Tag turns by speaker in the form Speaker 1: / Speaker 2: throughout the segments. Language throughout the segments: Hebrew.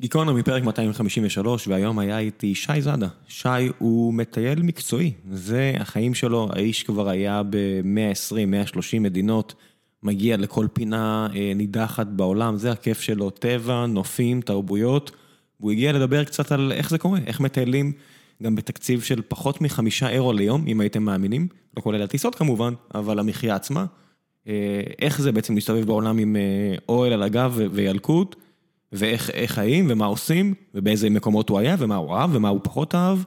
Speaker 1: גיקונומי פרק 253, והיום היה איתי שי זאדה. שי הוא מטייל מקצועי, זה החיים שלו, האיש כבר היה ב-120, 130 מדינות, מגיע לכל פינה אה, נידחת בעולם, זה הכיף שלו, טבע, נופים, תרבויות. והוא הגיע לדבר קצת על איך זה קורה, איך מטיילים, גם בתקציב של פחות מחמישה אירו ליום, אם הייתם מאמינים, לא כולל הטיסות כמובן, אבל המחיה עצמה. אה, איך זה בעצם להסתובב בעולם עם אה, אוהל על הגב ו- וילקוט. ואיך איך חיים, ומה עושים, ובאיזה מקומות הוא היה, ומה הוא אהב, ומה הוא פחות אהב.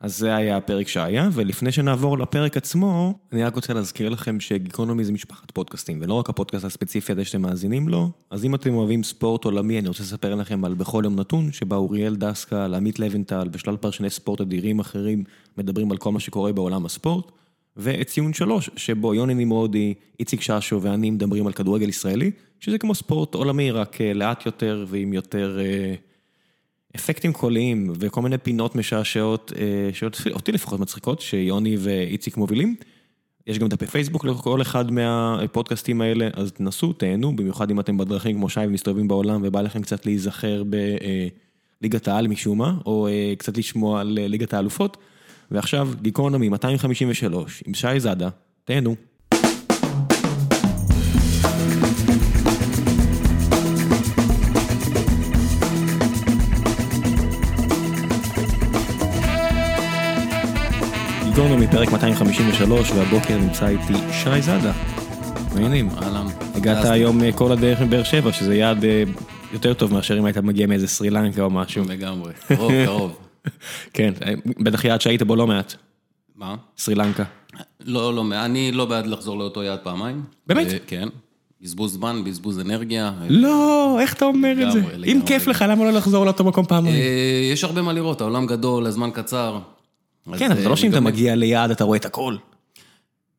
Speaker 1: אז זה היה הפרק שהיה, ולפני שנעבור לפרק עצמו, אני רק רוצה להזכיר לכם שגיקונומי זה משפחת פודקאסטים, ולא רק הפודקאסט הספציפי הזה שאתם מאזינים לו. אז אם אתם אוהבים ספורט עולמי, אני רוצה לספר לכם על בכל יום נתון, שבה אוריאל דסקל, עמית לבנטל ושלל פרשני ספורט אדירים אחרים מדברים על כל מה שקורה בעולם הספורט. ואת ציון שלוש, שבו יוני נמרודי, איציק ששו ואני מדברים על כדורגל ישראלי, שזה כמו ספורט עולמי, רק אה, לאט יותר ועם יותר אה, אפקטים קוליים וכל מיני פינות משעשעות, אה, שאותי לפחות מצחיקות, שיוני ואיציק מובילים. יש גם דפי פייסבוק לכל אחד מהפודקאסטים האלה, אז תנסו, תהנו, במיוחד אם אתם בדרכים כמו שי ומסתובבים בעולם ובא לכם קצת להיזכר בליגת העל משום מה, או אה, קצת לשמוע על אה, ליגת האלופות. ועכשיו גיקונומי 253 עם שי זאדה, תהנו. גיקונומי פרק 253 והבוקר נמצא איתי שי זאדה. מעניינים.
Speaker 2: אהלן.
Speaker 1: הגעת היום אה, כל הדרך מבאר שבע, שזה יעד אה, יותר טוב מאשר אם היית מגיע מאיזה סרי לנקה או משהו.
Speaker 2: לגמרי. קרוב, קרוב.
Speaker 1: כן, אה, בטח יעד שהיית בו לא מעט,
Speaker 2: מה?
Speaker 1: סרי לנקה.
Speaker 2: לא, לא, אני לא בעד לחזור לאותו יעד פעמיים.
Speaker 1: באמת?
Speaker 2: אה, כן. בזבוז זמן, בזבוז אנרגיה.
Speaker 1: לא, איך אתה אומר את זה?
Speaker 2: לגמרי, לגמרי.
Speaker 1: אם כיף לך, למה לא לחזור לאותו מקום פעמיים?
Speaker 2: אה, יש הרבה מה לראות, העולם גדול, הזמן קצר. אז,
Speaker 1: כן, אבל זה
Speaker 2: אה,
Speaker 1: לא שאם אתה
Speaker 2: גם-
Speaker 1: מגיע ליעד אתה רואה את הכל.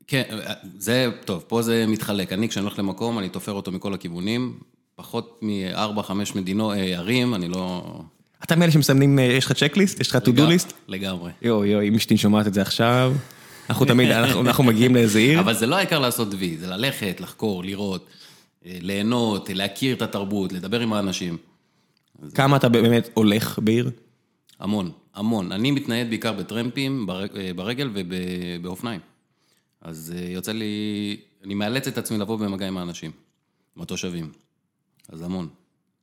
Speaker 2: כן, אה, זה, טוב, פה זה מתחלק. אני, כשאני הולך למקום, אני תופר אותו מכל הכיוונים. פחות מ-4-5 מדינות, אה, ערים, אני לא...
Speaker 1: אתה מאלה שמסמנים, אה, יש לך צ'קליסט? יש לך to do list?
Speaker 2: לגמרי.
Speaker 1: יואו, יואו, אם אשתי שומעת את זה עכשיו, אנחנו תמיד, אנחנו אנחנו מגיעים לאיזה עיר.
Speaker 2: אבל זה לא העיקר לעשות וי, זה ללכת, לחקור, לראות, אה, ליהנות, להכיר את התרבות, לדבר עם האנשים.
Speaker 1: כמה אתה באמת הולך בעיר?
Speaker 2: המון, המון. אני מתנייד בעיקר בטרמפים, בר- אה, ברגל ובאופניים. אז אה, יוצא לי, אני מאלץ את עצמי לבוא במגע עם האנשים, עם התושבים. אז המון.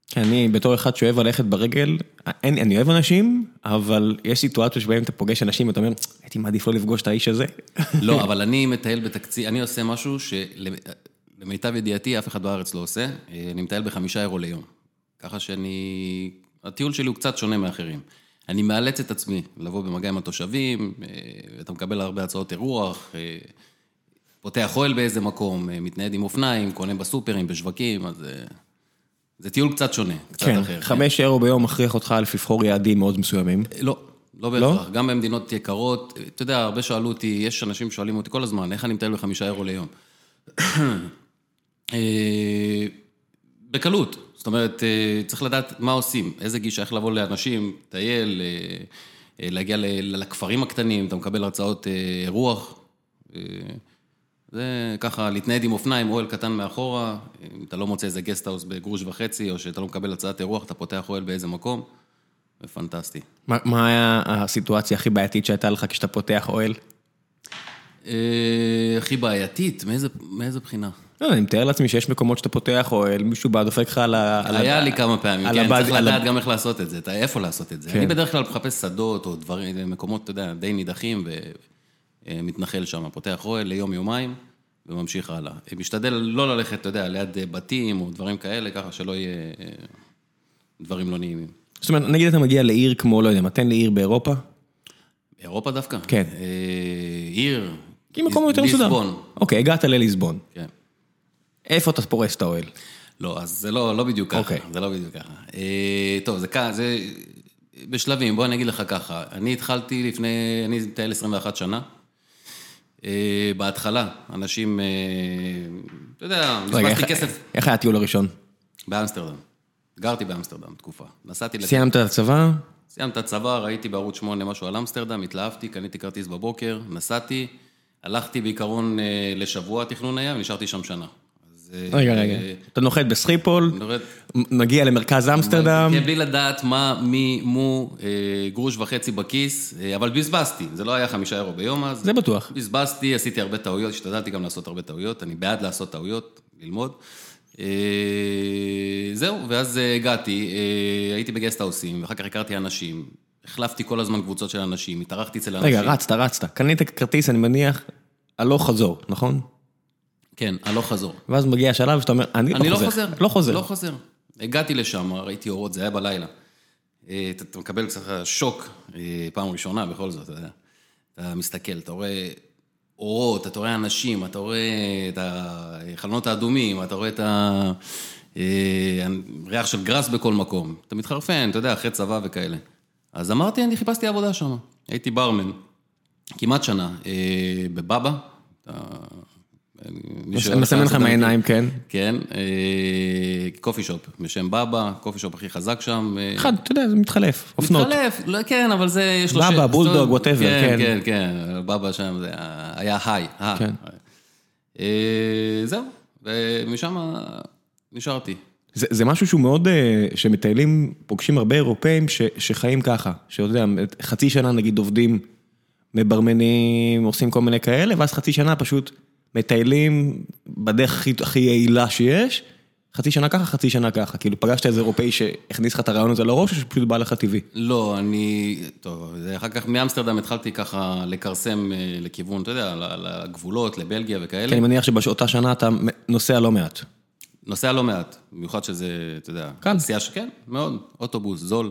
Speaker 1: כי כן, אני בתור אחד שאוהב ללכת ברגל, אין, אני אוהב אנשים, אבל יש סיטואציות שבהן אתה פוגש אנשים ואתה אומר, הייתי מעדיף לא לפגוש את האיש הזה.
Speaker 2: לא, אבל אני מטייל בתקציב, אני עושה משהו שלמיטב ידיעתי אף אחד בארץ לא עושה. אה, אני מטייל בחמישה אירו ליום. ככה שאני... הטיול שלי הוא קצת שונה מאחרים. אני מאלץ את עצמי לבוא במגע עם התושבים, אה, אתה מקבל הרבה הצעות אירוח, אה, פותח אוהל באיזה מקום, אה, מתנייד עם אופניים, קונה בסופרים, בשווקים, אז אה, זה טיול קצת שונה, קצת
Speaker 1: כן,
Speaker 2: אחר.
Speaker 1: חמש אירו ביום מכריח אותך א' לבחור יעדים מאוד מסוימים.
Speaker 2: לא, לא בהכרח. גם במדינות יקרות, אתה יודע, הרבה שאלו אותי, יש אנשים ששואלים אותי כל הזמן, איך אני מטייל בחמישה אירו ליום? אה, בקלות. זאת אומרת, אה, צריך לדעת מה עושים, איזה גישה, איך לבוא לאנשים, טייל, אה, אה, להגיע ל- לכפרים הקטנים, אתה מקבל הרצאות אה, רוח. אה, זה ככה, להתנייד עם אופניים, אוהל קטן מאחורה, אם אתה לא מוצא איזה גסטהאוס בגרוש וחצי, או שאתה לא מקבל הצעת אירוח, אתה פותח אוהל באיזה מקום, ופנטסטי.
Speaker 1: מה- מה היה הסיטואציה הכי בעייתית שהייתה לך כשאתה פותח אוהל?
Speaker 2: אה, הכי בעייתית, מאיזה, מאיזה בחינה?
Speaker 1: לא, יודע, אני מתאר לעצמי שיש מקומות שאתה פותח אוהל, מישהו בא דופק לך על ה... על ה-
Speaker 2: היה לי כמה פעמים,
Speaker 1: על
Speaker 2: כן,
Speaker 1: הבד-
Speaker 2: צריך
Speaker 1: על ה-
Speaker 2: לדעת גם איך לעשות את זה, אתה- איפה לעשות את זה.
Speaker 1: כן.
Speaker 2: אני בדרך כלל מחפש שדות או דברים, מקומות, אתה יודע, די נידחים, ומתנחל שם, פותח אוהל ליום-יומיים, וממשיך הלאה. משתדל לא ללכת, אתה יודע, ליד אה, בתים או דברים כאלה, ככה שלא יהיה אה, דברים לא נעימים.
Speaker 1: זאת אומרת, נגיד אתה מגיע לעיר כמו, לא יודע, מה, תן לי עיר באירופה?
Speaker 2: אירופה דווקא?
Speaker 1: כן.
Speaker 2: אה, עיר.
Speaker 1: כי מקום יותר מסודר.
Speaker 2: ליסבון,
Speaker 1: אוקיי, הגעת לליסבון.
Speaker 2: כן.
Speaker 1: איפה אתה פורס את האוהל?
Speaker 2: לא, אז זה לא, לא בדיוק ככה.
Speaker 1: אוקיי.
Speaker 2: זה לא בדיוק ככה. אה, טוב, זה ככה, זה בשלבים, בוא אני אגיד לך ככה. אני התחלתי לפני, אני מטייל 21 שנה. אה, בהתחלה, אנשים, אה, אתה יודע,
Speaker 1: רגע,
Speaker 2: בזבזתי
Speaker 1: איך-
Speaker 2: כסף
Speaker 1: איך היה הטיול הראשון?
Speaker 2: באמסטרדם. גרתי באמסטרדם תקופה. נסעתי, לת-
Speaker 1: סיימת את הצבא?
Speaker 2: סיימת צבא, ראיתי בערוץ 8 משהו על אמסטרדם, התלהבתי, קניתי כרטיס בבוקר, נסעתי, הלכתי בעיקרון אה, לשבוע תכנון היה, ונשארתי שם שנה. אז זה-
Speaker 1: רגע, רגע.
Speaker 2: אה,
Speaker 1: אתה נוחת בסחיפול,
Speaker 2: נורד-
Speaker 1: מגיע למרכז אמסטרדם,
Speaker 2: כן, בלי לדעת מה, מי, מו, אה, גרוש וחצי בכיס, אה, אבל בזבזתי, זה לא היה חמישה אירו ביום אז.
Speaker 1: זה בטוח.
Speaker 2: בזבזתי, עשיתי הרבה טעויות, השתדלתי גם לעשות הרבה טעויות, אני בעד לעשות טעויות, ללמוד. אה, זהו, ואז אה, הגעתי, אה, הייתי בגסטהאוסים, ואחר כך הכרתי אנשים, החלפתי כל הזמן קבוצות של אנשים, התארחתי אצל אנשים.
Speaker 1: רגע, רצת, רצת. קנית כרטיס, אני מניח, הלוך חזור, נכון?
Speaker 2: כן, הלוך חזור.
Speaker 1: ואז מגיע השלב שאתה אומר, אני
Speaker 2: אני
Speaker 1: לא חוזר.
Speaker 2: לא
Speaker 1: לא
Speaker 2: חוזר.
Speaker 1: חוזר.
Speaker 2: לא חוזר. הגעתי לשם, ראיתי אורות, זה היה בלילה. אה, אתה אתה מקבל קצת שוק, אה, פעם ראשונה בכל זאת, אתה יודע. אתה מסתכל, אתה רואה אורות, אתה רואה אנשים, אתה רואה את החלונות האדומים, אתה רואה את ה... אה, ריח של גראס בכל מקום. אתה מתחרפן, אתה יודע, אחרי צבא וכאלה. אז אמרתי, אני חיפשתי עבודה שם. הייתי ברמן, כמעט שנה, אה, בבאבא. אתה- מי
Speaker 1: מס-
Speaker 2: שהולך
Speaker 1: מסמן לך
Speaker 2: לאמסטרדם,
Speaker 1: מהעיניים, כן.
Speaker 2: כן, אה, קופי שופ בשם בבא, קופי שופ הכי חזק שם. אה,
Speaker 1: אחד, אתה יודע, זה מתחלף, אופנות.
Speaker 2: מתחלף, לא, כן, אבל זה יש לו...
Speaker 1: בבא,
Speaker 2: שם-
Speaker 1: בולדוג,
Speaker 2: זאת אומרת,
Speaker 1: whatever, כן.
Speaker 2: כן, כן, בבא שם זה ה- היה היי. ה-
Speaker 1: כן.
Speaker 2: אה, זהו, ומשם נשארתי.
Speaker 1: זה, זה משהו שהוא מאוד, אה, שמטיילים, פוגשים הרבה אירופאים ש, שחיים ככה, שאתה יודע, חצי שנה נגיד עובדים, מברמנים, עושים כל מיני כאלה, ואז חצי שנה פשוט מטיילים בדרך הכי, הכי יעילה שיש, חצי שנה ככה, חצי שנה ככה. כאילו פגשת איזה אירופאי שהכניס לך את הרעיון הזה לראש, או שפשוט בא לך טבעי?
Speaker 2: לא, אני... טוב, זה אחר כך מאמסטרדם התחלתי ככה לכרסם אה, לכיוון, אתה יודע, ל- לגבולות, לבלגיה
Speaker 1: כי
Speaker 2: וכאלה.
Speaker 1: אני מניח שבאותה שנה אתה נוסע לא מעט.
Speaker 2: נוסע לא מעט, במיוחד שזה, אתה יודע,
Speaker 1: קל.
Speaker 2: נסיעה ש... כן, מאוד, אוטובוס, זול.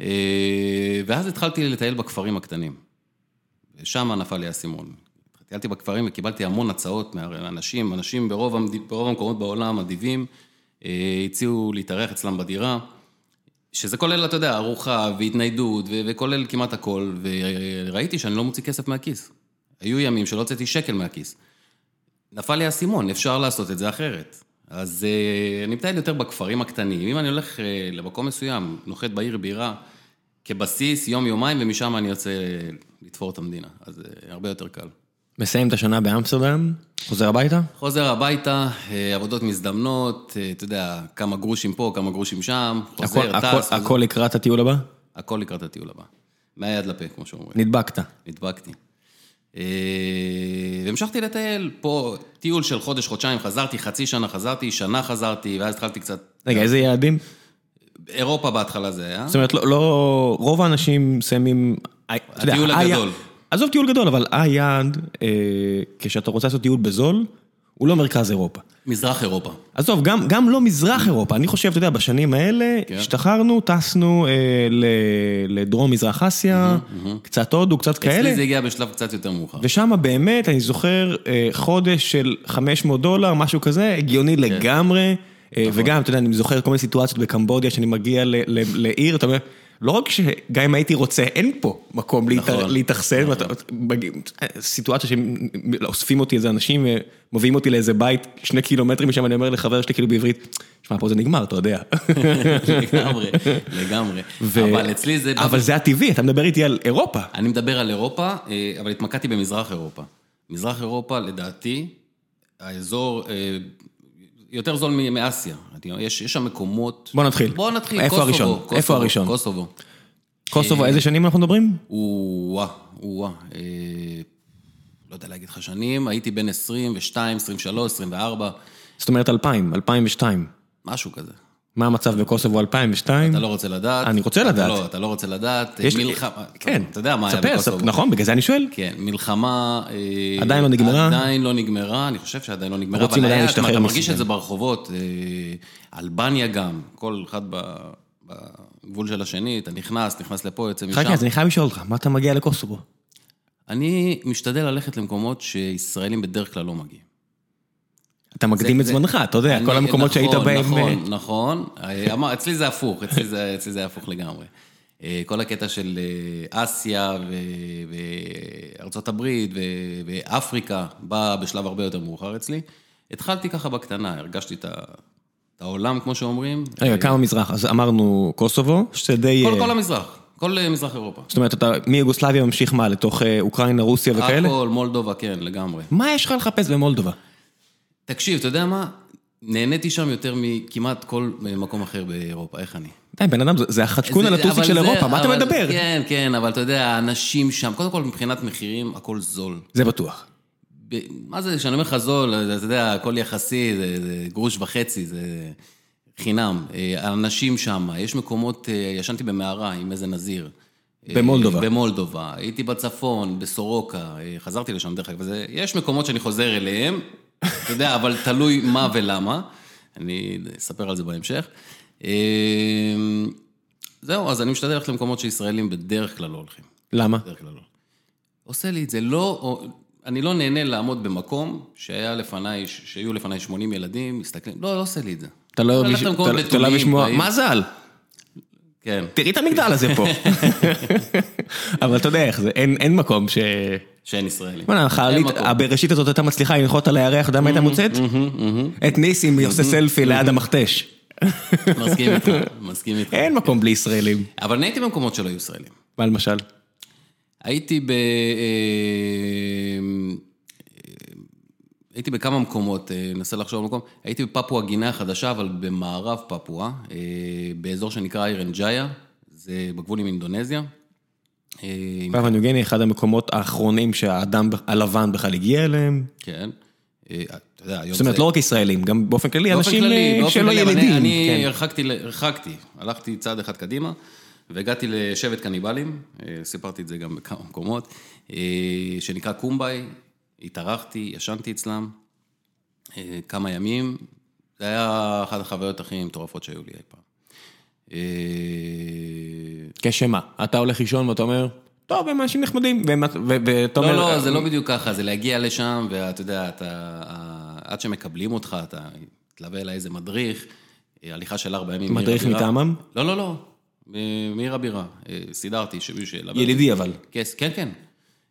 Speaker 2: אה, ואז התחלתי לטייל בכפרים הקטנים. שם נפל לי האסימון. טיילתי בכפרים וקיבלתי המון הצעות מאנשים, אנשים ברוב, המד... ברוב המקומות בעולם, אדיבים, אה, הציעו להתארח אצלם בדירה, שזה כולל, אתה יודע, ארוחה והתניידות, ו... וכולל כמעט הכל, וראיתי שאני לא מוציא כסף מהכיס. היו ימים שלא הוצאתי שקל מהכיס. נפל לי האסימון, אפשר לעשות את זה אחרת. אז אה, אני מטייל יותר בכפרים הקטנים. אם אני הולך אה, למקום מסוים, נוחת בעיר בירה, כבסיס, יום-יומיים, ומשם אני יוצא לתפור את המדינה. אז אה, הרבה יותר קל.
Speaker 1: מסיים את השנה באמסטרדם, חוזר הביתה?
Speaker 2: חוזר הביתה, אה, עבודות מזדמנות, אה, אתה יודע, כמה גרושים פה, כמה גרושים שם, חוזר,
Speaker 1: הכל,
Speaker 2: טס,
Speaker 1: הכל,
Speaker 2: חוזר.
Speaker 1: הכל לקראת הטיול הבא?
Speaker 2: הכל לקראת הטיול הבא. מהיד לפה, כמו שאומרים.
Speaker 1: נדבקת.
Speaker 2: נדבקתי. אה, והמשכתי לטייל, פה טיול של חודש, חודשיים, חזרתי, חצי שנה חזרתי, שנה חזרתי, ואז התחלתי קצת...
Speaker 1: רגע, איזה יעדים?
Speaker 2: אירופה בהתחלה זה היה.
Speaker 1: זאת אומרת, לא, לא רוב האנשים מסיימים... אתה יודע,
Speaker 2: הטיול
Speaker 1: ה-
Speaker 2: הגדול.
Speaker 1: עזוב טיול גדול, אבל היעד, אה, כשאתה רוצה לעשות טיול בזול, הוא לא מרכז אירופה.
Speaker 2: מזרח אירופה.
Speaker 1: עזוב, גם, גם לא מזרח אירופה, אני חושב, אתה יודע, בשנים האלה,
Speaker 2: כן.
Speaker 1: השתחררנו, טסנו אה, ל- לדרום-מזרח אסיה, קצת הודו, קצת כאלה.
Speaker 2: אצלי זה הגיע בשלב קצת יותר מאוחר.
Speaker 1: ושם באמת, אני זוכר אה, חודש של 500 דולר, משהו כזה,
Speaker 2: כן.
Speaker 1: הגיוני לגמרי. אה,
Speaker 2: נכון.
Speaker 1: וגם, אתה יודע, אני זוכר כל מיני סיטואציות בקמבודיה, שאני מגיע ל- ל- לעיר, אתה אומר, לא רק שגם אם הייתי רוצה, אין פה מקום להתאר-
Speaker 2: נכון.
Speaker 1: להתאכסן, ואתה- מגיע- סיטואציה שאוספים אותי איזה אנשים, אה, מביאים אותי לאיזה בית, שני קילומטרים משם, אני אומר לחבר שלי כאילו בעברית, שמע, פה זה נגמר, אתה יודע.
Speaker 2: לגמרי, לגמרי.
Speaker 1: ו-
Speaker 2: אבל אצלי זה... אה,
Speaker 1: אבל זה הטבעי, אתה מדבר איתי על אירופה.
Speaker 2: אני מדבר על אירופה, אה, אבל התמקדתי במזרח אירופה. מזרח אירופה, לדעתי, האזור אה, יותר זול מ- מאסיה. אני- יש יש שם מקומות...
Speaker 1: בוא נתחיל.
Speaker 2: בוא נתחיל.
Speaker 1: איפה
Speaker 2: קוסובו,
Speaker 1: הראשון?
Speaker 2: קוסובו,
Speaker 1: איפה הראשון?
Speaker 2: קוסובו.
Speaker 1: קוסובו,
Speaker 2: כן.
Speaker 1: איזה שנים אנחנו מדברים?
Speaker 2: או-אה, או-אה. אה, לא יודע להגיד לך שנים, הייתי בן 22, 23, 24,
Speaker 1: זאת אומרת 2000, 2002.
Speaker 2: משהו כזה.
Speaker 1: מה המצב בקוסובו 2002?
Speaker 2: אתה לא רוצה לדעת.
Speaker 1: אני רוצה
Speaker 2: אתה
Speaker 1: לדעת.
Speaker 2: לא, אתה לא רוצה לדעת.
Speaker 1: יש לי-
Speaker 2: מלחמה.
Speaker 1: כן.
Speaker 2: אתה יודע מה היה
Speaker 1: ספר,
Speaker 2: בקוסובו.
Speaker 1: ספר, נכון, בגלל זה אני שואל.
Speaker 2: כן, מלחמה... אה,
Speaker 1: עדיין לא נגמרה?
Speaker 2: עדיין לא נגמרה, אני חושב שעדיין לא נגמרה.
Speaker 1: רוצים
Speaker 2: אבל
Speaker 1: עדיין
Speaker 2: היה-
Speaker 1: להשתחרר
Speaker 2: אתה מרגיש
Speaker 1: מהסיפור.
Speaker 2: את זה ברחובות, אה, אלבניה גם, כל אחד ב- בגבול של השני, אתה נכנס, נכנס לפה, יוצא משם.
Speaker 1: חכה, אז אני חייב לשאול אותך, מה אתה מגיע לקוסובו?
Speaker 2: אני משתדל ללכת למקומות שישראלים בדרך כלל לא מגיעים.
Speaker 1: אתה מקדים
Speaker 2: זה-
Speaker 1: את
Speaker 2: זה-
Speaker 1: זמנך, אתה יודע,
Speaker 2: אני-
Speaker 1: כל המקומות שהיית
Speaker 2: נכון,
Speaker 1: בהם... אה,
Speaker 2: נכון, נכון. אה, אמר, אצלי זה הפוך, אצלי זה, אצלי זה הפוך לגמרי. אה, כל הקטע של אה, אסיה ו- וארצות הברית ו- ואפריקה בא בשלב הרבה יותר מאוחר אצלי. התחלתי ככה בקטנה, הרגשתי את ה- את העולם, כמו שאומרים.
Speaker 1: אה, רגע, כמה מזרח? אז אמרנו קוסובו, שזה די...
Speaker 2: כל,
Speaker 1: אה,
Speaker 2: כל המזרח, כל אה, מזרח אירופה.
Speaker 1: זאת אומרת, אתה מיוגוסלביה ממשיך מה, לתוך אה, אוקראינה, רוסיה וכאלה?
Speaker 2: הכל, מולדובה, כן, לגמרי.
Speaker 1: מה יש לך לחפש במולדובה?
Speaker 2: תקשיב, אתה יודע מה? נהניתי שם יותר מכמעט כל אה, מקום אחר באירופה, איך אני?
Speaker 1: די, בן אדם, זה- זה החדשקון
Speaker 2: זה-
Speaker 1: על הטוסיק
Speaker 2: אבל
Speaker 1: של
Speaker 2: זה-
Speaker 1: אירופה, מה אתה
Speaker 2: אבל-
Speaker 1: מדבר?
Speaker 2: כן, כן, אבל אתה יודע, האנשים שם, קודם כל מבחינת מחירים, הכל זול.
Speaker 1: זה בטוח.
Speaker 2: ב- מה זה, כשאני אומר לך זול, אתה יודע, הכל יחסי, זה, זה גרוש וחצי, זה חינם. אה, האנשים שם, יש מקומות, אה, ישנתי במערה עם איזה נזיר. אה,
Speaker 1: במולדובה.
Speaker 2: במולדובה, הייתי בצפון, בסורוקה, אה, חזרתי לשם דרך אגב, וזה- יש מקומות שאני חוזר אליהם, אתה יודע, אבל תלוי מה ולמה, אני אספר על זה בהמשך. אה, זהו, אז אני משתדל ללכת למקומות שישראלים בדרך כלל לא הולכים.
Speaker 1: למה?
Speaker 2: בדרך כלל לא. עושה לי את זה, לא... או- אני לא נהנה לעמוד במקום שהיה לפניי, ש- שהיו לפניי 80 ילדים, מסתכלים, לא, לא עושה לי את זה.
Speaker 1: אתה לא
Speaker 2: הולך
Speaker 1: אוהב לש- אתה-
Speaker 2: למקומות
Speaker 1: אתה לא אוהב
Speaker 2: בתולים,
Speaker 1: לשמוע,
Speaker 2: באים.
Speaker 1: מזל,
Speaker 2: כן.
Speaker 1: תראי את המגדל הזה פה. אבל אתה יודע איך זה, אין אין מקום ש...
Speaker 2: שאין ישראלים.
Speaker 1: בוא'נה, החללית,
Speaker 2: אין מקום. Mm-hmm.
Speaker 1: הבראשית הזאת הייתה מצליחה לנחות על הירח, אתה יודע מה הייתה מוצאת? את ניסים עושה סלפי ליד המכתש.
Speaker 2: מסכים איתך, מסכים איתך.
Speaker 1: אין מקום בלי ישראלים.
Speaker 2: אבל אני הייתי במקומות שלא היו ישראלים.
Speaker 1: מה למשל?
Speaker 2: הייתי ב... אה, אה, הייתי בכמה מקומות, אה, ננסה לחשוב על מקום. הייתי בפפואה גינאה החדשה, אבל במערב פפואה, אה, באזור שנקרא אירנג'איה, זה בגבול עם אינדונזיה. אה, עם-
Speaker 1: פאווה ניוגני, אחד המקומות האחרונים שהאדם הלבן בכלל הגיע אליהם.
Speaker 2: כן. אה, אתה יודע, היום
Speaker 1: זאת אומרת, לא רק ישראלים, גם באופן כללי,
Speaker 2: באופן
Speaker 1: אנשים
Speaker 2: כללי,
Speaker 1: אה,
Speaker 2: באופן
Speaker 1: שלא
Speaker 2: כללי, אבל אני-
Speaker 1: ילידים.
Speaker 2: אני
Speaker 1: כן.
Speaker 2: הרחקתי, ל- הרחקתי, הלכתי צעד אחד קדימה, והגעתי לשבט קניבלים, אה, סיפרתי את זה גם בכמה מקומות, אה, שנקרא קומביי, התארחתי, ישנתי אצלם אה, כמה ימים, זה היה אחת החוויות הכי מטורפות שהיו לי אי פעם. אה,
Speaker 1: כשמה, אתה הולך לישון ואתה אומר, כן. טוב, הם אנשים נחמדים, והם- ו- ו- ואתה אומר... אה,
Speaker 2: לא, לא, זה לא בדיוק ככה, זה להגיע לשם, ואתה יודע, אתה... אה, עד שמקבלים אותך, אתה מתלווה אליי איזה מדריך, אה, הליכה של ארבע ימים. מעיר
Speaker 1: מדריך
Speaker 2: הבירה.
Speaker 1: מטעמם?
Speaker 2: לא, לא, לא, מ- מעיר הבירה. אה, סידרתי שמישהו שילווה אותי.
Speaker 1: אה, ילידי אבל.
Speaker 2: כן, כן, כן.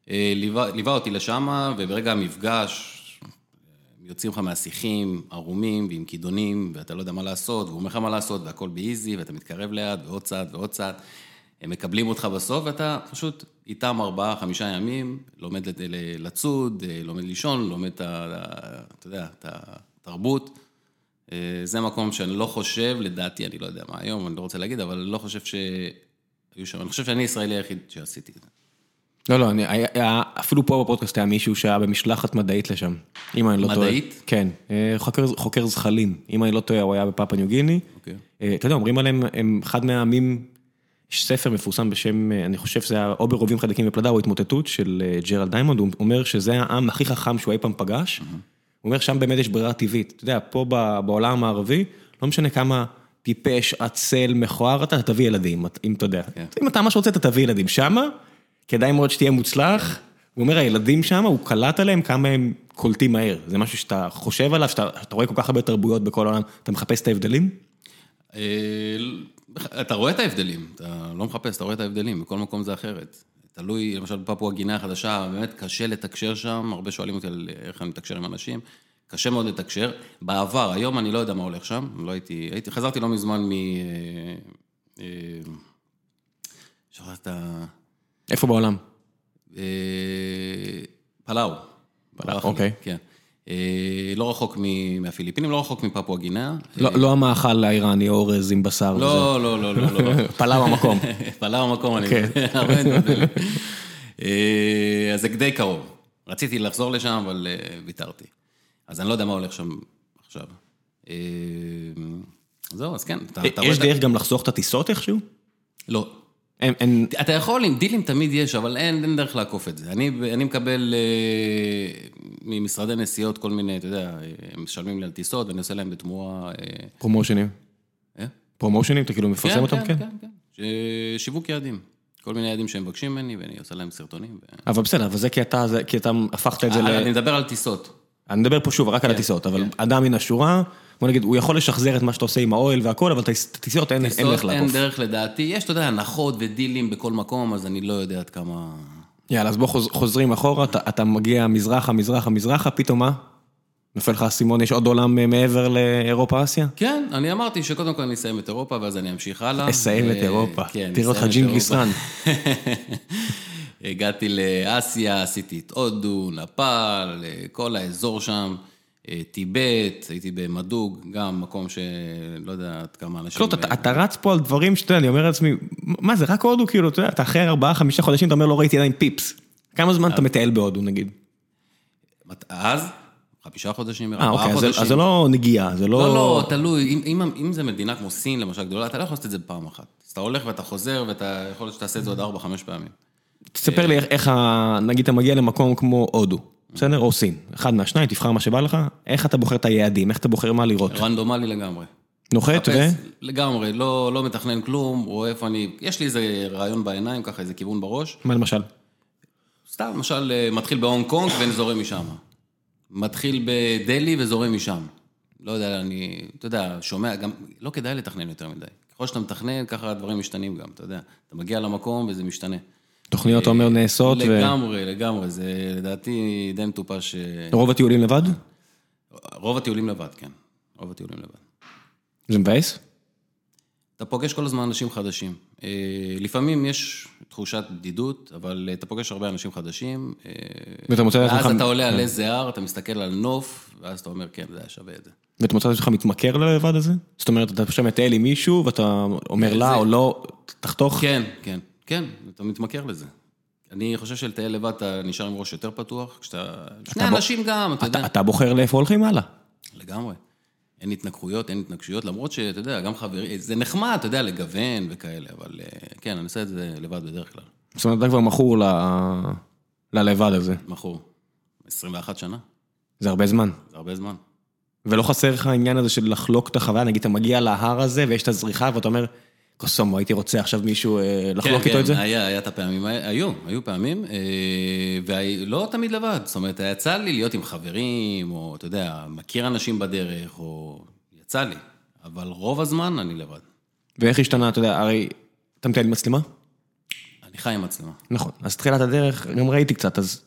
Speaker 2: אה, ליווה ליווה אותי לשם, וברגע המפגש, אה, יוצאים לך מהשיחים ערומים ועם כידונים, ואתה לא יודע מה לעשות, והוא אומר לך מה לעשות, והכל באיזי, ואתה מתקרב ליד, ועוד צעד ועוד צעד. הם מקבלים אותך בסוף, ואתה פשוט איתם ארבעה, חמישה ימים, לומד לת- ל- לצוד, אה, לומד לישון, לומד את ה... אתה יודע, את התרבות. אה, זה מקום שאני לא חושב, לדעתי, אני לא יודע מה היום, אני לא רוצה להגיד, אבל לא חושב שהיו שם, אני חושב שאני הישראלי היחיד שעשיתי את זה.
Speaker 1: לא, לא, אני- היה- היה- אפילו פה בפודקאסט היה מישהו שהיה במשלחת מדעית לשם, אם אני לא טועה.
Speaker 2: מדעית?
Speaker 1: כן, אה, חוקר- חוקר זחלים, אם אני לא טועה, הוא היה בפאפה ניו גיני.
Speaker 2: אוקיי.
Speaker 1: אה, אתה יודע, אומרים עליהם, הם אחד מהעמים, יש ספר מפורסם בשם, אה, אני חושב שזה היה או ברובים חדקים ופלדה או התמוטטות של אה, ג'רלד דיימונד, הוא אומר שזה העם הכי חכם שהוא אי פעם פגש. הוא אומר, שם באמת יש ברירה טבעית. אתה יודע, פה ב- בעולם הערבי, לא משנה כמה טיפש, עצל, מכוער אתה, אתה תביא ילדים, אם אתה יודע.
Speaker 2: כן.
Speaker 1: אם אתה ממש רוצה, אתה תביא ילדים. שמה, כדאי מאוד שתהיה מוצלח. הוא אומר, הילדים שם, הוא קלט עליהם כמה הם קולטים מהר. זה משהו שאתה חושב עליו, שאתה, שאתה רואה כל כך הרבה תרבויות בכל העולם, אתה מחפש את ההבדלים?
Speaker 2: אה, אתה רואה את ההבדלים, אתה לא מחפש, אתה רואה את ההבדלים, בכל מקום זה אחרת. תלוי, למשל בפפואה גינאה החדשה, באמת קשה לתקשר שם, הרבה שואלים אותי על איך אני מתקשר עם אנשים, קשה מאוד לתקשר. בעבר, היום אני לא יודע מה הולך שם, לא הייתי, הייתי, חזרתי לא מזמן מ... אה, אה, שכחת את ה...
Speaker 1: איפה בעולם?
Speaker 2: אה, פלאו. ברח לי,
Speaker 1: אוקיי.
Speaker 2: כן. אה, לא רחוק מ- מהפיליפינים, לא רחוק מפפואה גינאה.
Speaker 1: לא, לא המאכל האיראני, אורז עם בשר. וזה.
Speaker 2: לא, לא, לא, לא, לא. לא.
Speaker 1: פלאו המקום.
Speaker 2: פעלה במקום, אני...
Speaker 1: כן.
Speaker 2: הרבה נדמה לי. אה, אז זה די קרוב. רציתי לחזור לשם, אבל אה, ויתרתי. אז אני לא יודע מה הולך שם עכשיו. אה, זהו, אז כן, אתה אתה רואה...
Speaker 1: אה, יש
Speaker 2: את ה-
Speaker 1: דרך גם לחסוך את הטיסות איכשהו?
Speaker 2: לא.
Speaker 1: אין, אין,
Speaker 2: אתה יכול, עם דילים תמיד יש, אבל אין, אין דרך לעקוף את זה. אני, אני מקבל אה, ממשרדי נסיעות כל מיני, אתה יודע, אה, הם משלמים לי על טיסות, ואני עושה להם בתמורה... אה,
Speaker 1: פרומושנים.
Speaker 2: אה?
Speaker 1: פרומושנים, אתה כאילו מפרסם אותם?
Speaker 2: כן, כן, כן. ש- שיווק יעדים. כל מיני יעדים שהם מבקשים ממני, ואני עושה להם סרטונים. ו...
Speaker 1: אבל בסדר, אבל זה כי אתה, זה, כי אתה הפכת את זה
Speaker 2: אה, אני כן,
Speaker 1: ל...
Speaker 2: מדבר על טיסות.
Speaker 1: אני מדבר פה שוב רק על הטיסות, אבל אדם מן השורה, בוא נגיד, הוא יכול לשחזר את מה שאתה עושה עם האוהל והכל, אבל את הטיסות אין אין
Speaker 2: טיסות
Speaker 1: דרך
Speaker 2: אין
Speaker 1: לעקוף.
Speaker 2: דרך לדעתי, יש, אתה יודע, הנחות ודילים בכל מקום, אז אני לא יודע עד כמה...
Speaker 1: יאללה, אז בוא חוז- חוזרים אחורה, אתה- אתה מגיע מזרחה, מזרחה, מזרחה, פתאום מה? נופל לך האסימון, יש עוד עולם אה, מעבר לאירופה-אסיה?
Speaker 2: כן, אני אמרתי שקודם כל אני אסיים את אירופה, ואז אני אמשיך הלאה.
Speaker 1: אסיים את
Speaker 2: אה,
Speaker 1: אירופה.
Speaker 2: כן,
Speaker 1: תראה אותך
Speaker 2: אסיים את
Speaker 1: ג'ינגיס
Speaker 2: אירופה.
Speaker 1: חאן.
Speaker 2: הגעתי לאסיה, עשיתי את הודו, נפאל, אה, כל האזור שם. אה, טיבט, הייתי במדוג, גם מקום שלא יודע עד כמה אנשים...
Speaker 1: לא, אתה, אתה רץ פה על דברים שאתה יודע, אני אומר לעצמי, מה זה, רק הודו כאילו, אתה יודע, אתה אחרי ארבעה, חמישה חודשים, אתה אומר, לא ראיתי עדיין פיפס. כמה זמן
Speaker 2: אה.
Speaker 1: אתה מטייל בהודו נגיד?
Speaker 2: מת- אז, חמישה חודשים,
Speaker 1: אה,
Speaker 2: ארבעה
Speaker 1: אוקיי, אז זה-
Speaker 2: חודשים.
Speaker 1: אז זה לא נגיעה, זה לא...
Speaker 2: לא, לא, תלוי. אם, אם, אם זה מדינה כמו סין, למשל, גדולה, אתה לא יכול לעשות את זה בפעם אחת. אז אתה הולך ואתה חוזר, ואתה יכול להיות שתעשה את זה עוד ארבע, חמש פעמים.
Speaker 1: תספר לי איך- איך, ה- נגיד אתה מגיע למקום כמו הודו, בסדר? או סין, אחד מהשניים, תבחר מה שבא לך, איך אתה בוחר את היעדים, איך אתה בוחר מה לראות.
Speaker 2: רנדומלי לגמרי.
Speaker 1: נוחת ו...
Speaker 2: מחפש לגמרי, לא, לא מתכנן כלום, רואה איפה אני... יש לי איזה רעיון בעיניים, ככה איזה כיוון בראש.
Speaker 1: מה למשל?
Speaker 2: סתם, למשל, אה, מתחיל בהונג קונג וזורם משם. מתחיל בדלהי וזורם משם. לא יודע, אני, אתה יודע, שומע, גם לא כדאי לתכנן יותר מדי. ככל שאתה מתכנן, ככה הדברים משתנים גם, אתה יודע. אתה מגיע למקום וזה משתנה.
Speaker 1: תוכניות, אתה אומר, נעשות, ו-
Speaker 2: לגמרי, לגמרי, זה לדעתי די מטופש. אה,
Speaker 1: רוב הטיולים לבד?
Speaker 2: רוב הטיולים לבד, כן. רוב הטיולים לבד.
Speaker 1: זה מבאס?
Speaker 2: אתה פוגש כל הזמן אנשים חדשים. אה, לפעמים יש תחושת בדידות, אבל אה, אתה פוגש הרבה אנשים חדשים. אה,
Speaker 1: ואתה מוצא
Speaker 2: ואז
Speaker 1: לעצמך-
Speaker 2: אתה עולה על איזה הר, אתה מסתכל על נוף, ואז אתה אומר, כן, זה היה שווה את זה.
Speaker 1: ואתה מוצא את עצמך מתמכר ללבד הזה? זאת אומרת, אתה פשוט מטייל עם מישהו, ואתה אומר לה או לא, תחתוך.
Speaker 2: כן, כן, כן, אתה מתמכר לזה. אני חושב שלטייל לבד אתה נשאר עם ראש יותר פתוח, כשאתה... שני
Speaker 1: בו-
Speaker 2: אנשים גם, אתה יודע.
Speaker 1: אתה- אתה בוחר לאיפה הולכים הלאה.
Speaker 2: לגמרי. אין התנגחויות, אין התנגשויות, למרות שאתה יודע, גם חברים, זה נחמד, אתה יודע, לגוון וכאלה, אבל אה, כן, אני עושה את זה לבד בדרך כלל.
Speaker 1: זאת אומרת, אתה כבר מכור ל- ללבד הזה.
Speaker 2: מכור. 21 שנה,
Speaker 1: זה הרבה זמן.
Speaker 2: זה הרבה זמן.
Speaker 1: ולא חסר לך העניין הזה של לחלוק את החוויה, נגיד אתה מגיע להר הזה ויש את הזריחה ואתה אומר, קוסומו, הייתי רוצה עכשיו מישהו אה, לחלוק איתו את זה?
Speaker 2: כן, היה, היה את הפעמים, האלה- היו, היו פעמים, ולא תמיד לבד. זאת אומרת, יצא לי להיות עם חברים, או אתה יודע, מכיר אנשים בדרך, או... יצא לי. אבל רוב הזמן אני לבד.
Speaker 1: ואיך השתנה, אתה יודע, הרי אתה מטייל עם מצלמה?
Speaker 2: אני חי עם מצלמה.
Speaker 1: נכון. אז תחילת הדרך, גם ראיתי קצת, אז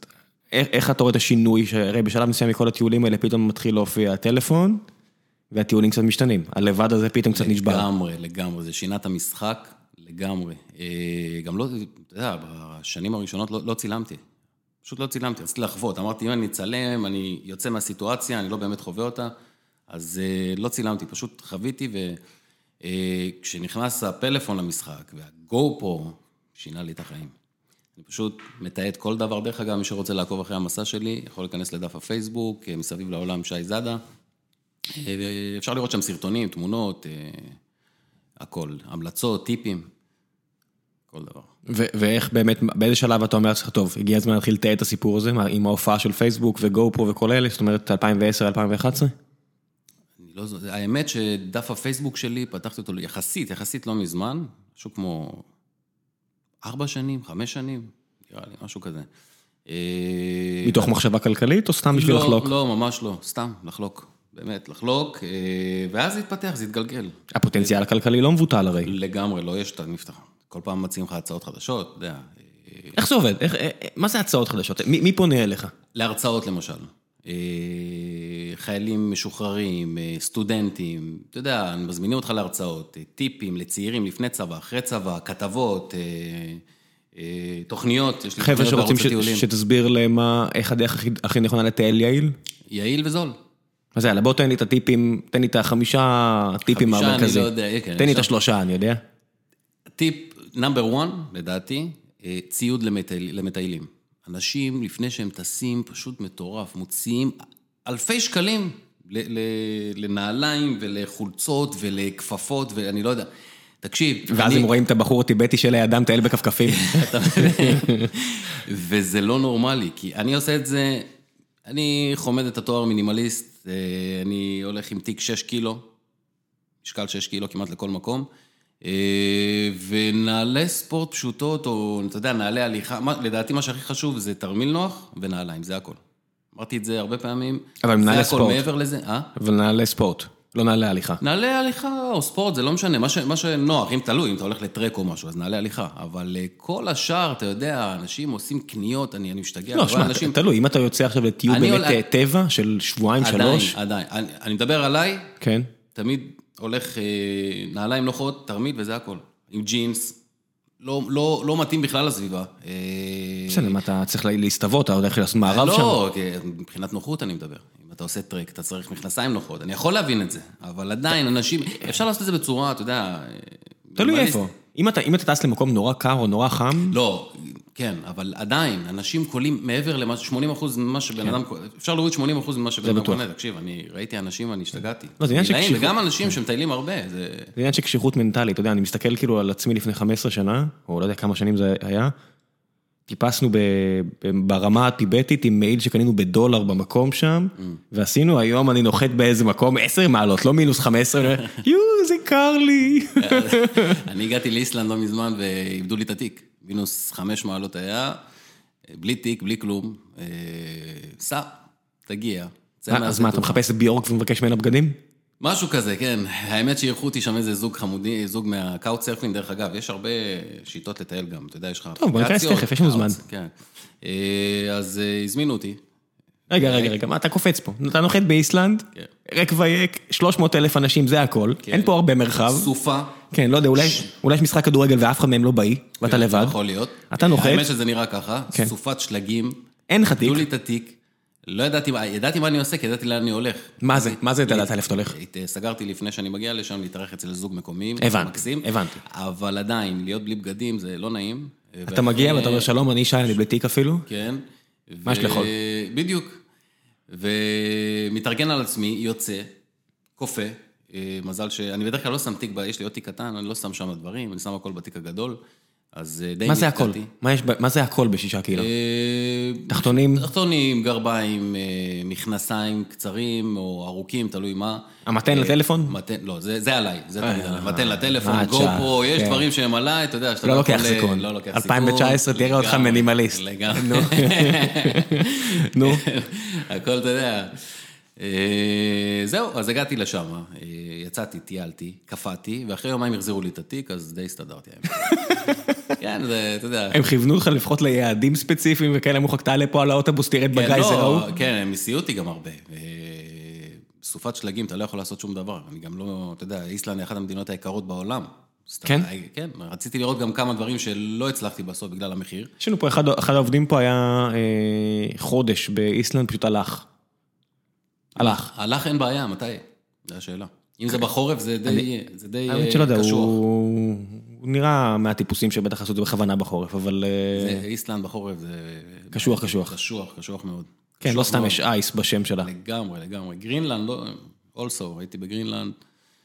Speaker 1: איך, איך אתה רואה את השינוי, שהרי בשלב מסוים מכל הטיולים האלה פתאום מתחיל להופיע הטלפון, והטיולים קצת משתנים. הלבד הזה פתאום קצת נשבר.
Speaker 2: לגמרי, לגמרי, זה שינה את המשחק, לגמרי. אה, גם לא, אתה יודע, בשנים הראשונות לא, לא צילמתי. פשוט לא צילמתי, רציתי לחוות. אמרתי, אם אני אצלם, אני יוצא מהסיטואציה, אני לא באמת חווה אותה, אז אה, לא צילמתי, פשוט חוויתי, וכשנכנס הפלאפון למשחק, והגו פה, שינה לי את החיים. אני פשוט מתעד כל דבר. דרך אגב, מי שרוצה לעקוב אחרי המסע שלי, יכול להיכנס לדף הפייסבוק, אה, מסביב לעולם שי זאדה. אה, אפשר לראות שם סרטונים, תמונות, אה, הכל. המלצות, טיפים, כל דבר.
Speaker 1: ו- ואיך באמת, באיזה שלב אתה אומר לעצמך, טוב, הגיע הזמן להתחיל לתעד את הסיפור הזה, מה, עם ההופעה של פייסבוק וגו פרו וכל אלה, זאת אומרת 2010-2011?
Speaker 2: אני לא זו... האמת שדף הפייסבוק שלי, פתחתי אותו יחסית, יחסית לא מזמן, משהו כמו ארבע שנים, חמש שנים, נראה לי, משהו כזה. אה,
Speaker 1: מתוך מחשבה כלכלית או סתם בשביל
Speaker 2: לא,
Speaker 1: לחלוק?
Speaker 2: לא, ממש לא, סתם, לחלוק. באמת, לחלוק, אה, ואז זה התפתח, זה התגלגל.
Speaker 1: הפוטנציאל הכלכלי לא מבוטל הרי.
Speaker 2: לגמרי, לא יש, אתה נפתח. כל פעם מציעים לך הצעות חדשות, אתה יודע. אה,
Speaker 1: איך זה עובד? איך- אה, אה, מה זה הצעות חדשות? מי מי פונה אליך?
Speaker 2: להרצאות למשל. אה, חיילים משוחררים, אה, סטודנטים, אתה יודע, מזמינים אותך להרצאות, אה, טיפים לצעירים לפני צבא, אחרי צבא, כתבות, אה, אה, תוכניות, יש לי
Speaker 1: חבר'ה
Speaker 2: תוכניות
Speaker 1: שרוצים
Speaker 2: בערוץ
Speaker 1: ש-
Speaker 2: הטיולים.
Speaker 1: שתסביר להם מה- איך הדרך הכי- הכי נכונה לטייל יעיל?
Speaker 2: יעיל וזול.
Speaker 1: אז יאללה, בוא תן לי את הטיפים, תן לי את החמישה טיפים
Speaker 2: חמישה, אני
Speaker 1: המרכזיים.
Speaker 2: לא יודע, אה, כן,
Speaker 1: תן לי את
Speaker 2: אפשר.
Speaker 1: השלושה, אני יודע.
Speaker 2: טיפ נאמבר 1, לדעתי, אה, ציוד למטייל, למטיילים. אנשים, לפני שהם טסים, פשוט מטורף, מוציאים אלפי שקלים ל, ל, לנעליים ולחולצות ולכפפות, ואני לא יודע. תקשיב,
Speaker 1: ואז
Speaker 2: אני-
Speaker 1: הם רואים את הבחור הטיבטי שלידם טייל בכפכפים.
Speaker 2: אתה מבין? וזה לא נורמלי, כי אני עושה את זה, אני חומד את התואר מינימליסט, אה, אני הולך עם תיק 6 קילו, משקל 6 קילו כמעט לכל מקום, אה, ונעלי ספורט פשוטות, או אתה יודע, נעלי הליכה, מה- לדעתי מה שהכי חשוב זה תרמיל נוח ונעליים, זה הכל. אמרתי את זה הרבה פעמים.
Speaker 1: אבל עם נעלי
Speaker 2: זה הכל
Speaker 1: ספורט.
Speaker 2: מעבר לזה, אה?
Speaker 1: אבל נעלי ספורט, לא נעלי הליכה.
Speaker 2: נעלי הליכה או ספורט, זה לא משנה, מה, ש, מה שנוח, אם תלוי, אם אתה הולך לטרק או משהו, אז נעלי הליכה. אבל אה, כל השאר, אתה יודע, אנשים עושים קניות, אני, אני משתגע,
Speaker 1: לא,
Speaker 2: אני רואה
Speaker 1: שמע,
Speaker 2: אנשים...
Speaker 1: תלוי, אם אתה יוצא עכשיו לטיול
Speaker 2: אני
Speaker 1: באמת
Speaker 2: עולה-
Speaker 1: אה, טבע של שבועיים,
Speaker 2: עדיין,
Speaker 1: שלוש,
Speaker 2: עדיין. אני, אני מדבר עליי,
Speaker 1: כן,
Speaker 2: תמיד הולך אה, נעליים נוחות, תרמית וזה הכל. עם ג'ינס, לא, לא, לא מתאים בכלל לסביבה. אה,
Speaker 1: בסדר, מה אתה צריך להסתוות, אתה הולך לעשות מערב שם?
Speaker 2: לא, כי מבחינת נוחות אני מדבר. אם אתה עושה טרק, אתה צריך מכנסיים נוחות, אני יכול להבין את זה, אבל עדיין אנשים, אפשר לעשות את זה בצורה, אתה יודע... אה,
Speaker 1: תלוי
Speaker 2: מינימליסטית.
Speaker 1: איפה. אם אתה, אם אתה טס למקום נורא קר או נורא חם,
Speaker 2: לא, כן, אבל עדיין, אנשים קולים מעבר למה, 80 אחוז ממה שבן אדם, קול- אפשר להוריד 80 אחוז ממה שבן אדם
Speaker 1: כן. בטוח.
Speaker 2: קונה, תקשיב, אני ראיתי אנשים, אני השתגעתי.
Speaker 1: לא, זה עניין של
Speaker 2: גילאים,
Speaker 1: קשיחות. כן.
Speaker 2: וגם אנשים שמטיילים הרבה, זה...
Speaker 1: זה עניין של קשיחות מנטלית, אתה יודע, אני מסתכל כאילו על עצמי לפני 15 שנה, או לא יודע כמה שנים זה היה, טיפסנו ב, ב- ברמה הטיבטית עם מעיל שקנינו בדולר במקום שם,
Speaker 2: Mm.
Speaker 1: ועשינו, היום אני נוחת באיזה מקום 10 מעלות, לא מינוס 15, אני אומר, יואו, זה קר לי.
Speaker 2: אני הגעתי לאיסלנד לא מזמן ואיבדו לי את התיק. מינוס חמש מעלות היה, אה, בלי תיק, בלי כלום. אה, סע, תגיע. צא
Speaker 1: אה, אז מה, אתה
Speaker 2: מהשדה.
Speaker 1: מחפש את ביורק ומבקש ממנה בגדים?
Speaker 2: משהו כזה, כן. האמת שאירחו אותי שם איזה זוג חמודי, זוג מהקאוט סרפינג, דרך אגב, יש הרבה שיטות לטייל גם, אתה יודע, יש לך
Speaker 1: טוב, בוא ניכנס
Speaker 2: אפליקציות,
Speaker 1: תכף, יש לנו
Speaker 2: couch,
Speaker 1: זמן.
Speaker 2: כן. אה, אז אה, הזמינו אותי. כן.
Speaker 1: רגע, רגע, רגע, מה אתה קופץ פה? אתה נוחת באיסלנד, רק וייק, 300 אלף אנשים, זה הכל,
Speaker 2: כן.
Speaker 1: אין פה הרבה מרחב.
Speaker 2: סופה.
Speaker 1: כן, לא יודע, אולי- אולי יש משחק כדורגל ואף אחד מהם לא באי, ואתה
Speaker 2: כן,
Speaker 1: לבד.
Speaker 2: יכול להיות.
Speaker 1: אתה נוחת.
Speaker 2: האמת שזה נראה ככה,
Speaker 1: כן.
Speaker 2: סופת שלגים.
Speaker 1: אין לך תיק.
Speaker 2: תנו לי את התיק. לא ידעתי, מה- ידעתי מה אני עושה, כי ידעתי לאן אני הולך.
Speaker 1: מה זה? מה זה אתה לדעת לאן אתה הולך?
Speaker 2: הת- אה, סגרתי לפני שאני מגיע לשם להתארח אצל זוג מקומיים.
Speaker 1: הבנתי,
Speaker 2: מקסים.
Speaker 1: הבנתי.
Speaker 2: אבל עדיין, להיות בלי בגדים זה לא נעים.
Speaker 1: אתה מגיע ואתה אומר, שלום, אני שי, אני בלי תיק אפילו?
Speaker 2: כן.
Speaker 1: מה יש לאכול?
Speaker 2: בדיוק. ומתארגן על עצמי, יוצא, כופה. אה, מזל ש... אני בדרך כלל לא שם תיק, ב- יש לי עוד תיק קטן, אני לא שם שם דברים, אני שם הכל בתיק הגדול. אז אה, די
Speaker 1: מה זה הכל?
Speaker 2: נתקעתי.
Speaker 1: מה יש ב- מה זה הכל בשישה קילו?
Speaker 2: אה,
Speaker 1: תחתונים?
Speaker 2: תחתונים, גרביים, אה, מכנסיים קצרים או ארוכים, תלוי מה.
Speaker 1: המתן
Speaker 2: אה,
Speaker 1: לטלפון?
Speaker 2: מתן, לא, זה זה עליי, זה תמיד
Speaker 1: אה,
Speaker 2: עליי. מתן לטלפון,
Speaker 1: אה,
Speaker 2: גו
Speaker 1: תשעה,
Speaker 2: פרו, יש
Speaker 1: כן.
Speaker 2: דברים שהם עליי, אתה יודע, שאתה
Speaker 1: לא לוקח
Speaker 2: יכול, אה,
Speaker 1: סיכון.
Speaker 2: לא לוקח סיכון.
Speaker 1: 2019 תראה אותך
Speaker 2: לגמרי,
Speaker 1: מינימליסט.
Speaker 2: לגמרי.
Speaker 1: נו. נו,
Speaker 2: הכל, אתה יודע. אה, זהו, אז הגעתי לשם, אה, יצאתי, טיילתי, קפאתי, ואחרי יומיים החזירו לי את התיק, אז די הסתדרתי. האמת. כן, זה, אתה יודע.
Speaker 1: הם כיוונו אותך לפחות ליעדים ספציפיים וכאלה, מוכרח תעלה פה על האוטובוס, תראה את בגייזר ההוא.
Speaker 2: כן, הם הסיעו אותי גם הרבה. אה, סופת שלגים, אתה לא יכול לעשות שום דבר. אני גם לא, אתה יודע, איסלנד היא אחת המדינות היקרות בעולם. אז אתה-
Speaker 1: כן?
Speaker 2: כן, רציתי לראות גם כמה דברים שלא הצלחתי בסוף בגלל המחיר.
Speaker 1: יש לנו פה, אחד אחד העובדים פה היה אה, חודש באיסלנד, פשוט הלך. הלך.
Speaker 2: הלך אין בעיה, מתי? זו השאלה. אם זה בחורף, זה די זה די,
Speaker 1: אוקיי. האמת
Speaker 2: אה,
Speaker 1: שלא יודע,
Speaker 2: קשוח.
Speaker 1: הוא הוא נראה מהטיפוסים שבטח עשו את זה בכוונה בחורף, אבל אה,
Speaker 2: זה- איסלנד בחורף זה...
Speaker 1: קשוח, קשוח.
Speaker 2: קשוח, קשוח מאוד.
Speaker 1: כן, לא
Speaker 2: קשוח
Speaker 1: סתם
Speaker 2: מאוד.
Speaker 1: יש אייס בשם שלה.
Speaker 2: לגמרי, לגמרי. גרינלנד, לא... אולסו, הייתי בגרינלנד.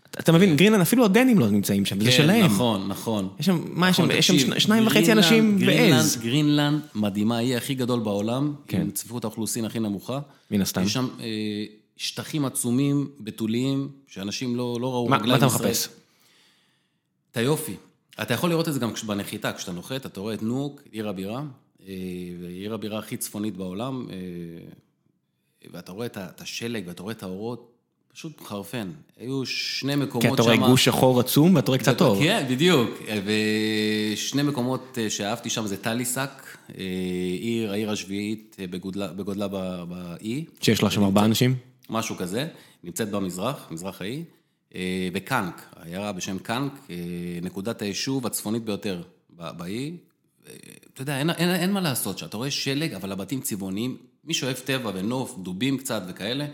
Speaker 1: אתה מבין, גרינלנד, אפילו הדנים לא נמצאים שם, זה
Speaker 2: כן,
Speaker 1: שלהם.
Speaker 2: נכון, נכון.
Speaker 1: יש שם, מה יש שם,
Speaker 2: נכון,
Speaker 1: יש שם
Speaker 2: תקשיב,
Speaker 1: שני- שניים וחצי
Speaker 2: גרינלנד-
Speaker 1: אנשים
Speaker 2: גרינלנד-
Speaker 1: בעז.
Speaker 2: גרינלנד מדהימה, היא הכי גדול בעולם,
Speaker 1: כן.
Speaker 2: עם צפיפות האוכלוסין הכי נמוכה.
Speaker 1: מן הסתם.
Speaker 2: יש שם אה, שטחים עצומים, בתוליים, שאנשים לא לא ראו
Speaker 1: מה
Speaker 2: רגליים
Speaker 1: מה אתה
Speaker 2: בישראל.
Speaker 1: מחפש?
Speaker 2: את היופי. אתה יכול לראות את זה גם כש- בנחיתה, כשאתה נוחת, אתה רואה את נוק, עיר הבירה, אה, עיר הבירה הכי צפונית בעולם, אה, ואתה רואה את ה- את השלג ואתה רואה את האורות, פשוט מחרפן. היו שני מקומות
Speaker 1: כי
Speaker 2: שם...
Speaker 1: כן, אתה רואה גוש שחור עצום ואתה רואה קצת אור.
Speaker 2: כן, בדיוק. ושני מקומות אה, שאהבתי שם זה טליסק, אה, עיר, העיר השביעית אה, בגודלה, בגודלה ב- E. באי,
Speaker 1: שיש לה שם ארבעה אנשים?
Speaker 2: משהו כזה, נמצאת במזרח, מזרח האי, אה, וקאנק, עיירה בשם קאנק, אה, נקודת היישוב הצפונית ביותר ב- באי. אה, אתה יודע, אין, אין, אין מה לעשות שם, אתה רואה שלג, אבל הבתים צבעוניים, מי שאוהב טבע ונוף, דובים קצת וכאלה,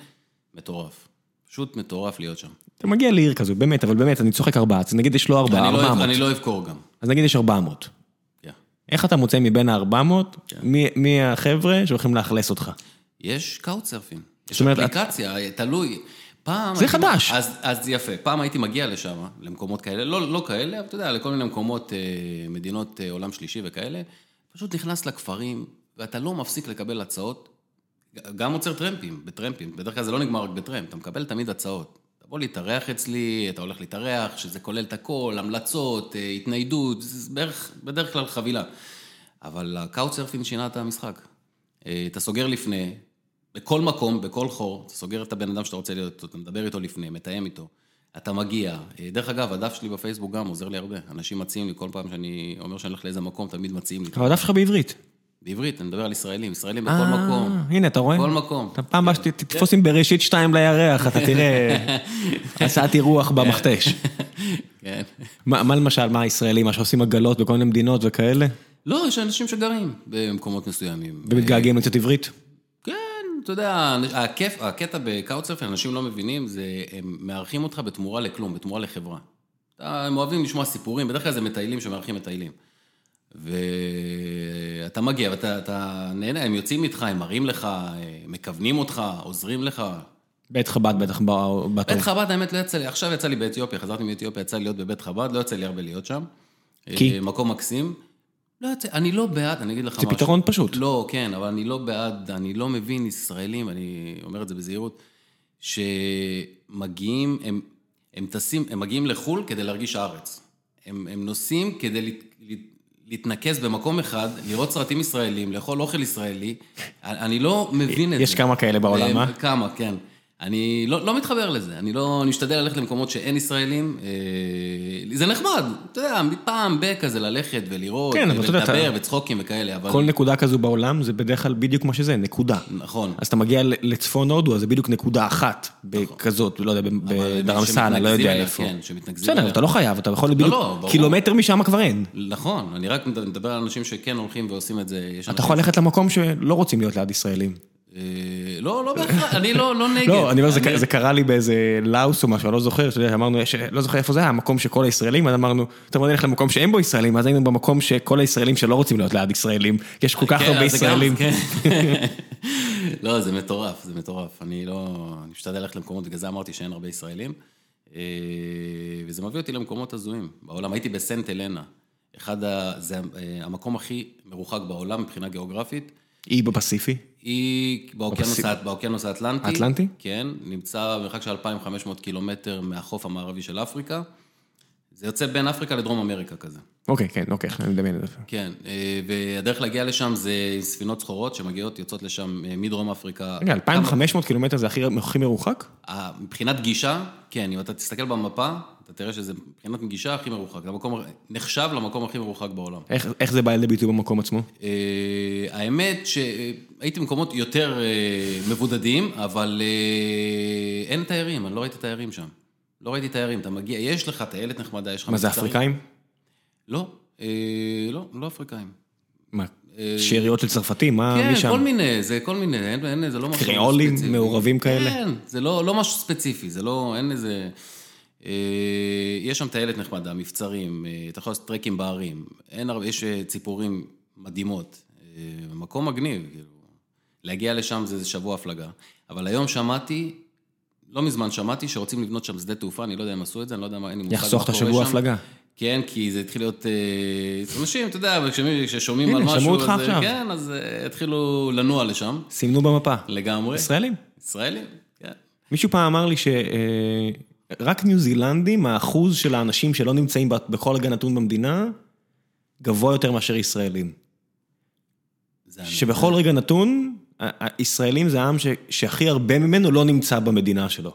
Speaker 2: מטורף. פשוט מטורף להיות שם.
Speaker 1: אתה מגיע לעיר כזו, באמת, אבל באמת, אני צוחק ארבעה, אז נגיד יש לו ארבעה,
Speaker 2: אני לא אוהב-
Speaker 1: 400.
Speaker 2: אני לא אוהב קור גם.
Speaker 1: אז נגיד יש 400.
Speaker 2: כן.
Speaker 1: איך אתה מוצא מבין ה-400, מי- מי החבר'ה שהולכים לאכלס אותך?
Speaker 2: יש קאוטסרפים.
Speaker 1: זאת
Speaker 2: יש
Speaker 1: אומרת,
Speaker 2: אפליקציה, אה, תלוי. פעם...
Speaker 1: זה
Speaker 2: הייתי-
Speaker 1: חדש.
Speaker 2: אז, אז יפה, פעם הייתי מגיע לשם, למקומות כאלה, לא, לא כאלה, אבל אתה יודע, לכל מיני מקומות, אה, מדינות אה, עולם שלישי וכאלה, פשוט נכנס לכפרים, ואתה לא מפסיק לקבל הצעות. ג- גם עוצר טרמפים, בטרמפים, בדרך כלל זה לא נגמר רק בטרמפ, אתה מקבל תמיד הצעות. תבוא להתארח אצלי, אתה הולך להתארח, שזה כולל את הכל, המלצות, אה, התניידות, זה בערך, בדרך כלל חבילה. אבל הקאוטסרפינג שינה את המשחק. אה, אתה סוגר לפני, בכל מקום, בכל חור, אתה סוגר את הבן אדם שאתה רוצה להיות איתו, אתה מדבר איתו לפני, מתאם איתו, אתה מגיע. אה, דרך אגב, הדף שלי בפייסבוק גם עוזר לי הרבה. אנשים מציעים לי, כל פעם שאני אומר שאני הולך לאיזה מקום, תמיד מציעים לי.
Speaker 1: אבל הדף שלך בעברית.
Speaker 2: בעברית, אני מדבר על ישראלים, ישראלים בכל
Speaker 1: אה,
Speaker 2: מקום.
Speaker 1: הנה, אתה רואה?
Speaker 2: בכל כן. מקום.
Speaker 1: אתה פעם הבאה שתתפוס עם בראשית שתיים לירח, אתה תראה הצעת אירוח במכתש.
Speaker 2: כן.
Speaker 1: מה מה למשל, מה הישראלים, מה שעושים עגלות בכל מיני מדינות וכאלה,
Speaker 2: לא, יש אנשים שגרים במקומות מסוימים.
Speaker 1: ומתגעגעים לצאת עברית?
Speaker 2: כן, אתה אתה יודע, הכיף, הקטע בקאוטסרפינג, אנשים לא מבינים, זה הם מארחים אותך בתמורה לכלום, בתמורה לחברה. אתה- הם אוהבים לשמוע סיפורים, בדרך כלל זה מטיילים שמארחים מטיילים. ואתה מגיע ואתה אתה נהנה, הם יוצאים איתך, הם מראים לך, אה, מכוונים אותך, עוזרים לך.
Speaker 1: בית חב"ד בטח באו...
Speaker 2: בית חב"ד, האמת, לא יצא לי, עכשיו יצא לי באתיופיה, חזרתי מאתיופיה, יצא לי להיות בבית חב"ד, לא יצא לי הרבה להיות שם.
Speaker 1: כי?
Speaker 2: אה, מקום מקסים. לא יצא, אני לא בעד, אני אגיד לך
Speaker 1: זה
Speaker 2: משהו.
Speaker 1: פתרון פשוט.
Speaker 2: לא, כן, אבל אני לא בעד, אני לא מבין ישראלים, אני אומר את זה בזהירות, שמגיעים, הם, הם טסים, הם מגיעים לחו"ל כדי להרגיש הארץ. הם, הם נוסעים כדי לת, לת, להתנקז במקום אחד, לראות סרטים ישראלים, לאכול אוכל ישראלי. אני- אני לא מבין את
Speaker 1: יש
Speaker 2: זה.
Speaker 1: כמה כאלה בעולם, אה?
Speaker 2: כמה, כן. אני לא, לא מתחבר לזה, אני לא, אני משתדל ללכת למקומות שאין ישראלים. אה, זה נחמד, אתה יודע, מפעם ב- כזה ללכת ולראות,
Speaker 1: כן, אבל אתה יודע, אתה-
Speaker 2: ולדבר וצחוקים וכאלה, אבל...
Speaker 1: כל נקודה כזו בעולם זה בדרך כלל בדיוק מה שזה, נקודה.
Speaker 2: נכון.
Speaker 1: אז אתה מגיע ל- לצפון הודו, אז זה בדיוק נקודה אחת, בכזאת, לא יודע,
Speaker 2: אבל
Speaker 1: בדרמסלה,
Speaker 2: שמתנקזים
Speaker 1: לא יודע
Speaker 2: עליה,
Speaker 1: איפה.
Speaker 2: כן, שמתנקזים
Speaker 1: בסדר,
Speaker 2: עליה.
Speaker 1: אתה לא חייב, אתה יכול
Speaker 2: לא, לא,
Speaker 1: בדיוק,
Speaker 2: ברור.
Speaker 1: קילומטר משם כבר אין.
Speaker 2: נכון, אני רק מדבר על אנשים שכן הולכים ועושים את זה. יש
Speaker 1: אתה
Speaker 2: אנשים-
Speaker 1: יכול ללכת למקום שלא רוצים להיות ליד ישראלים.
Speaker 2: אה, לא, לא בהכרח, אני לא לא נגד.
Speaker 1: לא, אני אומר, זה ק- זה קרה לי באיזה לאוס או משהו, אני לא זוכר, שאתה יודע, אמרנו, יש- לא זוכר איפה זה היה, המקום שכל הישראלים, אז אמרנו, טוב, בוא נלך למקום שאין בו ישראלים, אז היינו במקום שכל הישראלים שלא רוצים להיות ליד ישראלים, כי יש כל כך
Speaker 2: כן,
Speaker 1: הרבה
Speaker 2: אז זה גם-
Speaker 1: ישראלים.
Speaker 2: כן. לא, זה מטורף, זה מטורף. אני לא... אני משתדל ללכת למקומות, בגלל זה אמרתי שאין הרבה ישראלים. אה, וזה מביא אותי למקומות הזויים. בעולם, הייתי בסנט אלנה. אחד ה... זה אה, המקום הכי מרוחק בעולם מבחינה גיאוגרפית.
Speaker 1: אי בפסיפי,
Speaker 2: היא באוקיינוס,
Speaker 1: בפסיפ-
Speaker 2: באוקיינוס האטלנטי.
Speaker 1: האטלנטי?
Speaker 2: כן, נמצא במרחק של 2,500 קילומטר מהחוף המערבי של אפריקה. זה יוצא בין אפריקה לדרום אמריקה כזה.
Speaker 1: אוקיי, כן, אוקיי, אני מדמיין את זה.
Speaker 2: כן, אה, והדרך להגיע לשם זה עם ספינות סחורות שמגיעות, יוצאות לשם אה, מדרום אפריקה.
Speaker 1: רגע, 2,500 קילומטר זה הכי הכי מרוחק?
Speaker 2: אה, מבחינת גישה, כן, אם אתה תסתכל במפה, אתה תראה שזה מבחינת גישה הכי מרוחק. זה המקום, נחשב למקום הכי מרוחק בעולם.
Speaker 1: איך- איך זה בא לידי ביטוי במקום עצמו?
Speaker 2: אה, האמת שהייתי במקומות יותר אה, מבודדים, אבל אה, אין תיירים, אני לא ראיתי תיירים שם. לא ראיתי תיירים, אתה מגיע, יש לך טיילת נחמדה, יש לך...
Speaker 1: מה זה,
Speaker 2: מבצרים.
Speaker 1: אפריקאים?
Speaker 2: לא, אה, לא, לא אפריקאים.
Speaker 1: מה, שאריות של צרפתים? מה, מי
Speaker 2: אה, כן,
Speaker 1: שם?
Speaker 2: כל מיני, זה כל מיני, אין, אין, זה לא משהו
Speaker 1: קריאולים
Speaker 2: ספציפי.
Speaker 1: מעורבים כאלה?
Speaker 2: כן, זה לא, לא משהו ספציפי, זה לא, אין איזה... אה, יש שם טיילת נחמדה, מבצרים, אה, אתה יכול לעשות טרקים בערים, אין הרבה, יש אה, ציפורים מדהימות. אה, מקום מגניב, כאילו. להגיע לשם זה איזה שבוע הפלגה. אבל היום שמעתי, לא מזמן שמעתי, שרוצים לבנות שם שדה תעופה, אני לא יודע אם עשו את זה, אני לא יודע מה, אין לי מושג מה קורה שם.
Speaker 1: יחסוך את השבוע הפלגה.
Speaker 2: כן, כי זה התחיל להיות... אה, אנשים, אתה יודע, כששומעים- כששומעים
Speaker 1: הנה,
Speaker 2: על משהו...
Speaker 1: שמעו אותך
Speaker 2: אז, אה,
Speaker 1: עכשיו.
Speaker 2: כן, אז אה, התחילו לנוע לשם,
Speaker 1: סימנו במפה.
Speaker 2: לגמרי.
Speaker 1: ישראלים.
Speaker 2: ישראלים, כן.
Speaker 1: מישהו פעם אמר לי ש... אה, רק ניו זילנדים, האחוז של האנשים שלא נמצאים ב- בכל רגע נתון במדינה, גבוה יותר מאשר ישראלים.
Speaker 2: זה אני.
Speaker 1: שבכל רגע נתון, ה- ה- ישראלים זה העם ש- שהכי הרבה ממנו לא נמצא במדינה שלו.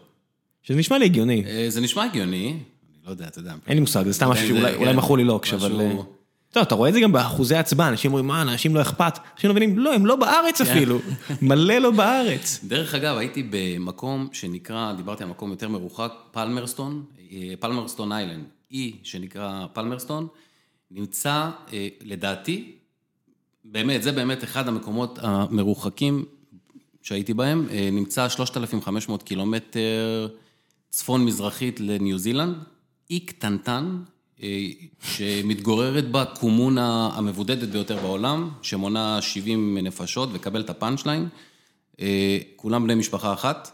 Speaker 1: שזה נשמע לי הגיוני.
Speaker 2: אה, זה נשמע הגיוני, אני לא יודע, אתה יודע.
Speaker 1: אין לי מושג, זה סתם משהו
Speaker 2: זה-
Speaker 1: שאולי
Speaker 2: כן.
Speaker 1: אולי מכרו לי לוקש, אבל...
Speaker 2: משהו-
Speaker 1: אה, טוב, אתה רואה את זה גם באחוזי הצבעה, אנשים אומרים, מה, לאנשים לא אכפת. אנשים לא מבינים, לא, הם לא בארץ
Speaker 2: כן.
Speaker 1: אפילו. מלא לא בארץ.
Speaker 2: דרך אגב, הייתי במקום שנקרא, דיברתי על מקום יותר מרוחק, פלמרסטון, אה, פלמרסטון איילנד, אי שנקרא פלמרסטון, נמצא, אה, לדעתי, באמת, זה באמת אחד המקומות המרוחקים שהייתי בהם, אה, נמצא 3,500 קילומטר צפון-מזרחית לניו זילנד, אי קטנטן, אה, שמתגוררת בה קומונה המבודדת ביותר בעולם, שמונה 70 נפשות, וקבל את הפאנצ' ליין. אה, כולם בני משפחה אחת,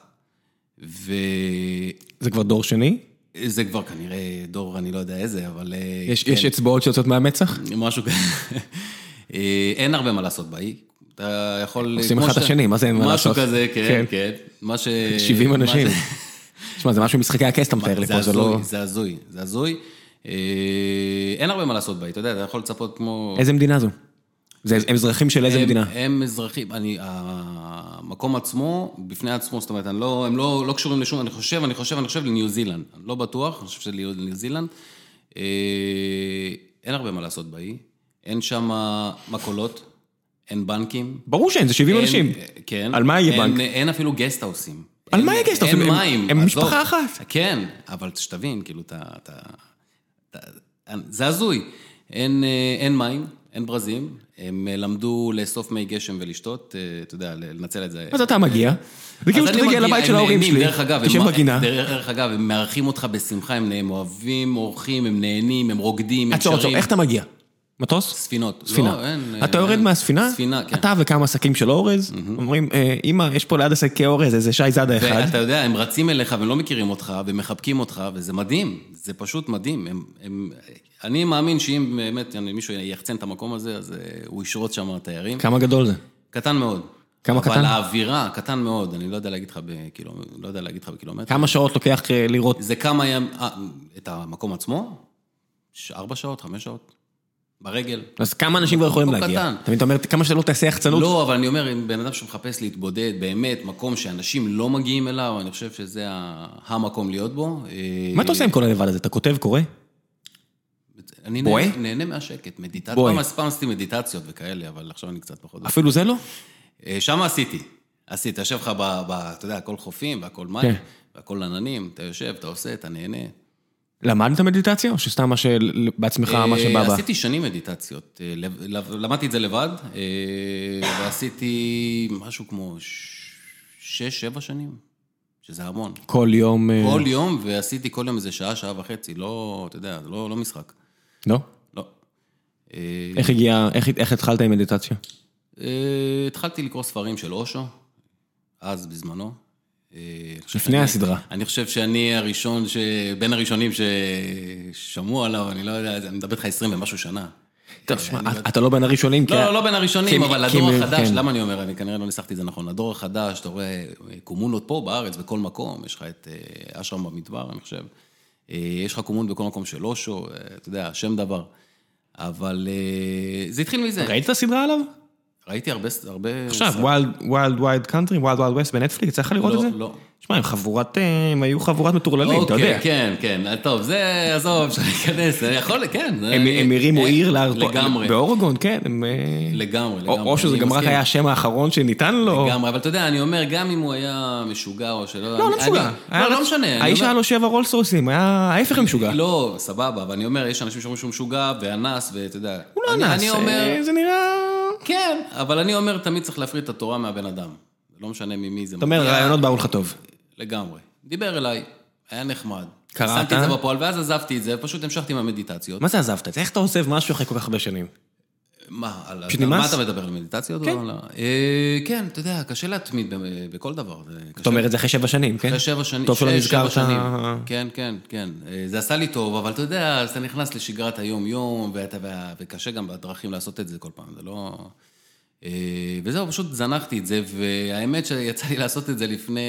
Speaker 2: וזה
Speaker 1: זה כבר דור שני?
Speaker 2: כבר כנראה דור, אני לא יודע איזה, אבל... אה,
Speaker 1: יש
Speaker 2: כן.
Speaker 1: יש אצבעות שיוצאות מהמצח?
Speaker 2: משהו כזה. אה, אין הרבה מה לעשות באי. אתה יכול... אה,
Speaker 1: עושים
Speaker 2: כמו
Speaker 1: אחד את
Speaker 2: שאתה-
Speaker 1: השני, מה זה אין מה לעשות?
Speaker 2: משהו כזה, כן,
Speaker 1: כן.
Speaker 2: כן. מה ש...
Speaker 1: 70
Speaker 2: מה
Speaker 1: אנשים.
Speaker 2: זה-
Speaker 1: תשמע, זה משהו משחקי הכס אתה מתאר לי
Speaker 2: זה
Speaker 1: פה, זה לא...
Speaker 2: הזוי, זה הזוי, זה הזוי. אה, אין הרבה מה לעשות באי, אתה יודע, אתה יכול לצפות כמו...
Speaker 1: איזה מדינה זו? זה הם אזרחים של איזה
Speaker 2: אוקיי. הם-
Speaker 1: מדינה?
Speaker 2: הם אזרחים, אני, המקום עצמו, בפני עצמו, זאת אומרת, אני לא, הם לא, לא קשורים לשום, אני חושב, אני חושב, אני חושב לניו זילנד. אני לא בטוח, אני חושב שזה ניו ניו זילנד. אה, אין הרבה מה לעשות באי. אין שם מכולות, אין בנקים.
Speaker 1: ברור שאין, זה 70
Speaker 2: אין-
Speaker 1: אנשים.
Speaker 2: אה, כן.
Speaker 1: על מה יהיה
Speaker 2: אין-
Speaker 1: בנק?
Speaker 2: אין אפילו גסטהאוסים.
Speaker 1: על
Speaker 2: אין-
Speaker 1: מה יהיה גסטהאוסים?
Speaker 2: אין
Speaker 1: הם-
Speaker 2: מים.
Speaker 1: הם
Speaker 2: עזוב.
Speaker 1: משפחה אחת.
Speaker 2: כן, אבל שתבין, כאילו, אתה... אתה- אתה- זה הזוי. אין, אה, אין מים, אין ברזים, הם אה, למדו לאסוף מי גשם ולשתות, אה, אתה יודע, לנצל את זה.
Speaker 1: אז אתה מגיע, זה כאילו
Speaker 2: אז אני
Speaker 1: שאתה מגיע
Speaker 2: מגיע,
Speaker 1: לבית
Speaker 2: הם
Speaker 1: של ההורים
Speaker 2: נהנים,
Speaker 1: שלי,
Speaker 2: דרך אגב, הם-
Speaker 1: תשב בגינה,
Speaker 2: דרך דרך אגב, הם מארחים אותך בשמחה, הם נהנים, אוהבים, אורחים, הם נהנים, הם רוקדים, הם
Speaker 1: עצור, עצור,
Speaker 2: שרים.
Speaker 1: איך אתה מגיע? מטוס?
Speaker 2: ספינות. לא,
Speaker 1: ספינה.
Speaker 2: אין,
Speaker 1: אתה
Speaker 2: אה,
Speaker 1: יורד
Speaker 2: אין.
Speaker 1: מהספינה,
Speaker 2: ספינה, כן.
Speaker 1: אתה וכמה שקים של אורז, אומרים, "אה, אמא, יש פה ליד השקי אורז, איזה שי זאדה אחד.
Speaker 2: ואתה יודע, הם רצים אליך ולא מכירים אותך ומחבקים אותך, וזה מדהים, זה פשוט מדהים. הם, הם, אני מאמין שאם באמת אני- מישהו יחצן את המקום הזה, אז אה, הוא ישרוט שם תיירים.
Speaker 1: כמה גדול זה?
Speaker 2: קטן מאוד.
Speaker 1: כמה קטן?
Speaker 2: אבל האווירה, קטן מאוד, אני לא יודע להגיד לך בקילומטר, לא יודע להגיד לך בקילומטר.
Speaker 1: כמה שעות לוקח אה, לראות?
Speaker 2: זה כמה ים... אה, את המקום עצמו? ש- ארבע שעות, חמש שעות? ברגל.
Speaker 1: אז כמה אנשים כבר יכולים
Speaker 2: מקום
Speaker 1: להגיע?
Speaker 2: קטן.
Speaker 1: אתה מבין, אתה אומר, כמה שלא תעשה יחצנות,
Speaker 2: לא, אבל אני אומר, אם בן אדם שמחפש להתבודד, באמת, מקום שאנשים לא מגיעים אליו, אני חושב שזה ה- המקום להיות בו. אה,
Speaker 1: מה אתה עושה עם כל הלבד הזה? אתה כותב, קורא?
Speaker 2: אני
Speaker 1: בוהה?
Speaker 2: נהנה, נהנה מהשקט, מדיטציה.
Speaker 1: בוהה.
Speaker 2: פעם, פעם עשיתי מדיטציות וכאלה, אבל עכשיו אני קצת פחות.
Speaker 1: אפילו זה לא?
Speaker 2: אה, שם עשיתי. עשיתי, יושב לך ב... ב אתה יודע, הכל חופים והכל מים,
Speaker 1: כן.
Speaker 2: והכל עננים, אתה יושב, אתה עושה, אתה נהנה.
Speaker 1: למדת מדיטציה? או שסתם מה של... בעצמך, מה
Speaker 2: אה,
Speaker 1: שבא בה?
Speaker 2: עשיתי שנים מדיטציות. אה, לב- לב- למדתי את זה לבד, אה, ועשיתי משהו כמו ש- שש, שבע שנים, שזה המון.
Speaker 1: כל יום... אה,
Speaker 2: כל יום, ועשיתי כל יום איזה שעה, שעה וחצי, לא, אתה יודע, זה לא לא משחק.
Speaker 1: לא?
Speaker 2: לא. אה,
Speaker 1: איך הגיע... איך- איך התחלת עם מדיטציה?
Speaker 2: אה, התחלתי לקרוא ספרים של אושו, אז בזמנו. אה, אני חושב
Speaker 1: לפני
Speaker 2: שאני-
Speaker 1: הסדרה.
Speaker 2: אני חושב שאני הראשון, ש... בין הראשונים ששמעו עליו, אני לא יודע, אני מדבר איתך 20 ומשהו שנה.
Speaker 1: טוב, שמע, אתה לא בין הראשונים, כי...
Speaker 2: לא, לא, לא בין הראשונים,
Speaker 1: כי-
Speaker 2: אבל
Speaker 1: כי-
Speaker 2: הדור החדש,
Speaker 1: כן.
Speaker 2: למה אני אומר, אני כנראה לא ניסחתי את זה נכון, הדור החדש, אתה רואה קומונות פה בארץ, בכל מקום, יש לך את אה, אשרם במדבר, אני חושב. אה, יש לך קומונות בכל מקום של אושו, אה, אתה יודע, שם דבר. אבל אה, זה התחיל מזה.
Speaker 1: ראית את הסדרה עליו?
Speaker 2: ראיתי הרבה... הרבה-
Speaker 1: אוקיי. עכשיו, ווילד ווילד קאנטרי, ווילד ווילד ווסט בנטפליקס, יצא לך לראות את
Speaker 2: לא,
Speaker 1: זה?
Speaker 2: לא.
Speaker 1: שמע, הם חבורת... אה, הם היו חבורת מטורללים, אתה יודע.
Speaker 2: כן, כן, טוב, זה, עזוב, אפשר להיכנס, אני יכול, כן. זה-
Speaker 1: הם הם הרימו
Speaker 2: אה,
Speaker 1: עיר לארטו...
Speaker 2: לגמרי,
Speaker 1: באורגון, כן. הם, אה,
Speaker 2: לגמרי,
Speaker 1: או-
Speaker 2: לגמרי.
Speaker 1: או שזה
Speaker 2: אני
Speaker 1: גם רק
Speaker 2: מסכים.
Speaker 1: היה השם האחרון שניתן לו.
Speaker 2: לגמרי, אבל אתה יודע, אני אומר, גם אם הוא היה משוגע או שלא...
Speaker 1: לא,
Speaker 2: אני-
Speaker 1: לא משוגע.
Speaker 2: אני-
Speaker 1: היה
Speaker 2: לא,
Speaker 1: רק-
Speaker 2: לא משנה. אני
Speaker 1: האיש
Speaker 2: אומר-
Speaker 1: היה לו שבע רולס רויסים, היה ההפך ממשוגע.
Speaker 2: לא, סבבה, אבל אני אומר, יש אנשים שאומרים שהוא משוגע ואנס, ואתה יודע...
Speaker 1: הוא לא
Speaker 2: אני-
Speaker 1: אנס,
Speaker 2: אני אומר,
Speaker 1: אה, זה נראה...
Speaker 2: כן, אבל אני אומר, תמיד צריך להפריד את התורה מהבן אדם. לא משנה ממי זה
Speaker 1: אתה אומר,
Speaker 2: מגיע.
Speaker 1: רעיונות באו לך טוב.
Speaker 2: לגמרי. דיבר אליי, היה נחמד.
Speaker 1: קראת?
Speaker 2: שמתי את זה בפועל, ואז עזבתי את זה, ופשוט המשכתי עם המדיטציות.
Speaker 1: מה זה עזבת את זה? איך אתה עוזב משהו אחרי כל כך הרבה שנים?
Speaker 2: מה, על
Speaker 1: פשוט
Speaker 2: על מה
Speaker 1: נמאס?
Speaker 2: אתה מדבר, על מדיטציות?
Speaker 1: כן.
Speaker 2: או על ה- אה, כן, אתה יודע, קשה להתמיד ב- בכל דבר. זה
Speaker 1: אתה
Speaker 2: קשה
Speaker 1: אומר את זה אחרי שבע שנים, כן?
Speaker 2: אחרי שבע שנים.
Speaker 1: טוב שלא
Speaker 2: שש, שבע
Speaker 1: נזכרת.
Speaker 2: שנים. כן, כן, כן. אה, זה עשה לי טוב, אבל אתה יודע, אז אתה נכנס לשגרת היום-יום, ואתה- וה- וקשה גם בדרכים לעשות את זה כל פעם, זה לא... אה, וזהו, פשוט זנחתי את זה, והאמת שיצא לי לעשות את זה לפני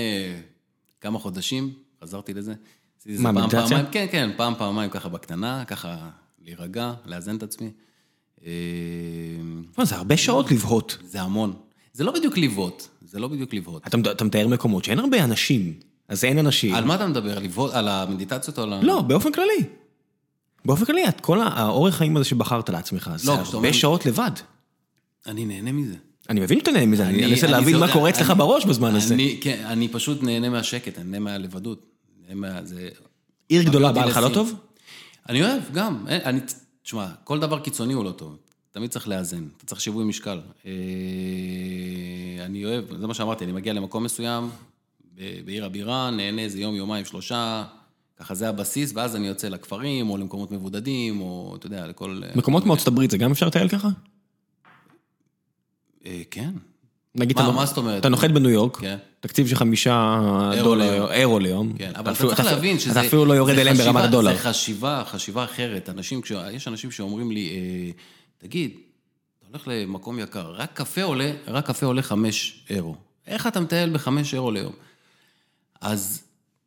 Speaker 2: כמה חודשים, חזרתי לזה. עשיתי את זה
Speaker 1: מה,
Speaker 2: פעם,
Speaker 1: מדיטציה?
Speaker 2: פעמיים, כן, כן, פעם, פעמיים ככה בקטנה, ככה להירגע, לאזן את עצמי. אה,
Speaker 1: מה, זה הרבה שעות לבהות.
Speaker 2: זה המון. זה לא בדיוק לבהות, זה לא בדיוק לבהות.
Speaker 1: אתה מד- אתה מתאר מקומות שאין הרבה אנשים, אז אין אנשים.
Speaker 2: על מה אתה מדבר? לבהות? על המדיטציות או על ה...
Speaker 1: לא, באופן כללי. באופן כללי, את כל האורך חיים הזה שבחרת לעצמך, זה
Speaker 2: לא, כשאתה
Speaker 1: הרבה
Speaker 2: אומר-
Speaker 1: שעות לבד.
Speaker 2: אני נהנה מזה.
Speaker 1: אני מבין שאתה נהנה מזה, אני מנסה
Speaker 2: אני-
Speaker 1: להבין
Speaker 2: זה-
Speaker 1: מה קורה אצלך
Speaker 2: אני-
Speaker 1: בראש בזמן הזה.
Speaker 2: אני, כן, אני פשוט נהנה מהשקט, אני נהנה מהלבדות. נהנה מה... זה...
Speaker 1: עיר גדולה
Speaker 2: אותי
Speaker 1: בא לך לא
Speaker 2: לשים.
Speaker 1: טוב?
Speaker 2: אני אוהב, גם. אין- אני... תשמע, כל דבר קיצוני הוא לא טוב. תמיד צריך לאזן, אתה צריך שיווי משקל. אה, אני אוהב, זה מה שאמרתי, אני מגיע למקום מסוים, ב- בעיר הבירה, נהנה איזה יום, יומיים, שלושה, ככה זה הבסיס, ואז אני יוצא לכפרים, או למקומות מבודדים, או אתה יודע, לכל...
Speaker 1: מקומות מארצות הברית, זה גם אפשר לטייל ככה?
Speaker 2: אה, כן.
Speaker 1: נגיד,
Speaker 2: מה-
Speaker 1: אתה-
Speaker 2: מה זאת אומרת?
Speaker 1: אתה נוחת בניו יורק,
Speaker 2: כן.
Speaker 1: תקציב של חמישה
Speaker 2: ליום.
Speaker 1: דולר, אירו ליום.
Speaker 2: כן, אבל אתה
Speaker 1: אפילו-
Speaker 2: צריך להבין שזה...
Speaker 1: אתה אפילו לא יורד
Speaker 2: זה
Speaker 1: אליהם
Speaker 2: חשיבה-
Speaker 1: ברמת הדולר.
Speaker 2: זה חשיבה, חשיבה אחרת. אנשים, כש- יש אנשים שאומרים לי, אה, תגיד, אתה הולך למקום יקר, רק קפה עולה, רק קפה עולה חמש אירו. איך אתה מטייל בחמש אירו ליום? אז...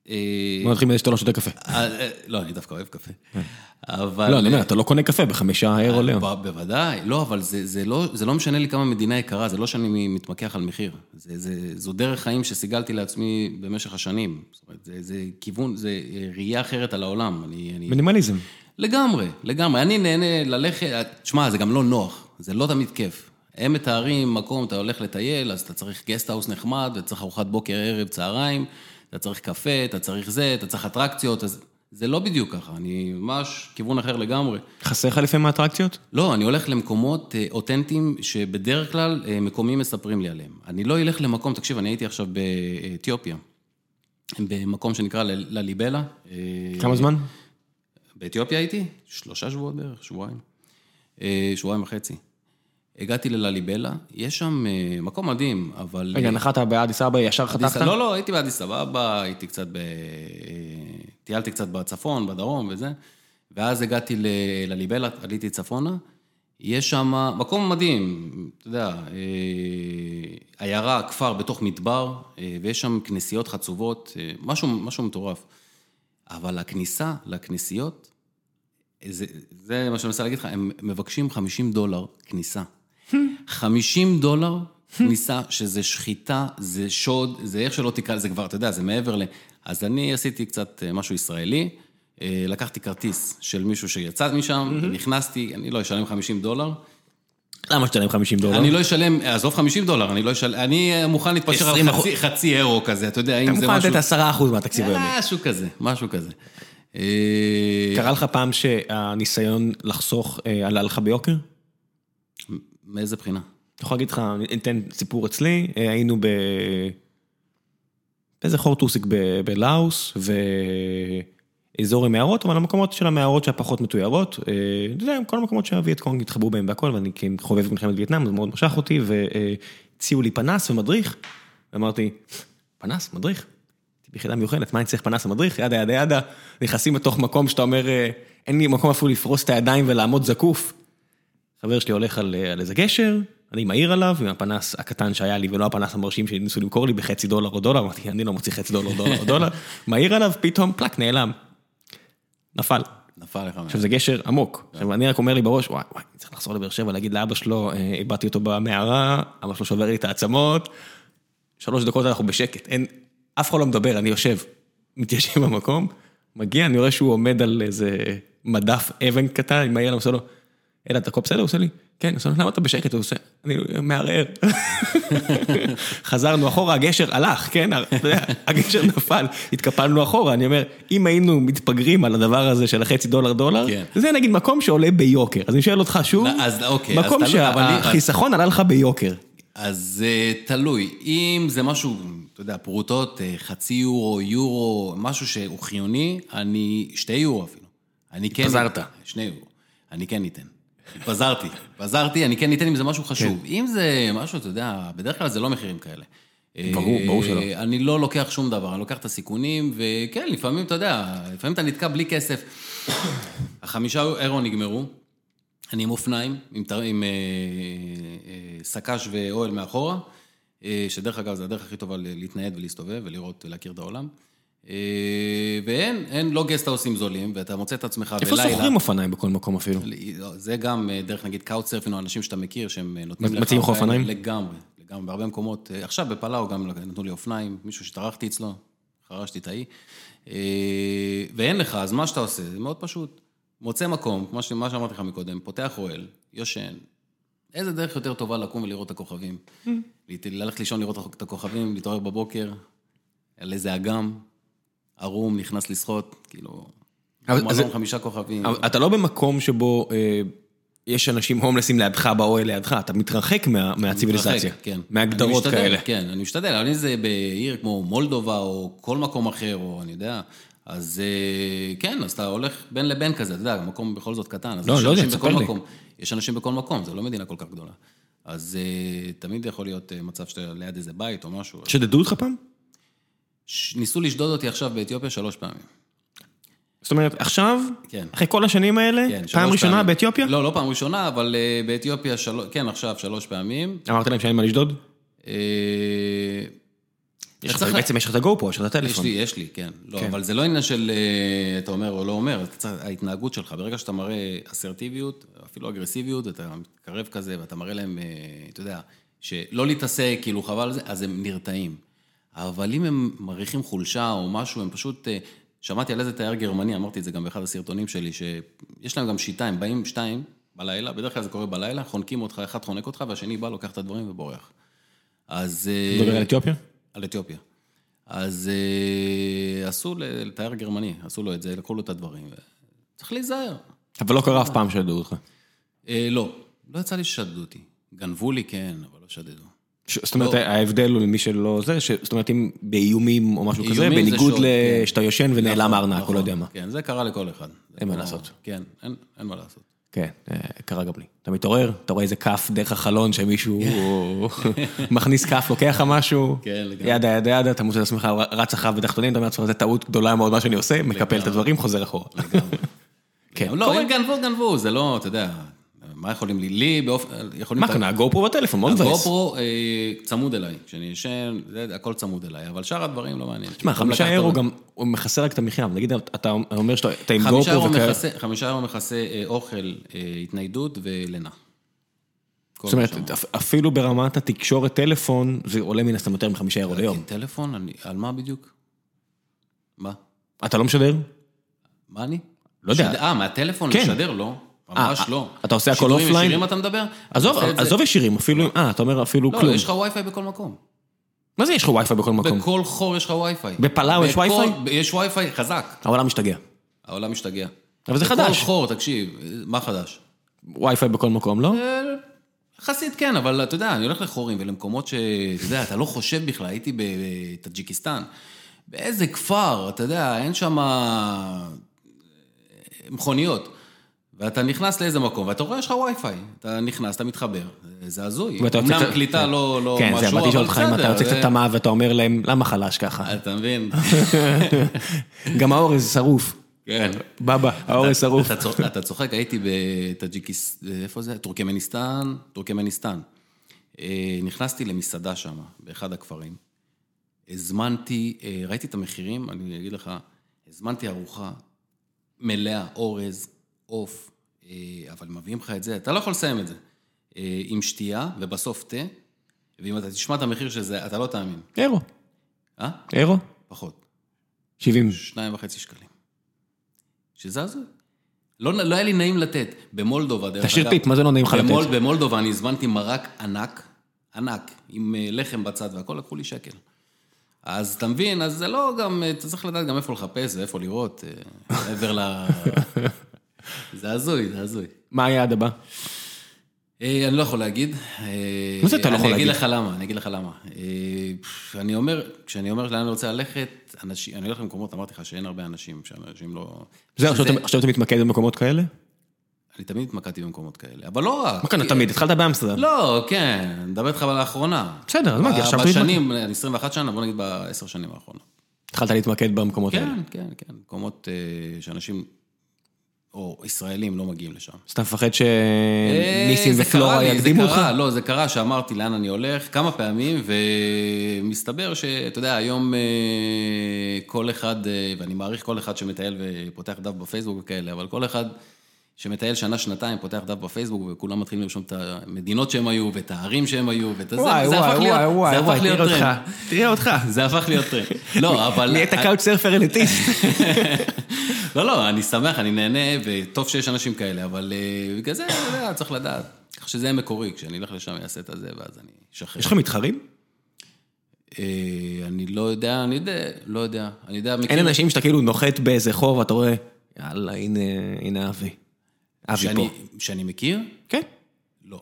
Speaker 2: אה,
Speaker 1: בוא נתחיל מזה שאתה לא שותה קפה.
Speaker 2: אה, אה, לא, אני דווקא אוהב קפה. אבל...
Speaker 1: כן. לא, אני אומר, אתה לא קונה קפה בחמישה אירו ליום.
Speaker 2: ב- בוודאי, לא, אבל זה, זה, לא, זה לא משנה לי כמה מדינה יקרה, זה לא שאני מתמקח על מחיר. זה, זה, זו דרך חיים שסיגלתי לעצמי במשך השנים. זאת אומרת, זה, זה כיוון, זה אה, ראייה אחרת על העולם. אני, אני...
Speaker 1: מינימליזם.
Speaker 2: לגמרי, לגמרי. אני נהנה ללכת, תשמע, זה גם לא נוח, זה לא תמיד כיף. הם מתארים מקום, אתה הולך לטייל, אז אתה צריך גסטהאוס נחמד, וצריך ארוחת בוקר, ערב, צהריים, אתה צריך קפה, אתה צריך זה, אתה צריך אטרקציות, אז... זה לא בדיוק ככה, אני ממש כיוון אחר לגמרי.
Speaker 1: חסר לך לפעמים האטרקציות?
Speaker 2: לא, אני הולך למקומות אה, אותנטיים שבדרך כלל אה, מקומיים מספרים לי עליהם. אני לא אלך למקום, תקשיב, אני הייתי עכשיו באתיופיה, במקום שנקרא ל- לליבלה. אה,
Speaker 1: כמה זמן?
Speaker 2: באתיופיה הייתי? שלושה שבועות בערך, שבועיים. אה, שבועיים וחצי. הגעתי ללליבלה, יש שם אה, מקום מדהים, אבל...
Speaker 1: רגע, נחת באדיס אבא, ישר
Speaker 2: אדיס-
Speaker 1: חתכת?
Speaker 2: לא, לא, הייתי באדיס אבבה, הייתי קצת ב... אה, טיילתי קצת בצפון, בדרום וזה, ואז הגעתי ל... לליבלה, עליתי צפונה, יש שם מקום מדהים, אתה יודע, אה, עיירה, כפר בתוך מדבר, אה, ויש שם כנסיות חצובות, אה, משהו, משהו מטורף. אבל הכניסה לכנסיות, זה, זה מה שאני מנסה להגיד לך, הם מבקשים 50 דולר כניסה. 50 דולר כניסה, שזה שחיטה, זה שוד, זה איך שלא תקרא לזה כבר, אתה יודע, זה מעבר ל... אז אני עשיתי קצת אה, משהו ישראלי, אה, לקחתי כרטיס של מישהו שיצא משם, נכנסתי, אני לא אשלם 50 דולר.
Speaker 1: למה שתשלם 50 דולר?
Speaker 2: אני לא אשלם, עזוב 50 דולר, אני לא אשלם, אני אה, מוכן להתפשר על
Speaker 1: 20%.
Speaker 2: חצי- חצי אירו כזה, אתה
Speaker 1: אתה
Speaker 2: יודע, אם זה
Speaker 1: מוכן
Speaker 2: משהו... אה,
Speaker 1: לתת 10% מהתקציב היומי.
Speaker 2: משהו כזה, משהו כזה. אה,
Speaker 1: קרה לך פעם שהניסיון לחסוך אה, עלה לך ביוקר?
Speaker 2: מאיזה בחינה?
Speaker 1: אני יכול להגיד לך, אני אתן סיפור אצלי, אה, היינו ב... באיזה חור טוסיק ב- בלאוס, ואזור המערות, אבל המקומות של המערות שהפחות מתוירות, אה, אתה יודע, כל המקומות שהווייט קונג התחברו בהם והכל, ואני כחובב מלחמת וייטנאם, זה מאוד משך אותי, והציעו לי פנס ומדריך, ואמרתי, פנס, מדריך? הייתי ביחידה מיוחדת, מה אני צריך פנס ומדריך? ידה ידה ידה, נכנסים לתוך מקום שאתה אומר, אה, אין לי מקום אפילו לפרוס את הידיים ולעמוד זקוף. חבר שלי הולך על, אה, על איזה גשר, אני מעיר עליו עם הפנס הקטן שהיה לי ולא הפנס המרשים שניסו למכור לי בחצי דולר או דולר, אמרתי, אני לא מוציא חצי דולר או דולר או דולר, מעיר עליו, פתאום פלאק נעלם. נפל.
Speaker 2: נפל לך. מה.
Speaker 1: עכשיו זה גשר עמוק. עכשיו אני רק אומר לי בראש, וואי, וואי, אני צריך לחזור לבאר שבע, להגיד לאבא שלו, "אה, איבדתי אותו במערה, אבא שלו שובר לי את העצמות, שלוש דקות אנחנו בשקט, אין, אף אחד לא מדבר, אני יושב, מתיישב במקום, מגיע, אני רואה שהוא עומד על איזה מדף אבן קטן, אני מעיר עליו, עושה לו, אלא אתה הכל בסדר? הוא עושה לי, כן, אני עושה לו, למה אתה בשקט? הוא עושה, אני מערער. חזרנו אחורה, הגשר הלך, כן, אתה יודע, הגשר נפל, התקפלנו אחורה, אני אומר, אם היינו מתפגרים על הדבר הזה של החצי דולר דולר,
Speaker 2: כן.
Speaker 1: זה נגיד מקום שעולה ביוקר. אז אני שואל אותך שוב,
Speaker 2: לא, אז אוקיי, אז
Speaker 1: מקום
Speaker 2: תלוי, אבל לי-
Speaker 1: שהחיסכון עלה לך ביוקר.
Speaker 2: אז אה, תלוי. אם זה משהו, אתה יודע, פרוטות, אה, חצי יורו, יורו, משהו שהוא חיוני, אני, שתי יורו אפילו. אני כן...
Speaker 1: התפזרת.
Speaker 2: שני יורו. אני כן אתן. התפזרתי. התפזרתי, אני כן אתן אם זה משהו חשוב. אם זה משהו, אתה יודע, בדרך כלל זה לא מחירים כאלה.
Speaker 1: ברור, ברור שלא.
Speaker 2: אה, אני לא לוקח שום דבר, אני לוקח את הסיכונים, וכן, לפעמים, אתה יודע, לפעמים אתה נתקע בלי כסף. החמישה אירו נגמרו, אני עם אופניים, עם, תר- עם אה, אה, סק"ש ואוהל מאחורה, אה, שדרך אגב, זה הדרך הכי טובה ל- להתנייד ולהסתובב ולראות, להכיר את העולם. אה, ואין, אין לא גסטהאוסים זולים, ואתה מוצא את עצמך
Speaker 1: איפה
Speaker 2: בלילה.
Speaker 1: שוכרים אופניים בכל מקום אפילו?
Speaker 2: לא, זה גם אה, דרך נגיד קאוטסרפין או אנשים שאתה מכיר, שהם אה, נותנים
Speaker 1: מציעים לך אופניים?
Speaker 2: לגמרי, לגמרי, בהרבה מקומות. אה, עכשיו בפלאו גם נתנו לי אופניים, מישהו שטרחתי אצלו, חרשתי את האי. אה, ואין לך, אז מה שאתה עושה, זה מאוד פשוט. מוצא מקום, כמו ש- מה שאמרתי לך מקודם, פותח אוהל, יושן. איזה דרך יותר טובה לקום ולראות את הכוכבים? להת- ללכת לישון לראות את הכוכבים, להתעורר בבוקר, על איזה אגם, ערום, נכנס לשחות, כאילו...
Speaker 1: אבל- אז-
Speaker 2: מלון חמישה כוכבים.
Speaker 1: אבל אתה לא במקום שבו אה, יש אנשים הומלסים לידך באוהל לידך, אתה מתרחק מה- מהציוויליזציה.
Speaker 2: מתרחק, כן. אני
Speaker 1: מהגדרות
Speaker 2: משתדל,
Speaker 1: כאלה.
Speaker 2: כן, אני משתדל, אבל אם זה בעיר כמו מולדובה או כל מקום אחר, או אני יודע, אז אה, כן, אז אתה הולך בין לבין כזה, אתה יודע, מקום בכל זאת קטן. אז
Speaker 1: לא,
Speaker 2: יש
Speaker 1: לא יודע,
Speaker 2: אנשים
Speaker 1: תספר
Speaker 2: בכל
Speaker 1: לי.
Speaker 2: מקום, יש אנשים בכל מקום, זו לא מדינה כל כך גדולה. אז אה, תמיד יכול להיות אה, מצב שאתה ליד איזה בית או משהו.
Speaker 1: שדדו אותך פעם?
Speaker 2: ש- ניסו לשדוד אותי עכשיו באתיופיה שלוש פעמים.
Speaker 1: זאת אומרת, עכשיו,
Speaker 2: כן.
Speaker 1: אחרי כל השנים האלה,
Speaker 2: כן,
Speaker 1: פעם
Speaker 2: שלוש
Speaker 1: ראשונה
Speaker 2: פעמים.
Speaker 1: באתיופיה?
Speaker 2: לא, לא פעם ראשונה, אבל אה, באתיופיה, של... כן, עכשיו שלוש פעמים.
Speaker 1: אמרת להם שאין מה לשדוד?
Speaker 2: אה,
Speaker 1: יש לך-
Speaker 2: אתה צריך-
Speaker 1: בעצם יש לך את הגו פה, יש לך את
Speaker 2: יש
Speaker 1: הטלפון.
Speaker 2: לי, יש לי, כן. לא,
Speaker 1: כן.
Speaker 2: אבל זה לא עניין של אה, אתה אומר או לא אומר, אתה צריך- ההתנהגות שלך. ברגע שאתה מראה אסרטיביות, אפילו אגרסיביות, אתה מתקרב כזה ואתה מראה להם, אה, אתה יודע, שלא להתעסק, כאילו חבל על זה, אז הם נרתעים. אבל אם הם מריחים חולשה או משהו, הם פשוט... אה, שמעתי על איזה תייר גרמני, אמרתי את זה גם באחד הסרטונים שלי, שיש להם גם שיטה, הם באים שתיים בלילה, בדרך כלל זה קורה בלילה, חונקים אותך, אחד חונק אותך והשני בא, לוקח את הדברים ובורח. אז... אה,
Speaker 1: מדבר על אתיופיה?
Speaker 2: על אתיופיה. אז אה, עשו ל- לתייר גרמני, עשו לו את זה, לקחו לו את הדברים. צריך להיזהר.
Speaker 1: אבל לא קרה אף פעם שדעו אותך.
Speaker 2: אה, לא, לא יצא לי ששדדו אותי. גנבו לי, כן, אבל לא שדדו.
Speaker 1: ש- זאת
Speaker 2: לא.
Speaker 1: אומרת, ההבדל הוא למי שלא זה, ש- זאת אומרת, אם באיומים או משהו כזה,
Speaker 2: איומים זה
Speaker 1: בניגוד
Speaker 2: שוד,
Speaker 1: ל-
Speaker 2: כן.
Speaker 1: שאתה יושן ונעלם הארנק, או לא יודע מה.
Speaker 2: כן, זה קרה לכל אחד. זה
Speaker 1: אין מה
Speaker 2: כמו-
Speaker 1: לעשות.
Speaker 2: כן, אין, אין מה לעשות.
Speaker 1: כן, אה, קרה גם לי. אתה מתעורר, אתה רואה איזה כף דרך החלון שמישהו מכניס כף, לוקח לך משהו,
Speaker 2: כן, לגמרי.
Speaker 1: ידה, ידה, ידה, אתה מוצא את עצמך רץ אחריו בתחתונים, אתה אומר לעצמך, זה טעות גדולה מאוד מה שאני עושה, מקפל את הדברים, חוזר אחורה. כן,
Speaker 2: לא, אם גנבו, גנבו, זה לא, אתה יודע, מה יכולים לי? לי באופן... יכולים
Speaker 1: מה
Speaker 2: את-
Speaker 1: קנה, גו פרו בטלפון, מאוד מבאס.
Speaker 2: הגופרו אה, צמוד אליי, כשאני ישן, זה הכל צמוד אליי, אבל שאר הדברים לא מעניין.
Speaker 1: תשמע, חמישה אירו גם, הוא מכסה רק את המחיה, אבל נגיד, אתה אומר שאתה אתה עם גו
Speaker 2: חמישה אירו
Speaker 1: פרו וכאלה.
Speaker 2: מכסה- חמישה אירו מכסה אה, אוכל, אה, התניידות ולינה. כל
Speaker 1: זאת
Speaker 2: מה
Speaker 1: אומרת,
Speaker 2: שאמרתי.
Speaker 1: אפ- אפילו ברמת התקשורת טלפון, זה עולה מן הסתם יותר מחמישה אירו
Speaker 2: עם
Speaker 1: ליום.
Speaker 2: כן, טלפון, אני- על מה בדיוק? מה?
Speaker 1: אתה לא משדר?
Speaker 2: מה אני?
Speaker 1: לא יודע.
Speaker 2: שד- אה, מהטלפון
Speaker 1: כן.
Speaker 2: לשדר? לא. ממש
Speaker 1: אה,
Speaker 2: לא.
Speaker 1: אתה עושה הכל
Speaker 2: שידורים
Speaker 1: אופליין?
Speaker 2: ישירים אתה מדבר?
Speaker 1: עזוב,
Speaker 2: אתה עושה את זה-
Speaker 1: עזוב ישירים, אפילו, אה, אתה אומר אפילו
Speaker 2: לא,
Speaker 1: כלום.
Speaker 2: יש לך וי-פיי בכל מקום.
Speaker 1: מה זה יש לך וי-פיי בכל מקום?
Speaker 2: בכל חור יש לך וי-פיי.
Speaker 1: בפלאו יש
Speaker 2: בכל-
Speaker 1: Wi-Fi?
Speaker 2: יש וי-פיי חזק.
Speaker 1: העולם משתגע.
Speaker 2: העולם משתגע.
Speaker 1: אבל זה
Speaker 2: בכל
Speaker 1: חדש.
Speaker 2: חור, תקשיב, מה חדש?
Speaker 1: וי-פיי בכל מקום,
Speaker 2: אה,
Speaker 1: לא?
Speaker 2: יחסית כן, אבל אתה יודע, אני הולך לחורים ולמקומות ש... אתה יודע, אתה לא חושב בכלל, הייתי בטאג'יקיסטן. באיזה כפר, אתה יודע, אין שם אה, מכוניות. ואתה נכנס לאיזה מקום, ואתה רואה, יש לך וי-פיי. אתה נכנס, אתה מתחבר. זה הזוי.
Speaker 1: ואתה יוצא
Speaker 2: אמנם
Speaker 1: קצת-
Speaker 2: קליטה לא לא
Speaker 1: כן, זה,
Speaker 2: משהו,
Speaker 1: באתי לשאול
Speaker 2: אבל
Speaker 1: אותך אם אתה
Speaker 2: בסדר,
Speaker 1: יוצא
Speaker 2: זה- אה,
Speaker 1: קצת תמה ואתה אומר להם, למה חלש ככה?
Speaker 2: אתה מבין?
Speaker 1: גם האורז שרוף.
Speaker 2: כן.
Speaker 1: בבא, האורז שרוף.
Speaker 2: אתה צוחק- אתה צוחק, הייתי בטאג'יקיס... איפה זה? טורקמניסטן, טורקמניסטן. אה, נכנסתי למסעדה שם, באחד הכפרים. הזמנתי, אה, ראיתי את המחירים, אני אגיד לך, הזמנתי ארוחה מלאה אורז, עוף, אה, אבל מביאים לך את זה, אתה לא יכול לסיים את זה. אה, עם שתייה ובסוף תה, ואם אתה תשמע את המחיר של זה, אתה לא תאמין.
Speaker 1: אירו,
Speaker 2: אה?
Speaker 1: אירו,
Speaker 2: פחות.
Speaker 1: 70.
Speaker 2: שניים וחצי שקלים. שזה הזוי. לא, לא היה לי נעים לתת. במולדובה, דרך
Speaker 1: תשאיר טיפ, מה זה לא נעים לך לתת?
Speaker 2: במול, במולדובה אני הזמנתי מרק ענק, ענק, עם אה, לחם בצד והכל, לקחו לי שקל. אז אתה מבין, אז זה לא גם, אה, אתה צריך לדעת גם איפה לחפש ואיפה לראות, אה, מעבר ל... זה הזוי, זה הזוי.
Speaker 1: מה היעד הבא?
Speaker 2: אה, אני לא יכול להגיד. אה,
Speaker 1: מה זה אתה לא יכול
Speaker 2: אני אגיד
Speaker 1: להגיד?
Speaker 2: לך למה, אני אגיד לך למה. אה, פפ, אני אומר, כשאני אומר לאן אני רוצה ללכת, אנשים, אני הולך למקומות, אמרתי לך שאין הרבה אנשים, שאנשים לא...
Speaker 1: זהו, עכשיו
Speaker 2: שזה-
Speaker 1: אתה- עכשיו אתה מתמקד במקומות כאלה?
Speaker 2: אני תמיד התמקדתי במקומות כאלה, אבל לא רק.
Speaker 1: מה כאן, כן, תמיד, התחלת באמסטרדם.
Speaker 2: לא, כן, אני מדבר איתך אבל לאחרונה. אה,
Speaker 1: בסדר, אז מה, כי עכשיו אתה
Speaker 2: בשנים, אני 21 שנה, בוא נגיד בעשר שנים האחרונות.
Speaker 1: התחלת להתמקד במקומות האלה.
Speaker 2: כן, כן, כן, מקומות אה, שאנשים, או ישראלים לא מגיעים לשם.
Speaker 1: אז אתה מפחד
Speaker 2: אה,
Speaker 1: שניסים
Speaker 2: זה קרה
Speaker 1: כן, ופלורה
Speaker 2: לי,
Speaker 1: יקדימו
Speaker 2: זה
Speaker 1: אותך?
Speaker 2: קרה, לא, זה קרה שאמרתי לאן אני הולך כמה פעמים, ומסתבר שאתה יודע, היום אה, כל אחד, אה, ואני מעריך כל אחד שמטייל ופותח דף בפייסבוק וכאלה, אבל כל אחד שמטייל שנה-שנתיים, פותח דף בפייסבוק, וכולם מתחילים לרשום את המדינות שהם היו, ואת הערים שהם היו, ואת הזה,
Speaker 1: וואי,
Speaker 2: זה הפך
Speaker 1: וואי,
Speaker 2: להיות-
Speaker 1: וואי,
Speaker 2: זה
Speaker 1: וואי,
Speaker 2: הפך
Speaker 1: וואי,
Speaker 2: להיות
Speaker 1: תראה אותך.
Speaker 2: טרנד.
Speaker 1: תראה אותך.
Speaker 2: זה הפך להיות טרנד. לא, אבל...
Speaker 1: נהיית קאוט סרפר אליטיסט.
Speaker 2: אה. לא, לא, אני שמח, אני נהנה, וטוב שיש אנשים כאלה, אבל אה, בגלל זה, אתה יודע, צריך לדעת. כך שזה יהיה מקורי, כשאני אלך לשם, אני אעשה את הזה, ואז אני אשחרר.
Speaker 1: יש לך מתחרים?
Speaker 2: אה, אני לא יודע, אני יודע, לא יודע. אני יודע, מכיר...
Speaker 1: אין אנשים שאתה כאילו נוחת באיזה חור ואתה רואה, יאללה, הנה, הנה אבי. אבי
Speaker 2: שאני,
Speaker 1: פה.
Speaker 2: שאני מכיר?
Speaker 1: כן.
Speaker 2: לא.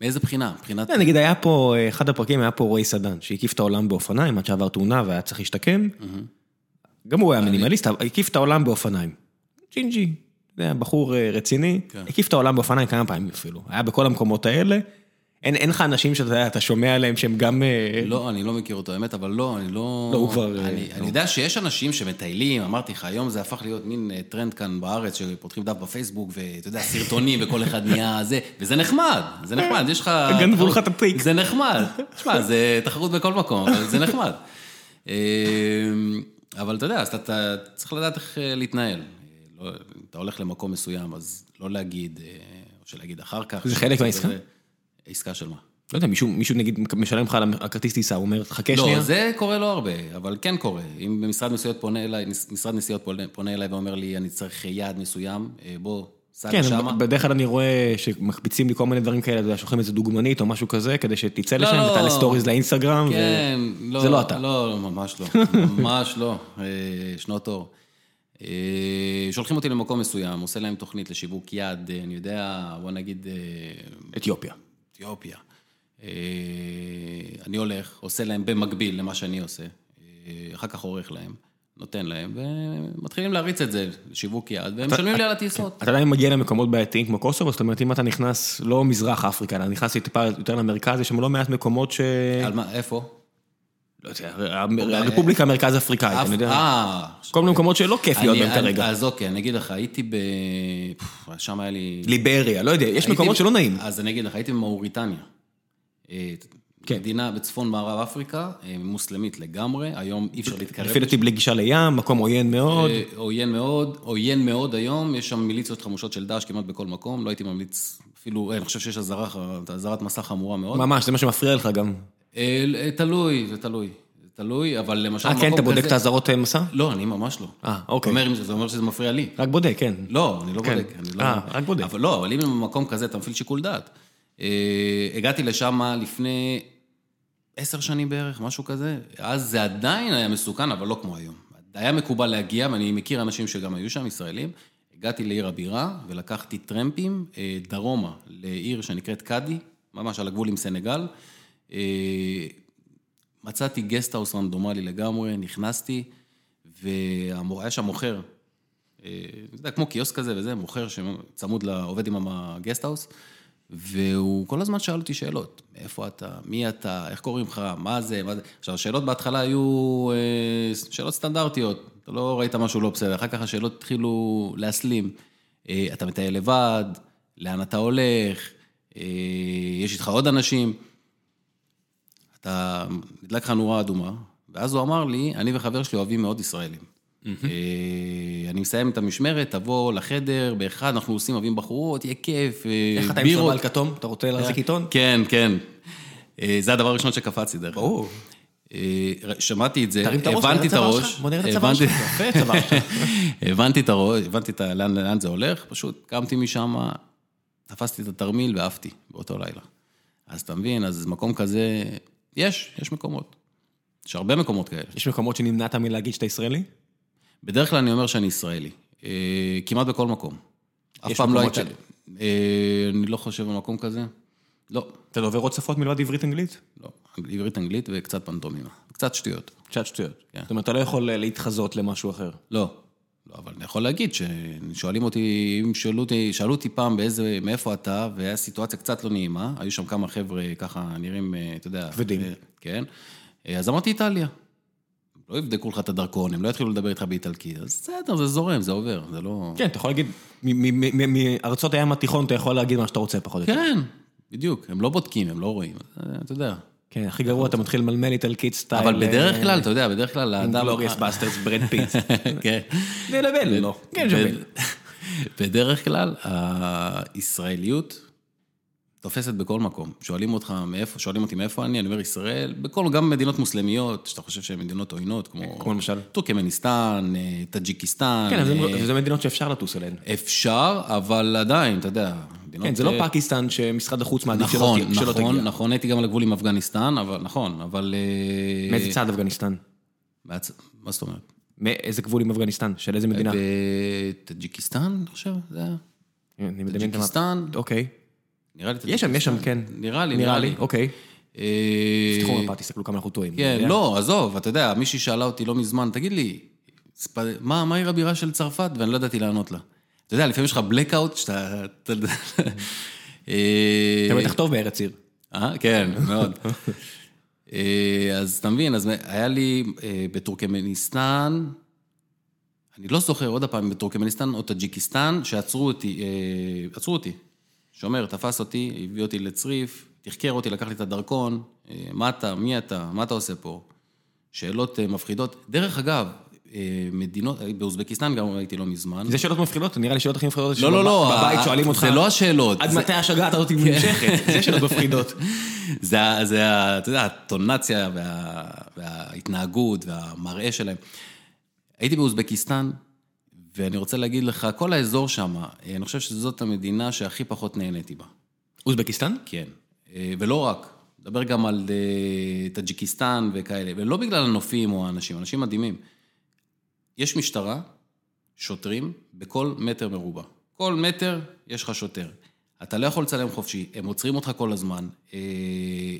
Speaker 2: מאיזה בחינה? מבחינת...
Speaker 1: אתה יודע, נגיד היה פה, אה, אחד הפרקים היה פה רועי סדן, שהקיף את העולם באופניים עד שעבר תאונה והיה צריך להשתקם.
Speaker 2: Mm-hmm.
Speaker 1: גם הוא היה מינימליסט, אבל הקיף את העולם באופניים. ג'ינג'י, אתה יודע, בחור אה, רציני,
Speaker 2: כן.
Speaker 1: הקיף את העולם באופניים כמה פעמים אפילו. היה בכל המקומות האלה. אין אין לך אנשים שאתה יודע, אתה שומע עליהם שהם גם... אה,
Speaker 2: לא, אני לא מכיר אותו, האמת, אבל לא, אני לא...
Speaker 1: לא, הוא כבר,
Speaker 2: אני,
Speaker 1: אה,
Speaker 2: אני יודע שיש אנשים שמטיילים, אמרתי לך, היום זה הפך להיות מין אה, טרנד כאן בארץ, שפותחים דף בפייסבוק, ואתה יודע, סרטונים, וכל אחד נהיה זה, וזה נחמד, זה נחמד, יש לך...
Speaker 1: גנבו
Speaker 2: תחרות-
Speaker 1: לך את הטריק.
Speaker 2: זה נחמד. תשמע, זה תחרות בכל מקום, אבל זה נחמד. אה, אבל אתה יודע, אז אתה- אתה צריך לדעת איך אה, להתנהל. אה, לא- אתה הולך למקום מסוים, אז לא להגיד, אה, או שלהגיד אחר כך.
Speaker 1: זה חלק מהעסקה?
Speaker 2: עסקה של מה?
Speaker 1: לא יודע, מישהו, מישהו נגיד משלם לך על הכרטיס טיסה, הוא אומר, חכה שנייה.
Speaker 2: לא, זה קורה לא הרבה, אבל כן קורה. אם משרד נסיעות פונה אליי, משרד נסיעות פונה, פונה אליי ואומר לי, אני צריך יעד מסוים, אה, בוא, צד
Speaker 1: כן,
Speaker 2: שמה.
Speaker 1: בדרך כלל אני רואה שמקפיצים לי כל מיני דברים כאלה, אתה יודע, שולחים איזה דוגמנית או משהו כזה, כדי שתצא
Speaker 2: לא,
Speaker 1: לשם
Speaker 2: לא.
Speaker 1: ותעלה סטוריז לאינסטגרם. ו-
Speaker 2: כן, לא.
Speaker 1: זה לא אתה.
Speaker 2: לא, ממש לא. ממש לא. אה, שנות אור. אה, שולחים אותי למקום מסוים, עושה להם תוכנית לשיווק יד, אה, אני יודע, בוא נגיד, אה,
Speaker 1: אתיופיה.
Speaker 2: אתיופיה. אה, אני הולך, עושה להם במקביל למה שאני עושה, אה, אחר כך עורך להם, נותן להם, ומתחילים להריץ את זה, שיווק יד, והם משלמים לי על הטיסות.
Speaker 1: אתה עדיין מגיע למקומות בעייתיים כמו קוסובו, זאת אומרת, אם אתה נכנס לא מזרח אפריקה, אלא נכנס טיפה יותר למרכז, יש שם לא מעט מקומות ש...
Speaker 2: על מה, איפה?
Speaker 1: לא יודע, המ- הרפובליקה המרכז אפריקאית,
Speaker 2: אף-
Speaker 1: אני יודע.
Speaker 2: אה,
Speaker 1: כל מיני מקומות שלא כיף להיות
Speaker 2: אני-
Speaker 1: בהם
Speaker 2: אני-
Speaker 1: כרגע.
Speaker 2: אז אוקיי, אני אגיד לך, הייתי ב... פפ, שם היה לי...
Speaker 1: ליבריה, לא יודע, יש
Speaker 2: הייתי- אה,
Speaker 1: מקומות שלא נעים.
Speaker 2: אז אני אגיד לך, הייתי במאוריטניה. אה,
Speaker 1: כן.
Speaker 2: מדינה בצפון מערב אפריקה, אה, מוסלמית לגמרי, היום אי אפשר להתקרב
Speaker 1: לפי דעתי בלי גישה לים, מקום עוין מאוד.
Speaker 2: אה, עוין מאוד, עוין מאוד היום, יש שם מיליציות חמושות של דאעש כמעט בכל מקום, לא הייתי ממליץ, אפילו, אה, אני חושב שיש אזהרה, ח- אזהרת מסע חמורה מאוד.
Speaker 1: ממש, זה מה שמפריע לך גם.
Speaker 2: אה, אה, תלוי, זה תלוי, זה תלוי, אבל למשל
Speaker 1: אה,
Speaker 2: מקום
Speaker 1: כן, אתה בודק
Speaker 2: כזה-
Speaker 1: את האזהרות אה, מסע?
Speaker 2: לא, אני ממש לא.
Speaker 1: אה, אוקיי.
Speaker 2: אומר, אם זה- זה אומר שזה מפריע לי.
Speaker 1: רק בודק, כן.
Speaker 2: לא, אני לא
Speaker 1: כן.
Speaker 2: בודק. אני לא...
Speaker 1: אה, רק בודק.
Speaker 2: אבל לא, אבל אם במקום כזה אתה מפעיל שיקול דעת. אה, הגעתי לשם לפני עשר שנים בערך, משהו כזה. אז זה עדיין היה מסוכן, אבל לא כמו היום. היה מקובל להגיע, ואני מכיר אנשים שגם היו שם, ישראלים. הגעתי לעיר הבירה, ולקחתי טרמפים אה, דרומה לעיר שנקראת קאדי, ממש על הגבול עם סנגל. אה, מצאתי גסטהאוס רנדומלי לגמרי, נכנסתי, והיה שם מוכר, אה, אתה יודע, כמו קיוסק כזה וזה, מוכר שצמוד לעובד עם הגסטהאוס, והוא כל הזמן שאל אותי שאלות, מאיפה אתה, מי אתה, איך קוראים לך, מה זה, מה זה. עכשיו, השאלות בהתחלה היו אה, שאלות סטנדרטיות, אתה לא ראית משהו לא בסדר, אחר כך השאלות התחילו להסלים. אה, אתה מטייל לבד, לאן אתה הולך, אה, יש איתך עוד אנשים. אתה, נדלק לך נורה אדומה, ואז הוא אמר לי, אני וחבר שלי אוהבים מאוד ישראלים. אה, אני מסיים את המשמרת, תבוא לחדר, באחד אנחנו עושים אוהבים בחורות, יהיה כיף, אה,
Speaker 1: איך אתה עם
Speaker 2: בירות.
Speaker 1: סבל כתום? אתה רוצה להחזיק עיתון?
Speaker 2: כן, כן. אה, זה הדבר הראשון שקפצתי דרך. אגב.
Speaker 1: ברור.
Speaker 2: אה, ר- שמעתי את זה,
Speaker 1: תרים את הראש,
Speaker 2: הבנתי את
Speaker 1: נראה את הצוואר
Speaker 2: הראש.
Speaker 1: שלך. בוא נראה את הצוואר
Speaker 2: הבנתי-
Speaker 1: שלך. יפה, הצוואר שלך.
Speaker 2: הבנתי את הראש, הבנתי את ה- לאן לאן זה הולך, פשוט קמתי משם, תפסתי את התרמיל ועפתי באותו לילה. אז אתה מבין, אז מקום כזה, יש, יש מקומות. יש הרבה מקומות כאלה.
Speaker 1: יש מקומות שנמנעת מלהגיד שאתה ישראלי?
Speaker 2: בדרך כלל אני אומר שאני ישראלי. אה, כמעט בכל מקום. אף
Speaker 1: יש
Speaker 2: פעם לא
Speaker 1: מקומות
Speaker 2: הייתה... אה, אני לא חושב על מקום כזה. לא,
Speaker 1: אתה דובר עוד שפות מלבד עברית אנגלית?
Speaker 2: לא. עברית, אנגלית וקצת פנטומימה. קצת שטויות.
Speaker 1: קצת שטויות.
Speaker 2: כן.
Speaker 1: זאת אומרת, אתה לא יכול אה, להתחזות למשהו אחר.
Speaker 2: לא. לא, אבל אני יכול להגיד ששואלים אותי, אם שאלו אותי, שאלו אותי פעם באיזה, מאיפה אתה, והיה סיטואציה קצת לא נעימה, היו שם כמה חבר'ה ככה נראים, אה, אתה יודע...
Speaker 1: כבדים.
Speaker 2: אה, כן. אה, אז אמרתי איטליה. לא יבדקו לך את הדרכון, הם לא יתחילו לדבר איתך באיטלקית. אז בסדר, זה זורם, זה עובר, זה לא...
Speaker 1: כן, אתה יכול להגיד, מ- מ- מ- מארצות הים התיכון אתה יכול להגיד מה שאתה רוצה פחות או יותר.
Speaker 2: כן, בדיוק, הם לא בודקים, הם לא רואים, אה, אתה יודע.
Speaker 1: כן, הכי גרוע, אתה מתחיל למלמל איטלקית סטייל.
Speaker 2: אבל
Speaker 1: אה,
Speaker 2: בדרך כלל, אתה לא- יודע, בדרך כלל האדם...
Speaker 1: גלוריאס בסטרס, ברד פיט.
Speaker 2: כן.
Speaker 1: ללבל, לא. כן,
Speaker 2: ב-
Speaker 1: ג'בל.
Speaker 2: בדרך כלל, הישראליות תופסת בכל מקום. שואלים אותך מאיפה, שואלים אותי מאיפה אני, אני אומר ישראל, בכל, גם מדינות מוסלמיות, שאתה חושב שהן מדינות עוינות,
Speaker 1: כן, כמו
Speaker 2: כמו
Speaker 1: למשל.
Speaker 2: טורקמניסטן, אה, טאג'יקיסטן.
Speaker 1: כן, אבל זה-
Speaker 2: אה, אוקיי.
Speaker 1: אבל זה מדינות שאפשר לטוס אליהן.
Speaker 2: אפשר, אבל עדיין, אתה יודע, מדינות...
Speaker 1: כן, זה לא
Speaker 2: אה,
Speaker 1: פקיסטן שמשרד החוץ מעדיף שלא
Speaker 2: נכון,
Speaker 1: תהיה- שלא תגיע.
Speaker 2: נכון, נכון, הייתי גם על הגבול עם אפגניסטן, אבל נכון, אבל... אה,
Speaker 1: מאיזה צד אפגניסטן?
Speaker 2: מהצ- מה זאת אומרת?
Speaker 1: מאיזה גבול עם אפגניסטן? של איזה מדינה?
Speaker 2: אה, בטאג'יקיסטן, אני חושב, זה היה?
Speaker 1: כן, אני מדמיין את המפה.
Speaker 2: טאג'יקיסטן?
Speaker 1: אוקיי.
Speaker 2: נראה לי
Speaker 1: יש שם, יש שם, כן.
Speaker 2: נראה לי, נראה לי.
Speaker 1: אוקיי.
Speaker 2: אה,
Speaker 1: תפתחו מפה, תסתכלו כמה אנחנו טועים.
Speaker 2: כן, לא, עזוב, אתה יודע, מישהי שאלה אותי לא מזמן, תגיד לי, ספ- מה מה עיר הבירה של צרפת? ואני לא ידעתי לענות לה. אתה יודע, לפעמים יש לך blackout שאתה... אתה יודע- אה,
Speaker 1: אתה בטח טוב בארץ עיר.
Speaker 2: אה, כן, מאוד. אה, אז אתה מבין, אז היה לי אה, בטורקמניסטן, אני לא זוכר, עוד פעם, בטורקמניסטן או טאג'יקיסטן, שעצרו אותי, אה, עצרו אותי. שומר תפס אותי, הביא אותי לצריף, תחקר אותי, לקח לי את הדרכון, אה, מה אתה, מי אתה, מה אתה עושה פה? שאלות אה, מפחידות. דרך אגב, אה, מדינות, באוזבקיסטן גם הייתי לא מזמן.
Speaker 1: זה שאלות מפחידות, נראה לי שאלות הכי מפחידות.
Speaker 2: לא, לא, לא,
Speaker 1: בבית
Speaker 2: ה-
Speaker 1: שואלים אותך.
Speaker 2: זה לא השאלות.
Speaker 1: עד
Speaker 2: זה- כן.
Speaker 1: מתי השגעת הזאת נמשכת? זה שאלות מפחידות.
Speaker 2: זה, ה- זה, ה- אתה יודע, הטונציה וה, וההתנהגות והמראה שלהם. הייתי באוזבקיסטן, ואני רוצה להגיד לך, כל האזור שם, אה, אני חושב שזאת המדינה שהכי פחות נהניתי בה.
Speaker 1: אוזבקיסטן?
Speaker 2: כן. אה, ולא רק, נדבר גם על אה, טאג'יקיסטן וכאלה, ולא בגלל הנופים או האנשים, אנשים מדהימים. יש משטרה, שוטרים, בכל מטר מרובע. כל מטר יש לך שוטר. אתה לא יכול לצלם חופשי, הם עוצרים אותך כל הזמן. אה,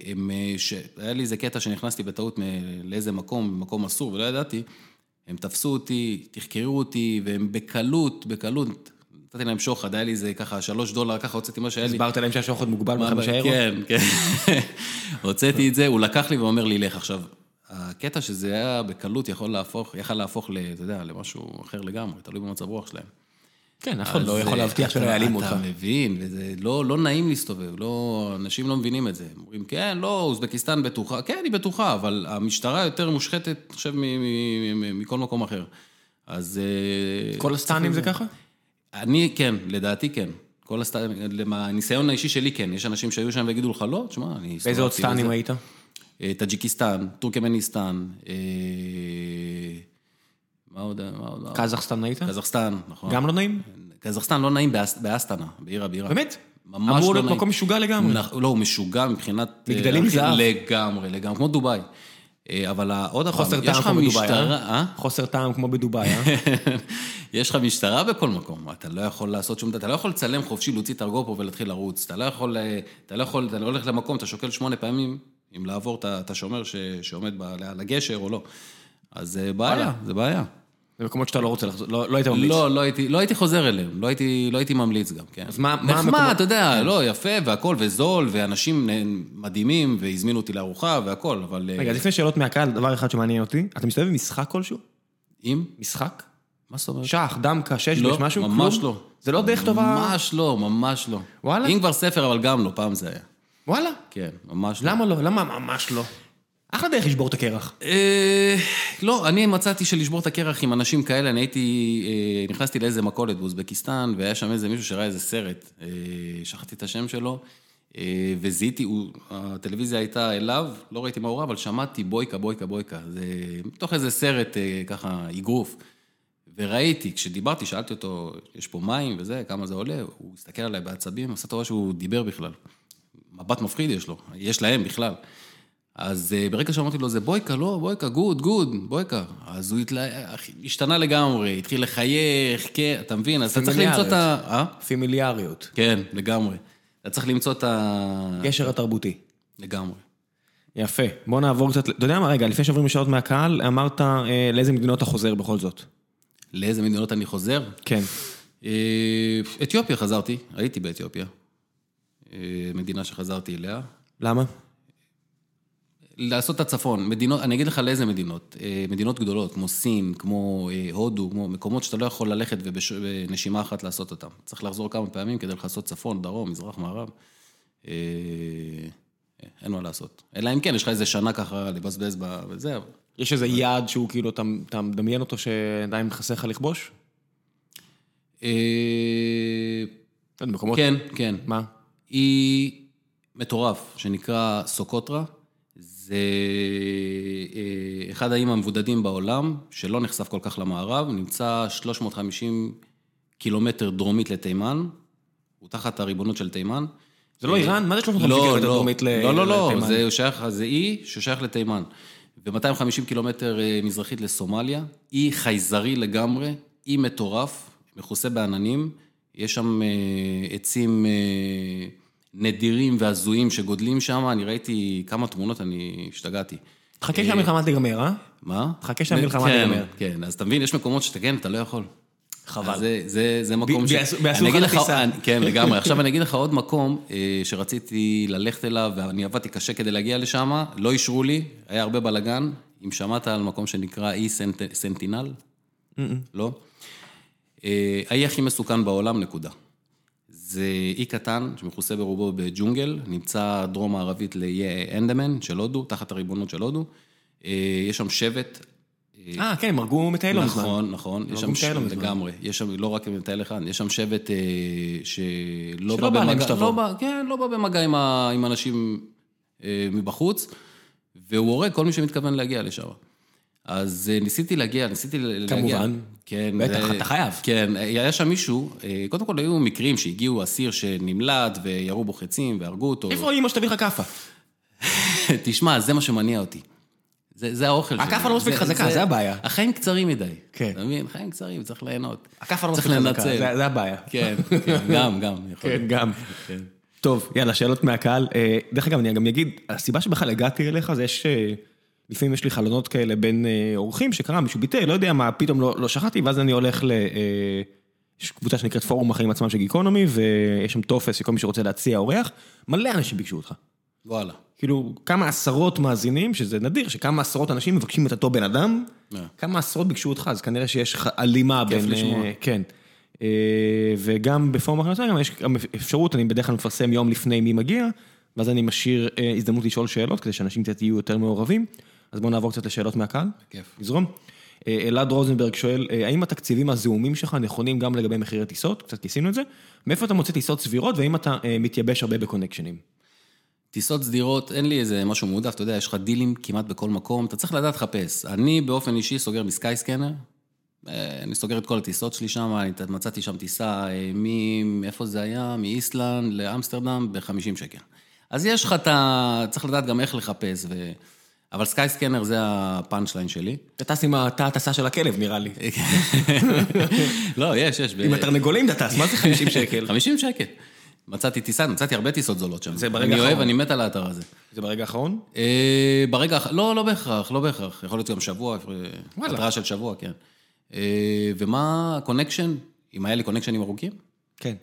Speaker 2: הם, אה, ש... היה לי איזה קטע שנכנסתי בטעות מ... לאיזה מקום, מקום אסור, ולא ידעתי. הם תפסו אותי, תחקרו אותי, והם בקלות, בקלות, נתתי להם שוחד, היה לי איזה ככה שלוש דולר, ככה הוצאתי מה שהיה לי.
Speaker 1: הסברת להם שהשוחד מוגבל בחמישה אירו?
Speaker 2: כן, כן. הוצאתי את זה, הוא לקח לי ואומר לי, לך עכשיו. הקטע שזה היה בקלות יכול להפוך, יכל להפוך, ל, אתה יודע, למשהו אחר לגמרי, תלוי במצב רוח שלהם.
Speaker 1: כן, נכון, לא
Speaker 2: אז,
Speaker 1: יכול
Speaker 2: אה,
Speaker 1: להבטיח שלא
Speaker 2: אתה-
Speaker 1: יעלימו אותך.
Speaker 2: אתה מבין, וזה לא, לא נעים להסתובב, לא, אנשים לא מבינים את זה. הם אומרים, כן, לא, אוזבקיסטן בטוחה, כן, היא בטוחה, אבל המשטרה יותר מושחתת, אני חושב, מ- מ- מ- מכל מקום אחר. אז... אה,
Speaker 1: כל הסטנים זה ככה?
Speaker 2: אני, כן, לדעתי כן. כל הסט... למה- הניסיון האישי שלי כן, יש אנשים שהיו שם ויגידו לך, לא, תשמע, אני...
Speaker 1: באיזה עוד
Speaker 2: הסתובבתי
Speaker 1: סטנים
Speaker 2: וזה."
Speaker 1: היית?
Speaker 2: אה, טאג'יקיסטן, טורקמניסטן, אה, מה עוד? מה עוד? מה עוד?
Speaker 1: קזחסטן היית?
Speaker 2: קזחסטן, נכון.
Speaker 1: גם לא נעים?
Speaker 2: קזחסטן לא נעים באס- באסטנה, בעיר הבירה.
Speaker 1: באמת?
Speaker 2: ממש לא נעים.
Speaker 1: אמור להיות מקום משוגע לגמרי.
Speaker 2: נכ- לא, הוא משוגע מבחינת... אה,
Speaker 1: מגדלים
Speaker 2: הכי-
Speaker 1: זהב.
Speaker 2: לגמרי, לגמרי, כמו דובאי. אה, אבל ה- עוד פעם,
Speaker 1: חוסר
Speaker 2: יש
Speaker 1: טעם
Speaker 2: לך
Speaker 1: כמו בדובאי,
Speaker 2: משטרה...
Speaker 1: אה?
Speaker 2: אה?
Speaker 1: חוסר טעם כמו בדובאי, אה?
Speaker 2: יש לך משטרה בכל מקום, אתה לא יכול לעשות שום דבר, אתה לא יכול לצלם חופשי, להוציא את הרגו פה ולהתחיל לרוץ. אתה לא יכול, אה, אתה לא יכול, אתה לא הולך למקום, אתה שוקל שמונה פעמים אם לעבור את ה- את השומר ש- שעומד ב- על הגשר או לא. אז זה בעיה,
Speaker 1: וואלה.
Speaker 2: זה בעיה.
Speaker 1: זה מקומות שאתה לא רוצה לחזור, לא לא היית ממליץ.
Speaker 2: לא, לא הייתי, לא הייתי חוזר אליהם, לא הייתי, לא הייתי ממליץ גם, כן.
Speaker 1: אז מה- מה
Speaker 2: נחמד,
Speaker 1: המקומות- כן.
Speaker 2: אתה יודע, לא, יפה והכל, וזול, ואנשים מדהימים, והזמינו אותי לארוחה והכל, אבל... אה,
Speaker 1: רגע, אז לפני שאלות מהקהל, דבר אחד שמעניין אותי, אתה מסתובב עם משחק כלשהו?
Speaker 2: אם?
Speaker 1: משחק?
Speaker 2: מה זאת אומרת?
Speaker 1: שח, דמקה, שש,
Speaker 2: לא,
Speaker 1: יש משהו?
Speaker 2: ממש
Speaker 1: כלום?
Speaker 2: לא.
Speaker 1: זה לא דרך טובה?
Speaker 2: ממש לא, ממש לא.
Speaker 1: וואלה?
Speaker 2: אם כבר ספר, אבל גם לא, פעם זה היה.
Speaker 1: וואלה.
Speaker 2: כן, ממש לא.
Speaker 1: למה לא? למה ממש לא? אחלה דרך לשבור את הקרח.
Speaker 2: אה, לא, אני מצאתי שלשבור את הקרח עם אנשים כאלה, אני הייתי, אה, נכנסתי לאיזה מכולת באוזבקיסטן, והיה שם איזה מישהו שראה איזה סרט, אה, שכחתי את השם שלו, אה, וזיהיתי, הוא- הטלוויזיה הייתה אליו, לא ראיתי מה הוא ראה, אבל שמעתי בויקה, בויקה, בויקה. זה מתוך איזה סרט, אה, ככה, אגרוף. וראיתי, כשדיברתי, שאלתי אותו, יש פה מים וזה, כמה זה עולה, הוא הסתכל עליי בעצבים, עשה טובה שהוא דיבר בכלל. מבט מפחיד יש לו, יש להם בכלל. אז אה, ברגע שאמרתי לו, זה בויקה, לא, בויקה, גוד, גוד, בויקה. אז הוא התלה... אחי, השתנה לגמרי, התחיל לחייך, כן, אתה מבין? אז אתה צריך למצוא את ה... אה?
Speaker 1: פמיליאריות.
Speaker 2: כן, לגמרי. אתה צריך למצוא את ה...
Speaker 1: גשר התרבותי.
Speaker 2: לגמרי.
Speaker 1: יפה. בוא נעבור קצת, אתה יודע מה, רגע, לפני שעוברים לשאלות מהקהל, אמרת אה, לאיזה מדינות אתה חוזר בכל זאת.
Speaker 2: לאיזה מדינות אני חוזר?
Speaker 1: כן.
Speaker 2: אה, אתיופיה חזרתי, הייתי באתיופיה. אה, מדינה שחזרתי אליה.
Speaker 1: למה?
Speaker 2: לעשות את הצפון, מדינות, אני אגיד לך לאיזה מדינות, אה, מדינות גדולות, כמו סין, כמו אה, הודו, כמו מקומות שאתה לא יכול ללכת ובנשימה אחת לעשות אותם. צריך לחזור כמה פעמים כדי לכסות צפון, דרום, מזרח, מערב. אה, אין מה לעשות. אלא אם כן, יש לך איזה שנה ככה לבזבז ב- וזה, אבל...
Speaker 1: יש איזה יעד שהוא כאילו, אתה- אתה מדמיין אותו שעדיין חסר לך לכבוש?
Speaker 2: אה,
Speaker 1: לא יודע, מקומות...
Speaker 2: כן, כן.
Speaker 1: מה?
Speaker 2: היא מטורף, שנקרא סוקוטרה. זה אה, אחד האיים המבודדים בעולם, שלא נחשף כל כך למערב, נמצא 350 קילומטר דרומית לתימן, הוא תחת הריבונות של תימן.
Speaker 1: זה לא איראן? מה זה 350
Speaker 2: לא,
Speaker 1: קילומטר
Speaker 2: לא.
Speaker 1: דרומית ל-
Speaker 2: לא, לא, לא,
Speaker 1: לתימן?
Speaker 2: זה שייך, זה אי ששייך לתימן. ו-250 קילומטר אה, מזרחית לסומליה, אי חייזרי לגמרי, אי מטורף, מכוסה בעננים, יש שם אה, עצים אה, נדירים והזויים שגודלים שם, אני ראיתי כמה תמונות, אני השתגעתי.
Speaker 1: תחכה שהמלחמה תיגמר, אה?
Speaker 2: מה?
Speaker 1: חכה שהמלחמה
Speaker 2: כן,
Speaker 1: תיגמר.
Speaker 2: כן, אז אתה מבין, יש מקומות שאתה כן, אתה לא יכול.
Speaker 1: חבל.
Speaker 2: אז זה, זה, זה מקום
Speaker 1: ב-
Speaker 2: ש...
Speaker 1: ביעשו- ביעשו
Speaker 2: אני
Speaker 1: לך
Speaker 2: אגיד לך-
Speaker 1: לטיסה.
Speaker 2: אני- כן, לגמרי. עכשיו אני אגיד לך עוד מקום אה, שרציתי ללכת אליו, ואני עבדתי קשה כדי להגיע לשם, לא אישרו לי, היה הרבה בלאגן. אם שמעת על מקום שנקרא אי סנט- סנטינל? לא? אה, האי הכי מסוכן בעולם, נקודה. זה אי קטן שמכוסה ברובו בג'ונגל, נמצא דרום מערבית לאיי אנדמן של הודו, תחת הריבונות של הודו. אה, יש שם שבט
Speaker 1: אה, כן, הם הרגו מטייל לא מזמן.
Speaker 2: נכון, נכון. יש שם
Speaker 1: הרגו
Speaker 2: ש...
Speaker 1: מטייל לא מזמן.
Speaker 2: לגמרי. יש שם, לא רק מטייל אחד, יש שם שבט אה, שלא
Speaker 1: שלא בא להם שתבוא.
Speaker 2: לא בא, כן, לא בא במגע עם, ה... עם אנשים אה, מבחוץ, והוא הורג כל מי שמתכוון להגיע לשם. אז אה, ניסיתי להגיע, ניסיתי ל- להגיע.
Speaker 1: כמובן.
Speaker 2: כן.
Speaker 1: בטח,
Speaker 2: זה-
Speaker 1: אתה חייב.
Speaker 2: כן, אה, היה שם מישהו, אה, קודם כל היו מקרים שהגיעו אסיר שנמלט וירו בו חצים והרגו אותו.
Speaker 1: איפה אימא שתביא לך כאפה?
Speaker 2: תשמע, זה מה שמניע אותי. זה, זה האוכל שלי.
Speaker 1: הכאפה לא מספיק חזקה, זה הבעיה.
Speaker 2: החיים קצרים מדי.
Speaker 1: כן.
Speaker 2: אתה מבין? החיים קצרים, צריך ליהנות.
Speaker 1: הכאפה לא
Speaker 2: צריך
Speaker 1: מספיק חזקה,
Speaker 2: לנצל.
Speaker 1: זה- זה הבעיה.
Speaker 2: כן, כן, גם, גם. יכול
Speaker 1: כן,
Speaker 2: להיות.
Speaker 1: גם. טוב, יאללה, שאלות מהקהל. אה, דרך אגב, אני גם אגיד, הסיבה שבכלל הגעתי אליך זה יש... אה, לפעמים יש לי חלונות כאלה בין אה, אורחים שקרה, מישהו ביטל, לא יודע מה, פתאום לא, לא שכחתי, ואז אני הולך ל... אה, יש קבוצה שנקראת פורום החיים עצמם של גיקונומי, ויש שם טופס שכל מי שרוצה להציע אורח, מלא אנשים ביקשו אותך.
Speaker 2: וואלה.
Speaker 1: כאילו, כמה עשרות מאזינים, שזה נדיר, שכמה עשרות אנשים מבקשים את אותו בן אדם,
Speaker 2: אה.
Speaker 1: כמה עשרות ביקשו אותך, אז כנראה שיש ח- הלימה בין...
Speaker 2: לשמוע.
Speaker 1: אה, כן. אה, וגם בפורום הכנסה, גם יש גם אפשרות, אני בדרך כלל מפרסם יום לפני מי מגיע, ואז אני משאיר אה, הזדמנות לשאול שאלות, כדי שאנשים קצת יהיו יותר מעורבים. אז בואו נעבור קצת לשאלות מהקהל.
Speaker 2: כיף.
Speaker 1: נזרום. אה, אלעד רוזנברג שואל, אה, האם התקציבים הזעומים שלך נכונים גם לגבי מחירי טיסות? קצת כיסינו את זה. מאיפה אתה מוצא טיסות סבירות, והאם אתה אה, מתייבש הרבה בקונקשנים?
Speaker 2: טיסות סדירות, אין לי איזה משהו מועדף, אתה יודע, יש לך דילים כמעט בכל מקום, אתה צריך לדעת לחפש. אני באופן אישי סוגר מסקייסקנר, אה, אני סוגר את כל הטיסות שלי שם, אני ת- מצאתי שם טיסה אה, מ... איפה זה היה? מאיסלנד לאמסטרדם ב-50 שקל. אז יש לך את ה... צריך לדעת גם איך לחפש, ו... אבל סקייסקנר זה הפאנצ' ליין שלי.
Speaker 1: אתה טס עם התא הטסה של הכלב, נראה לי.
Speaker 2: לא, יש, יש. ב-
Speaker 1: עם התרנגולים אתה טס, מה זה 50 שקל?
Speaker 2: 50 שקל. מצאתי טיסה, מצאתי הרבה טיסות זולות שם.
Speaker 1: זה ברגע
Speaker 2: אני אוהב,
Speaker 1: האחרון.
Speaker 2: אני מת על האתר הזה.
Speaker 1: זה ברגע האחרון?
Speaker 2: אה, ברגע, האח- לא, לא בהכרח, לא בהכרח. יכול להיות גם שבוע, אה,
Speaker 1: וואלה.
Speaker 2: התראה של שבוע, כן. אה, ומה הקונקשן? אם היה לי קונקשנים ארוכים?
Speaker 1: כן.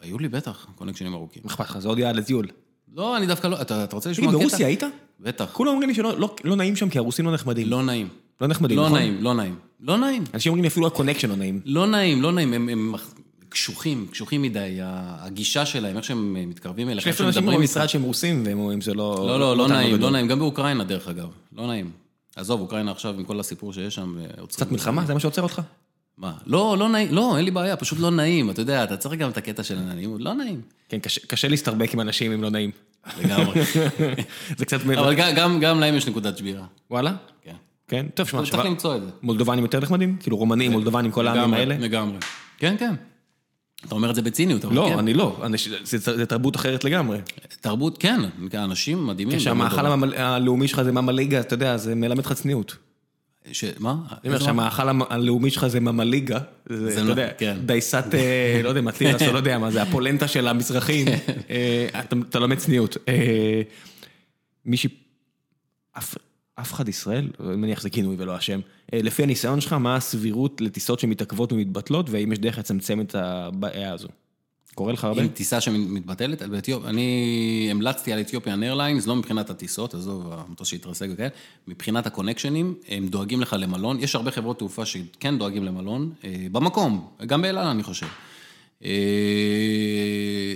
Speaker 2: היו לי בטח קונקשנים ארוכים.
Speaker 1: מה אכפת לך, זה עוד יעד לטיול.
Speaker 2: לא, אני דווקא לא, אתה, אתה רוצה לשמוע
Speaker 1: תגיד,
Speaker 2: קטע?
Speaker 1: ברוסיה היית?
Speaker 2: בטח.
Speaker 1: כולם אומרים לי שלא לא- לא נעים שם כי הרוסים לא נחמדים.
Speaker 2: לא נעים.
Speaker 1: לא נחמדים,
Speaker 2: לא
Speaker 1: נכון?
Speaker 2: נעים, לא נעים. לא נעים.
Speaker 1: אנשים אומרים לי אפילו הקונקשן לא נעים.
Speaker 2: לא נעים, לא נעים. הם, הם מח- קשוחים, קשוחים מדי. ה- הגישה שלהם, איך שהם אה, מתקרבים אליך, איך
Speaker 1: יש
Speaker 2: שהם
Speaker 1: אנשים
Speaker 2: מדברים איתך.
Speaker 1: במשרד שהם רוסים והם אומרים זה לא...
Speaker 2: לא, לא, לא
Speaker 1: טעם
Speaker 2: נעים,
Speaker 1: גדול.
Speaker 2: לא נעים. גם באוקראינה, דרך אגב. לא נעים. עזוב, אוקראינה עכשיו, עם כל הסיפור שיש שם, אה, עוצרים.
Speaker 1: קצת מלחמה, זה מה שעוצר אותך?
Speaker 2: מה? לא, לא נעים, לא, אין לי בעיה, פשוט לא נעים. אתה יודע, אתה צריך גם את הקטע של הנעימות, לא נעים.
Speaker 1: כן, קשה- קשה להסתרבק עם אנשים אם לא נעים.
Speaker 2: לגמרי.
Speaker 1: זה קצת...
Speaker 2: אבל גם- גם- גם להם יש נקודת שבירה.
Speaker 1: וואלה?
Speaker 2: כן.
Speaker 1: כן, טוב, שמע,
Speaker 2: צריך
Speaker 1: שווה-
Speaker 2: למצוא את זה.
Speaker 1: מולדובנים יותר נחמדים? כאילו רומנים, מולדובנים, כל העמים
Speaker 2: לגמרי,
Speaker 1: האלה?
Speaker 2: לגמרי. כן, כן. אתה אומר את זה בציניות, אבל כן.
Speaker 1: לא, אני לא, אנשים- זה- זה זה תרבות אחרת לגמרי.
Speaker 2: תרבות, כן, אנשים מדהימים.
Speaker 1: כן, שהמאכל המל- הלאומי שלך זה ממליגה, אתה יודע, זה מלמד לך צניעות.
Speaker 2: ש... מה?
Speaker 1: אני אומר שהמאכל המ- הלאומי שלך זה ממליגה, זה,
Speaker 2: זה
Speaker 1: אתה
Speaker 2: לא-
Speaker 1: יודע,
Speaker 2: כן.
Speaker 1: דייסת, אה, לא יודע, מטירס או לא יודע מה, זה הפולנטה של המזרחים, אה, אתה- אתה לומד צניעות. אה, מישהי, אף- אף אחד ישראל, אני מניח זה כינוי ולא השם, אה, לפי הניסיון שלך, מה הסבירות לטיסות שמתעכבות ומתבטלות, והאם יש דרך לצמצם את הבעיה הזו? קורה לך הרבה?
Speaker 2: עם טיסה שמתבטלת, על אתיופ... אני המלצתי על אתיופיאן איירליינס, לא מבחינת הטיסות, עזוב, המטוס שהתרסק וכאלה, מבחינת הקונקשנים, הם דואגים לך למלון, יש הרבה חברות תעופה שכן דואגים למלון, אה, במקום, גם באלעל אני חושב. אה,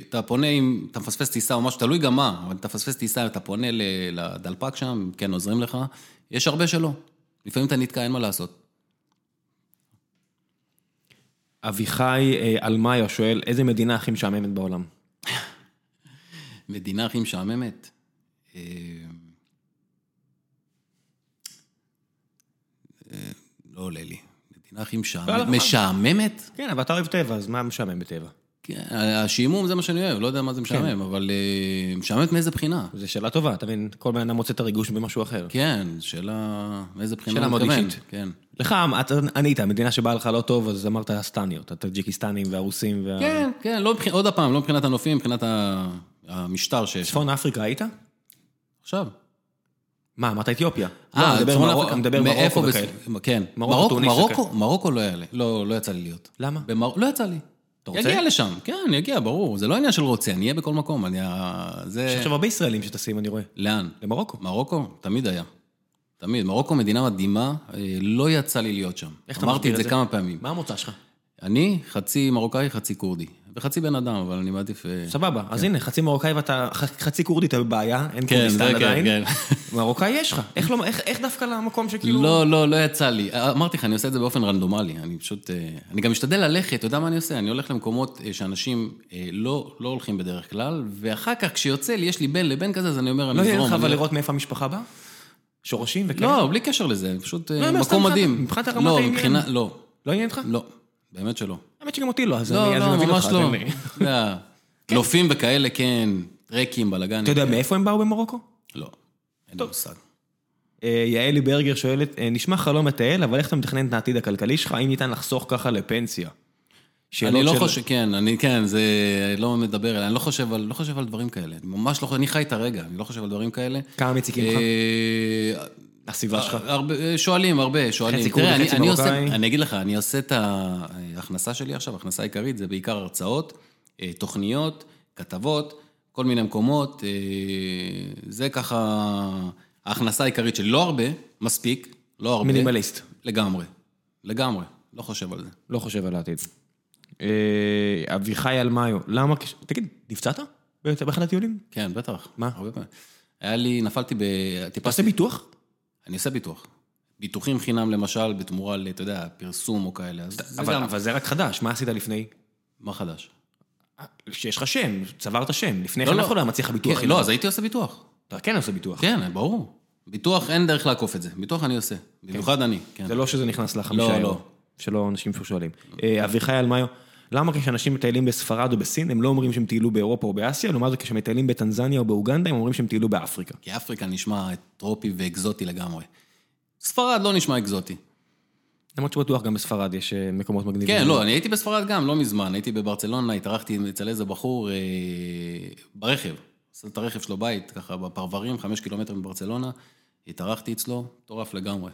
Speaker 2: אתה פונה עם, אתה מפספס טיסה או משהו, תלוי גם מה, אבל אתה מפספס טיסה, אתה פונה ל- לדלפק שם, הם כן עוזרים לך, יש הרבה שלא. לפעמים אתה נתקע, אין מה לעשות.
Speaker 1: אביחי אה, אלמאיו שואל, איזה מדינה הכי משעממת בעולם?
Speaker 2: מדינה הכי משעממת. אה, אה, לא עולה לי. מדינה הכי
Speaker 1: לא,
Speaker 2: משעממת.
Speaker 1: לא,
Speaker 2: משעממת?
Speaker 1: כן, אבל אתה אוהב טבע, אז מה משעמם בטבע?
Speaker 2: כן, השעמום זה מה שאני אוהב, לא יודע מה
Speaker 1: כן.
Speaker 2: זה משעמם, אבל אה, משעממת מאיזה בחינה?
Speaker 1: זו שאלה טובה, אתה מבין? כל בן אדם מוצא את הריגוש במשהו אחר.
Speaker 2: כן, שאלה... מאיזה בחינה
Speaker 1: שאלה
Speaker 2: הוא
Speaker 1: מאוד
Speaker 2: מתכוון,
Speaker 1: אישית.
Speaker 2: כן.
Speaker 1: לך, אתה ענית, מדינה שבאה לך לא טוב, אז אמרת הסטניות, הטאג'יקיסטנים והרוסים וה...
Speaker 2: כן, כן, לא מבחינת, עוד פעם, לא מבחינת הנופים, מבחינת ה- המשטר שיש.
Speaker 1: צפון אפריקה היית?
Speaker 2: עכשיו.
Speaker 1: מה, אמרת אתיופיה. לא,
Speaker 2: אה,
Speaker 1: אני מדבר
Speaker 2: צפון
Speaker 1: מרו-
Speaker 2: אפריקה.
Speaker 1: אני מדבר
Speaker 2: מאיפה
Speaker 1: מרוקו
Speaker 2: בס-
Speaker 1: וכאלה.
Speaker 2: כן.
Speaker 1: מרוקו,
Speaker 2: מרוקו,
Speaker 1: טוניס
Speaker 2: מרוקו, מרוקו לא יעלה. לא, לא יצא לי להיות.
Speaker 1: למה?
Speaker 2: במר... לא יצא לי. אתה
Speaker 1: רוצה?
Speaker 2: יגיע לשם, כן, אני אגיע, ברור. זה לא עניין של רוצה, אני אהיה בכל מקום. אני... ה-
Speaker 1: יש
Speaker 2: זה...
Speaker 1: עכשיו הרבה ישראלים שטסים, אני רואה.
Speaker 2: לאן?
Speaker 1: למרוקו.
Speaker 2: מרוקו? תמיד היה. תמיד. מרוקו מדינה מדהימה, אה, לא יצא לי להיות שם.
Speaker 1: איך אתה
Speaker 2: אמרתי
Speaker 1: מסביר
Speaker 2: את
Speaker 1: את זה?
Speaker 2: זה כמה פעמים.
Speaker 1: מה המוצא שלך?
Speaker 2: אני חצי מרוקאי, חצי כורדי. וחצי בן אדם, אבל אני מעדיף... אה,
Speaker 1: סבבה, אז הנה, חצי מרוקאי ואתה ח- חצי כורדי, אתה בבעיה, אין
Speaker 2: כן, זה
Speaker 1: כורדיסטן
Speaker 2: כן,
Speaker 1: עדיין.
Speaker 2: כן.
Speaker 1: מרוקאי יש לך. איך לא- איך- איך דווקא למקום שכאילו...
Speaker 2: לא, לא, לא יצא לי. אמרתי לך, אני עושה את זה באופן רנדומלי. אני פשוט... אה, אני גם משתדל ללכת, אתה יודע מה אני עושה? אני הולך למקומות אה, שאנשים אה, לא לא הולכים בדרך כלל, ואחר כך כשיוצא לי, יש לי בין לבין כזה, אז אני אומר,
Speaker 1: לא
Speaker 2: אני
Speaker 1: יהיה
Speaker 2: אזרום.
Speaker 1: לך אבל
Speaker 2: אני-
Speaker 1: לראות מאיפה המשפחה באה? שורשים וכאלה?
Speaker 2: לא, בלי קשר לזה, פשוט אה,
Speaker 1: לא, אני אומר, סתם
Speaker 2: מקום מדהים.
Speaker 1: מבחינת- מבחינת הרמת
Speaker 2: לא,
Speaker 1: העניין.
Speaker 2: מבחינה, לא,
Speaker 1: לא עניין אותך?
Speaker 2: לא, באמת שלא.
Speaker 1: האמת שגם אותי לא, אז
Speaker 2: לא,
Speaker 1: אני אז אני
Speaker 2: לא,
Speaker 1: מבין
Speaker 2: ממש
Speaker 1: אותך. אז
Speaker 2: לא.
Speaker 1: אין לי.
Speaker 2: אתה יודע, נופים וכאלה, כן, טרקים, בלאגנים.
Speaker 1: אתה יודע מאיפה הם באו במרוקו?
Speaker 2: לא, אין לי מושג.
Speaker 1: אה, יעלי ברגר שואלת, אה, נשמע חלום מטייל, אבל איך אתה מתכנן את העתיד הכלכלי שלך? האם ניתן לחסוך ככה לפנסיה? שאלות
Speaker 2: אני לא
Speaker 1: של-
Speaker 2: חושב, כן, אני, כן, זה לא מדבר אליי, אני לא חושב על, לא חושב על דברים כאלה. אני ממש לא חושב, אני חי את הרגע, אני לא חושב על דברים כאלה.
Speaker 1: כמה מציקים לך?
Speaker 2: אה,
Speaker 1: הסביבה שלך.
Speaker 2: הרבה- שואלים, הרבה, שואלים.
Speaker 1: חצי כורדי,
Speaker 2: תראה, אני-
Speaker 1: חצי
Speaker 2: אני עושה-
Speaker 1: מרוקאי.
Speaker 2: אני אגיד לך, אני עושה את ההכנסה שלי עכשיו, ההכנסה העיקרית, זה בעיקר הרצאות, אה, תוכניות, כתבות, כל מיני מקומות. אה, זה ככה ההכנסה העיקרית שלי. לא הרבה, מספיק, לא הרבה.
Speaker 1: מינימליסט.
Speaker 2: לגמרי, לגמרי, לא חושב על זה.
Speaker 1: לא חושב על העתיד. אה, אביחי אלמיו, למה... כש- תגיד, נפצעת? באת- באחד הטיולים?
Speaker 2: כן, בטח.
Speaker 1: מה?
Speaker 2: הרבה פעמים. היה לי, נפלתי ב...
Speaker 1: אתה עושה
Speaker 2: טיפסתי...
Speaker 1: ביטוח?
Speaker 2: אני עושה ביטוח. ביטוחים חינם למשל, בתמורה ל, אתה יודע, פרסום או כאלה. אז זה
Speaker 1: אבל
Speaker 2: גם...
Speaker 1: אבל זה רק חדש, מה עשית לפני?
Speaker 2: מה חדש?
Speaker 1: שיש לך שם, צברת שם. לפני
Speaker 2: לא,
Speaker 1: כן
Speaker 2: לא.
Speaker 1: אף אחד לא היה מציע לך ביטוח.
Speaker 2: כן, לא, אז הייתי עושה ביטוח.
Speaker 1: אתה כן עושה ביטוח.
Speaker 2: כן, ברור. ביטוח, אין דרך לעקוף את זה. ביטוח אני עושה. במיוחד אני, כן.
Speaker 1: זה לא שזה נכנס לחמישה
Speaker 2: לא,
Speaker 1: אירו.
Speaker 2: לא.
Speaker 1: שלא אנשים שוב שואלים. אה, אביחי אלמיו, למה כשאנשים מטיילים בספרד או בסין, הם לא אומרים שהם טיילו באירופה או באסיה, לעומת זאת כשמטיילים בטנזניה או באוגנדה, הם אומרים שהם טיילו באפריקה.
Speaker 2: כי אפריקה נשמע טרופי ואקזוטי לגמרי. ספרד לא נשמע אקזוטי.
Speaker 1: למרות שבטוח גם בספרד יש אה, מקומות מגניבים.
Speaker 2: כן, לא, אני הייתי בספרד גם, לא מזמן. הייתי בברצלונה, התארחתי עם- אצל איזה בחור אה, ברכב. עשה את הרכב שלו בית, ככה בפרברים, חמש קילומטר מברצלונה. התארחתי אצלו, מטורף לגמרי.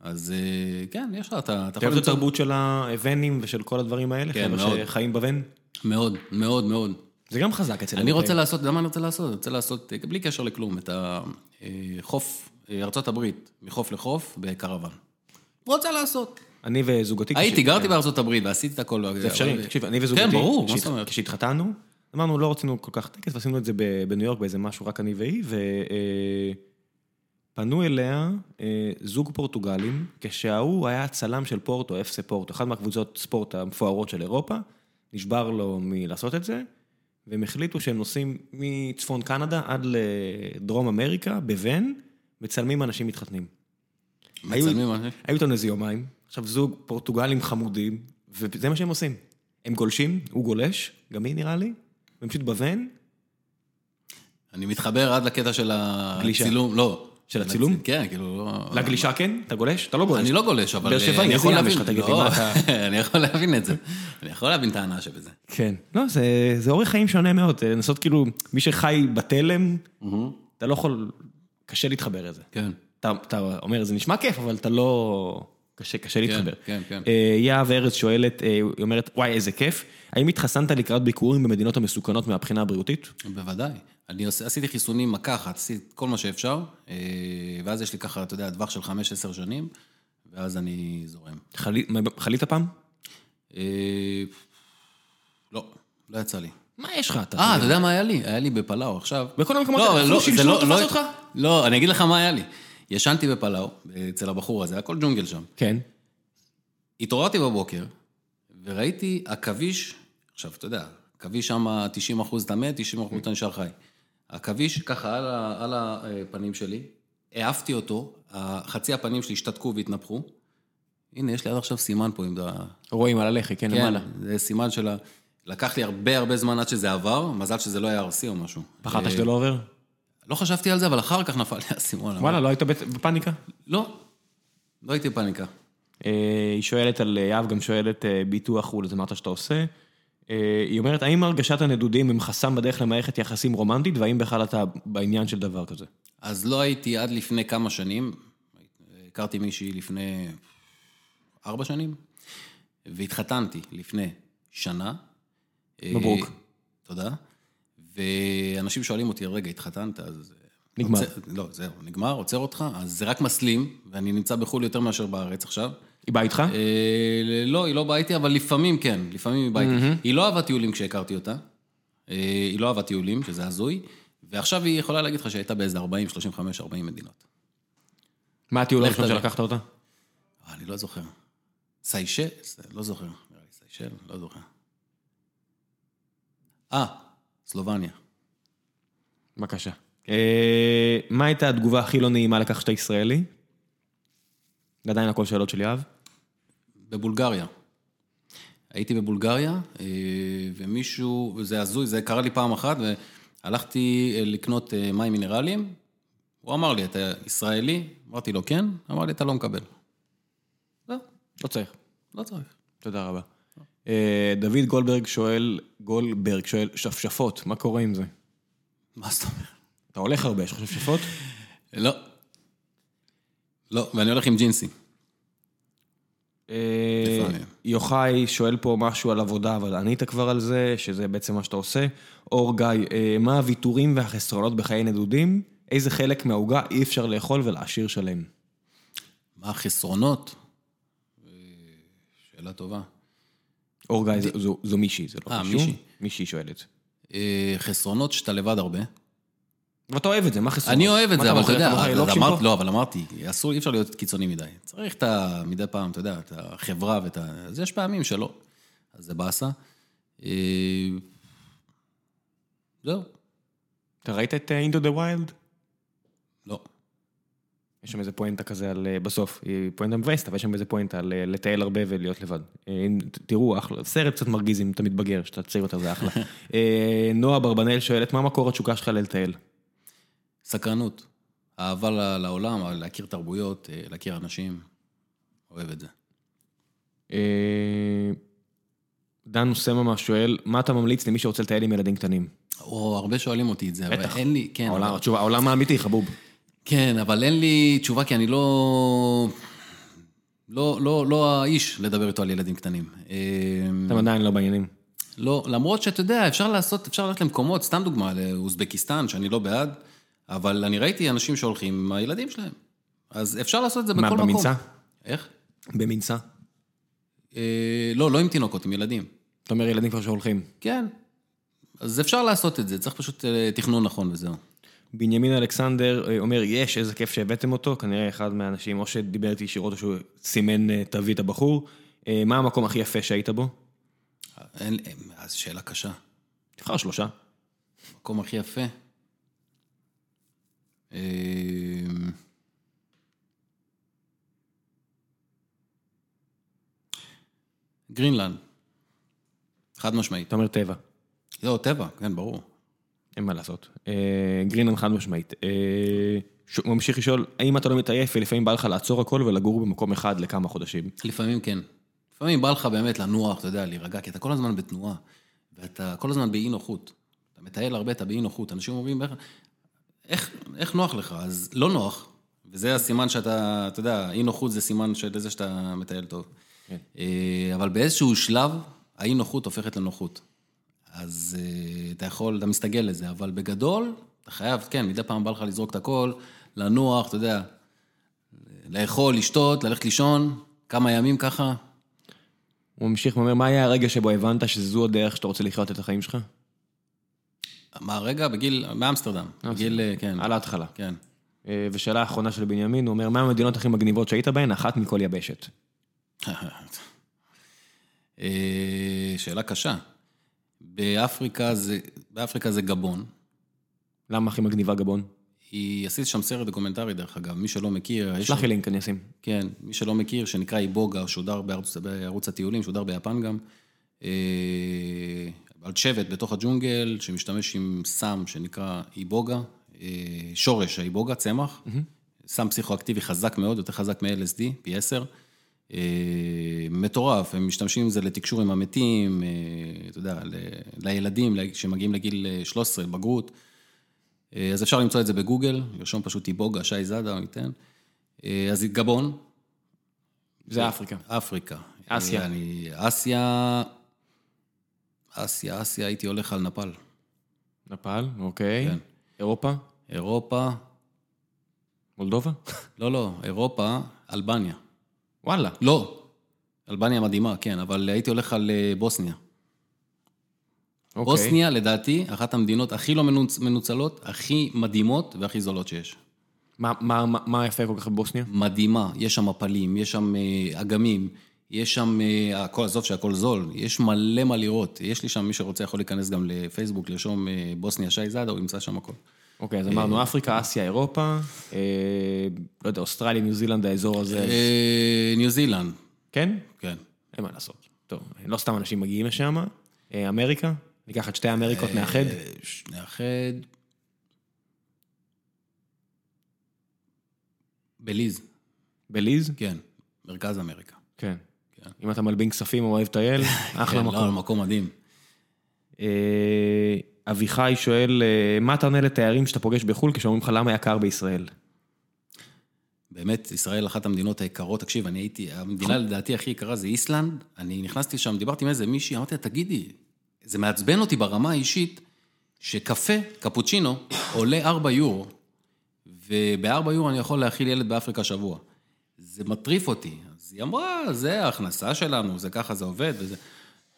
Speaker 2: אז אה, כן, יש לך, אתה אתה
Speaker 1: אתה
Speaker 2: יכול
Speaker 1: אוהב את
Speaker 2: למצוא...
Speaker 1: התרבות של הוונים ושל כל הדברים האלה?
Speaker 2: כן,
Speaker 1: חבר'ה
Speaker 2: מאוד.
Speaker 1: שחיים בוון?
Speaker 2: מאוד, מאוד, מאוד.
Speaker 1: זה גם חזק אצל... אוקיי.
Speaker 2: אני
Speaker 1: האירופאים.
Speaker 2: רוצה לעשות, אתה יודע מה אני רוצה לעשות? אני רוצה לעשות, אה, בלי קשר לכלום, את החוף, אה, ארצות הברית, מחוף לחוף, בקרוון. רוצה לעשות.
Speaker 1: אני וזוגתי...
Speaker 2: הייתי,
Speaker 1: כש-
Speaker 2: גרתי בארצות הברית ועשיתי את הכל.
Speaker 1: זה אפשרי, תקשיב, אני וזוגתי,
Speaker 2: לא, כן, ברור, מה
Speaker 1: כשהת-
Speaker 2: זאת אומרת?
Speaker 1: כשהתחתנו, אמרנו, לא רצינו כל כך טקס, ועשינו את זה ב- בניו יורק, באיזה משהו, רק אני והיא, ופנו אליה אה, זוג פורטוגלים, כשההוא היה צלם של פורטו, אפסה פורטו, אחת מהקבוצות ספורט המפוארות של אירופה, נשבר לו מלעשות את זה, והם החליטו שהם נוסעים מצפון קנדה עד לדרום אמריקה, בוון, מצלמים אנשים מתחתנים. היו-
Speaker 2: מצלמים מה-
Speaker 1: היו איתנו איזה יומיים, עכשיו זוג פורטוגלים חמודים, וזה מה שהם עושים. הם גולשים, הוא גולש, גם היא נראה לי, והם פשוט בוון,
Speaker 2: אני מתחבר עד לקטע של
Speaker 1: גלישה.
Speaker 2: הצילום, לא.
Speaker 1: של הצילום?
Speaker 2: כן, כאילו, לא...
Speaker 1: לגלישה כן, אתה גולש? אתה לא גולש.
Speaker 2: אני לא גולש, אבל
Speaker 1: באר
Speaker 2: אה,
Speaker 1: שבעי,
Speaker 2: אני
Speaker 1: איזה
Speaker 2: יכול
Speaker 1: ים יש
Speaker 2: להבין,
Speaker 1: לך, תגיד לי,
Speaker 2: לא,
Speaker 1: מה אתה-
Speaker 2: אני יכול להבין את זה. אני יכול להבין את ההנאה שבזה.
Speaker 1: כן. לא, זה, זה אורח חיים שונה מאוד, אה, לנסות כאילו, מי שחי בתלם, אתה לא יכול, קשה להתחבר לזה.
Speaker 2: כן.
Speaker 1: אתה, אתה אומר, זה נשמע כיף, אבל אתה לא... קשה, קשה להתחבר.
Speaker 2: כן, כן.
Speaker 1: אה, יהב ארז שואלת, אה, היא אומרת, וואי, איזה כיף. האם התחסנת לקראת ביקורים במדינות המסוכנות מהבחינה הבריאותית?
Speaker 2: בוודאי. אני עושה- עשיתי חיסונים מכה אחת, עשיתי כל מה שאפשר, אה, ואז יש לי ככה, אתה יודע, טווח של 5-10 שנים, ואז אני זורם.
Speaker 1: חלי- חלית פעם?
Speaker 2: אה, לא, לא יצא לי.
Speaker 1: מה יש לך אתה?
Speaker 2: אה, אתה יודע מה היה לי? היה לי בפלאו עכשיו.
Speaker 1: בכל המקומות האלה,
Speaker 2: לא, אבל
Speaker 1: אפילו שלשום
Speaker 2: זה
Speaker 1: תפס
Speaker 2: לא-
Speaker 1: אותך?
Speaker 2: לא, אני אגיד לך מה היה לי. ישנתי בפלאו, אצל הבחור הזה, הכל ג'ונגל שם.
Speaker 1: כן.
Speaker 2: התעוררתי בבוקר, וראיתי עכביש, עכשיו, אתה יודע, עכביש שם 90 אחוז אתה מת, 90 אחוז אתה נשאר חי. עכביש ככה על, ה- על הפנים שלי, העפתי אותו, חצי הפנים שלי השתתקו והתנפחו. הנה, יש לי עד עכשיו סימן פה עם ה...
Speaker 1: רואים על הלחי, כן,
Speaker 2: כן, זה סימן של ה... לקח לי הרבה הרבה זמן עד שזה עבר, מזל שזה לא היה ארסי או משהו.
Speaker 1: פחדת
Speaker 2: אה,
Speaker 1: שזה לא עובר?
Speaker 2: לא חשבתי על זה, אבל אחר כך נפל לי האסימון.
Speaker 1: וואלה, לא היית בט- בפאניקה?
Speaker 2: לא, לא הייתי בפאניקה.
Speaker 1: אה, היא שואלת על, יהב גם שואלת אה, ביטוח חו"ל, זה אמרת שאתה עושה. אה, היא אומרת, האם הרגשת הנדודים הם חסם בדרך למערכת יחסים רומנטית, והאם בכלל אתה בעניין של דבר כזה?
Speaker 2: אז לא הייתי עד לפני כמה שנים, הכרתי מישהי לפני ארבע שנים, והתחתנתי לפני שנה.
Speaker 1: מברוק.
Speaker 2: אה, תודה. ואנשים שואלים אותי, רגע, התחתנת, אז... אה,
Speaker 1: נגמר.
Speaker 2: עוצר- לא, זהו, נגמר, עוצר אותך, אז זה רק מסלים, ואני נמצא בחו"ל יותר מאשר בארץ עכשיו.
Speaker 1: היא באה איתך?
Speaker 2: אה, לא, היא לא באה איתי, אבל לפעמים כן, לפעמים היא באה איתי. היא לא אהבה טיולים כשהכרתי אותה. אה, היא לא אהבה טיולים, שזה הזוי. ועכשיו היא יכולה להגיד לך שהיא הייתה באיזה 40, 35, 40 מדינות.
Speaker 1: מה הטיול
Speaker 2: לך
Speaker 1: הראשון
Speaker 2: תדע.
Speaker 1: שלקחת אותה?
Speaker 2: אה, אני לא זוכר. סיישל? ס- לא זוכר. נראה לי סיישל? לא זוכר. אה, סלובניה.
Speaker 1: בבקשה. אה, מה הייתה התגובה הכי לא נעימה לכך שאתה ישראלי? ועדיין הכל שאלות של יהב.
Speaker 2: בבולגריה. הייתי בבולגריה, אה, ומישהו, זה הזוי, זה קרה לי פעם אחת, והלכתי אה, לקנות אה, מים מינרליים, הוא אמר לי, אתה ישראלי? אמרתי לו, כן? אמר לי, אתה לא מקבל. זהו,
Speaker 1: לא צריך.
Speaker 2: לא צריך.
Speaker 1: תודה רבה. אה, דוד גולדברג שואל, גולדברג שואל, שפשפות, מה קורה עם זה?
Speaker 2: מה זאת אומרת?
Speaker 1: אתה הולך הרבה, יש לך שפשפות?
Speaker 2: לא. לא, ואני הולך עם ג'ינסים.
Speaker 1: אה,
Speaker 2: לפעמים.
Speaker 1: יוחאי שואל פה משהו על עבודה, אבל ענית כבר על זה, שזה בעצם מה שאתה עושה. אור גיא, אה, מה הוויתורים והחסרונות בחיי נדודים? איזה חלק מהעוגה אי אפשר לאכול ולהשאיר שלם?
Speaker 2: מה החסרונות? אה, שאלה טובה.
Speaker 1: אור גיא, זו- זו- זו מישהי, זה לא
Speaker 2: אה,
Speaker 1: מישהו?
Speaker 2: מישהי.
Speaker 1: מישהי שואלת.
Speaker 2: אה, חסרונות שאתה לבד הרבה.
Speaker 1: ואתה אוהב את זה, מה חסרונות?
Speaker 2: אני אוהב את
Speaker 1: מה,
Speaker 2: זה, אבל אתה
Speaker 1: מחזיר את
Speaker 2: יודע,
Speaker 1: המוח
Speaker 2: אבל
Speaker 1: ללוקשים
Speaker 2: אמרת-
Speaker 1: פה?
Speaker 2: לא, אבל אמרתי, אסור, אי אפשר להיות קיצוני מדי. צריך את ה... מדי פעם, אתה יודע, את החברה ואת ה... אז יש פעמים שלא. אז זה באסה. אה, זהו,
Speaker 1: אתה ראית את אה, Into the Wild?
Speaker 2: לא.
Speaker 1: יש שם איזה פואנטה כזה על, אה, בסוף, היא פואנטה מבאסת, אבל יש שם איזה פואנטה על אה, לטייל הרבה ולהיות לבד. אה, אם ת- תראו, אחלה, סרט קצת מרגיז אם אתה מתבגר, כשאתה צעיר יותר זה אחלה. אה, נועה אברבנאל שואלת, מה מקור התשוקה שלך ללטייל?
Speaker 2: סקרנות. אהבה ל- לעולם, להכיר תרבויות, אה, להכיר אנשים. אוהב את זה.
Speaker 1: אה, דן סממה שואל, מה אתה ממליץ למי שרוצה לטייל עם ילדים קטנים?
Speaker 2: או, הרבה שואלים אותי את זה, אבל
Speaker 1: בטח.
Speaker 2: אין לי... כן,
Speaker 1: העולם,
Speaker 2: אבל-
Speaker 1: התשובה, העולם האמיתי, חבוב.
Speaker 2: כן, אבל אין לי תשובה, כי אני לא... לא, לא, לא האיש לדבר איתו על ילדים קטנים. אה,
Speaker 1: אתם עדיין לא בעניינים.
Speaker 2: לא, למרות שאתה יודע, אפשר לעשות, אפשר ללכת למקומות, סתם דוגמה, לאוזבקיסטן, שאני לא בעד, אבל אני ראיתי אנשים שהולכים עם הילדים שלהם. אז אפשר לעשות את זה בכל
Speaker 1: מה,
Speaker 2: מקום.
Speaker 1: במיצה?
Speaker 2: איך?
Speaker 1: במנסה.
Speaker 2: אה, לא, לא עם תינוקות, עם ילדים.
Speaker 1: אתה אומר ילדים כבר שהולכים.
Speaker 2: כן. אז אפשר לעשות את זה, צריך פשוט אה, תכנון נכון וזהו.
Speaker 1: בנימין אלכסנדר אה, אומר, יש, איזה כיף שהבאתם אותו, כנראה אחד מהאנשים, או שדיבר איתי ישירות או שהוא סימן אה, תביא את הבחור. אה, מה המקום הכי יפה שהיית בו?
Speaker 2: אין, אין, אז שאלה קשה.
Speaker 1: תבחר שלושה.
Speaker 2: המקום הכי יפה. אה, גרינלנד, חד משמעית.
Speaker 1: אתה אומר טבע,
Speaker 2: לא, טבע, כן, ברור.
Speaker 1: אין מה לעשות. אה, גרינלנד חד משמעית. אה, ש- הוא ממשיך לשאול, האם אתה לא מתעייף ולפעמים בא לך לעצור הכל ולגור במקום אחד לכמה חודשים?
Speaker 2: לפעמים כן. לפעמים בא לך באמת לנוח, אתה יודע, להירגע, כי אתה כל הזמן בתנועה, ואתה כל הזמן באי נוחות. אתה מטייל הרבה, אתה באי נוחות. אנשים אומרים, איך, איך, איך נוח לך? אז לא נוח, וזה הסימן שאתה, אתה יודע, אי נוחות זה סימן של זה שאתה מטייל טוב.
Speaker 1: כן.
Speaker 2: אה, אבל באיזשהו שלב, האי נוחות הופכת לנוחות. אז אה, אתה יכול, אתה מסתגל לזה, אבל בגדול, אתה חייב, כן, מדי פעם בא לך לזרוק את הכל, לנוח, אתה יודע, לאכול, לשתות, ללכת לישון, כמה ימים ככה.
Speaker 1: הוא ממשיך ואומר, מה היה הרגע שבו הבנת שזו הדרך שאתה רוצה לחיות את החיים שלך?
Speaker 2: מה, רגע, בגיל, מאמסטרדם. בגיל, אה, כן.
Speaker 1: על ההתחלה.
Speaker 2: כן.
Speaker 1: אה, ושאלה אחרונה של בנימין, הוא אומר, מה המדינות הכי מגניבות שהיית בהן? אחת מכל יבשת.
Speaker 2: אה, שאלה קשה. באפריקה זה, באפריקה זה גבון.
Speaker 1: למה הכי מגניבה גבון?
Speaker 2: היא עשית שם סרט דוקומנטרי, דרך אגב, מי שלא מכיר... יש-
Speaker 1: שלח לי לינק, אני אשים.
Speaker 2: כן, מי שלא מכיר, שנקרא איבוגה, שודר בערוץ, בערוץ הטיולים, שודר ביפן גם. אה, על שבט בתוך הג'ונגל, שמשתמש עם סם שנקרא איבוגה, אה, שורש האיבוגה, צמח, סם פסיכואקטיבי חזק מאוד, יותר חזק מ-LSD, פי 10. אה, מטורף, הם משתמשים עם זה לתקשור עם המתים, אה, אתה יודע, ל- לילדים ל- שמגיעים לגיל אה, 13, בגרות. אה, אז אפשר למצוא את זה בגוגל, לרשום פשוט איבוגה, שי זאדה, הוא ייתן. אה, אז גבון,
Speaker 1: זה אפריקה.
Speaker 2: אפריקה.
Speaker 1: אסיה.
Speaker 2: אה, אני, אסיה, אסיה, אסיה, הייתי הולך על נפאל.
Speaker 1: נפאל, אוקיי.
Speaker 2: כן.
Speaker 1: אירופה?
Speaker 2: אירופה,
Speaker 1: מולדובה? אוקיי.
Speaker 2: לא, לא, אירופה, אלבניה.
Speaker 1: וואלה.
Speaker 2: לא, אלבניה מדהימה, כן, אבל הייתי הולך על אה, בוסניה.
Speaker 1: אוקיי.
Speaker 2: בוסניה, לדעתי, אחת המדינות הכי לא מנוצ- מנוצלות, הכי מדהימות והכי זולות שיש.
Speaker 1: מה- מה- מה- מה יפה כל כך בבוסניה?
Speaker 2: מדהימה, יש שם מפלים, יש שם אה, אגמים, יש שם, אה, הכל, עזוב שהכל זול, יש מלא מה לראות. יש לי שם, מי שרוצה יכול להיכנס גם לפייסבוק, לרשום אה, בוסניה שי זאדה, הוא ימצא שם הכל.
Speaker 1: אוקיי, אז אמרנו אפריקה, אסיה, אירופה, אה, לא יודע, אוסטרליה, ניו זילנד, האזור הזה,
Speaker 2: אה, ניו זילנד,
Speaker 1: כן?
Speaker 2: כן.
Speaker 1: אין מה לעשות. טוב, לא סתם אנשים מגיעים לשם. אה, אמריקה, ניקח את שתי האמריקות, נאחד.
Speaker 2: אה, ש- נאחד. בליז,
Speaker 1: בליז?
Speaker 2: כן, מרכז אמריקה.
Speaker 1: כן.
Speaker 2: כן.
Speaker 1: אם אתה מלבין כספים או אוהב טייל, אחלה
Speaker 2: כן,
Speaker 1: מקום.
Speaker 2: לא, מקום מדהים.
Speaker 1: לא. אה, אביחי שואל, אה, מה אתה עונה לתיירים שאתה פוגש בחו"ל כשאומרים לך למה יקר בישראל?
Speaker 2: באמת, ישראל אחת המדינות היקרות. תקשיב, אני הייתי, המדינה
Speaker 1: נכון.
Speaker 2: לדעתי הכי יקרה זה איסלנד. אני נכנסתי שם, דיברתי עם איזה מישהי, אמרתי לה, תגידי, זה מעצבן אותי ברמה האישית, שקפה, קפוצ'ינו, עולה 4 יורו, וב-4 יורו אני יכול להאכיל ילד באפריקה שבוע. זה מטריף אותי. אז היא אמרה, זה ההכנסה שלנו, זה ככה זה עובד וזה...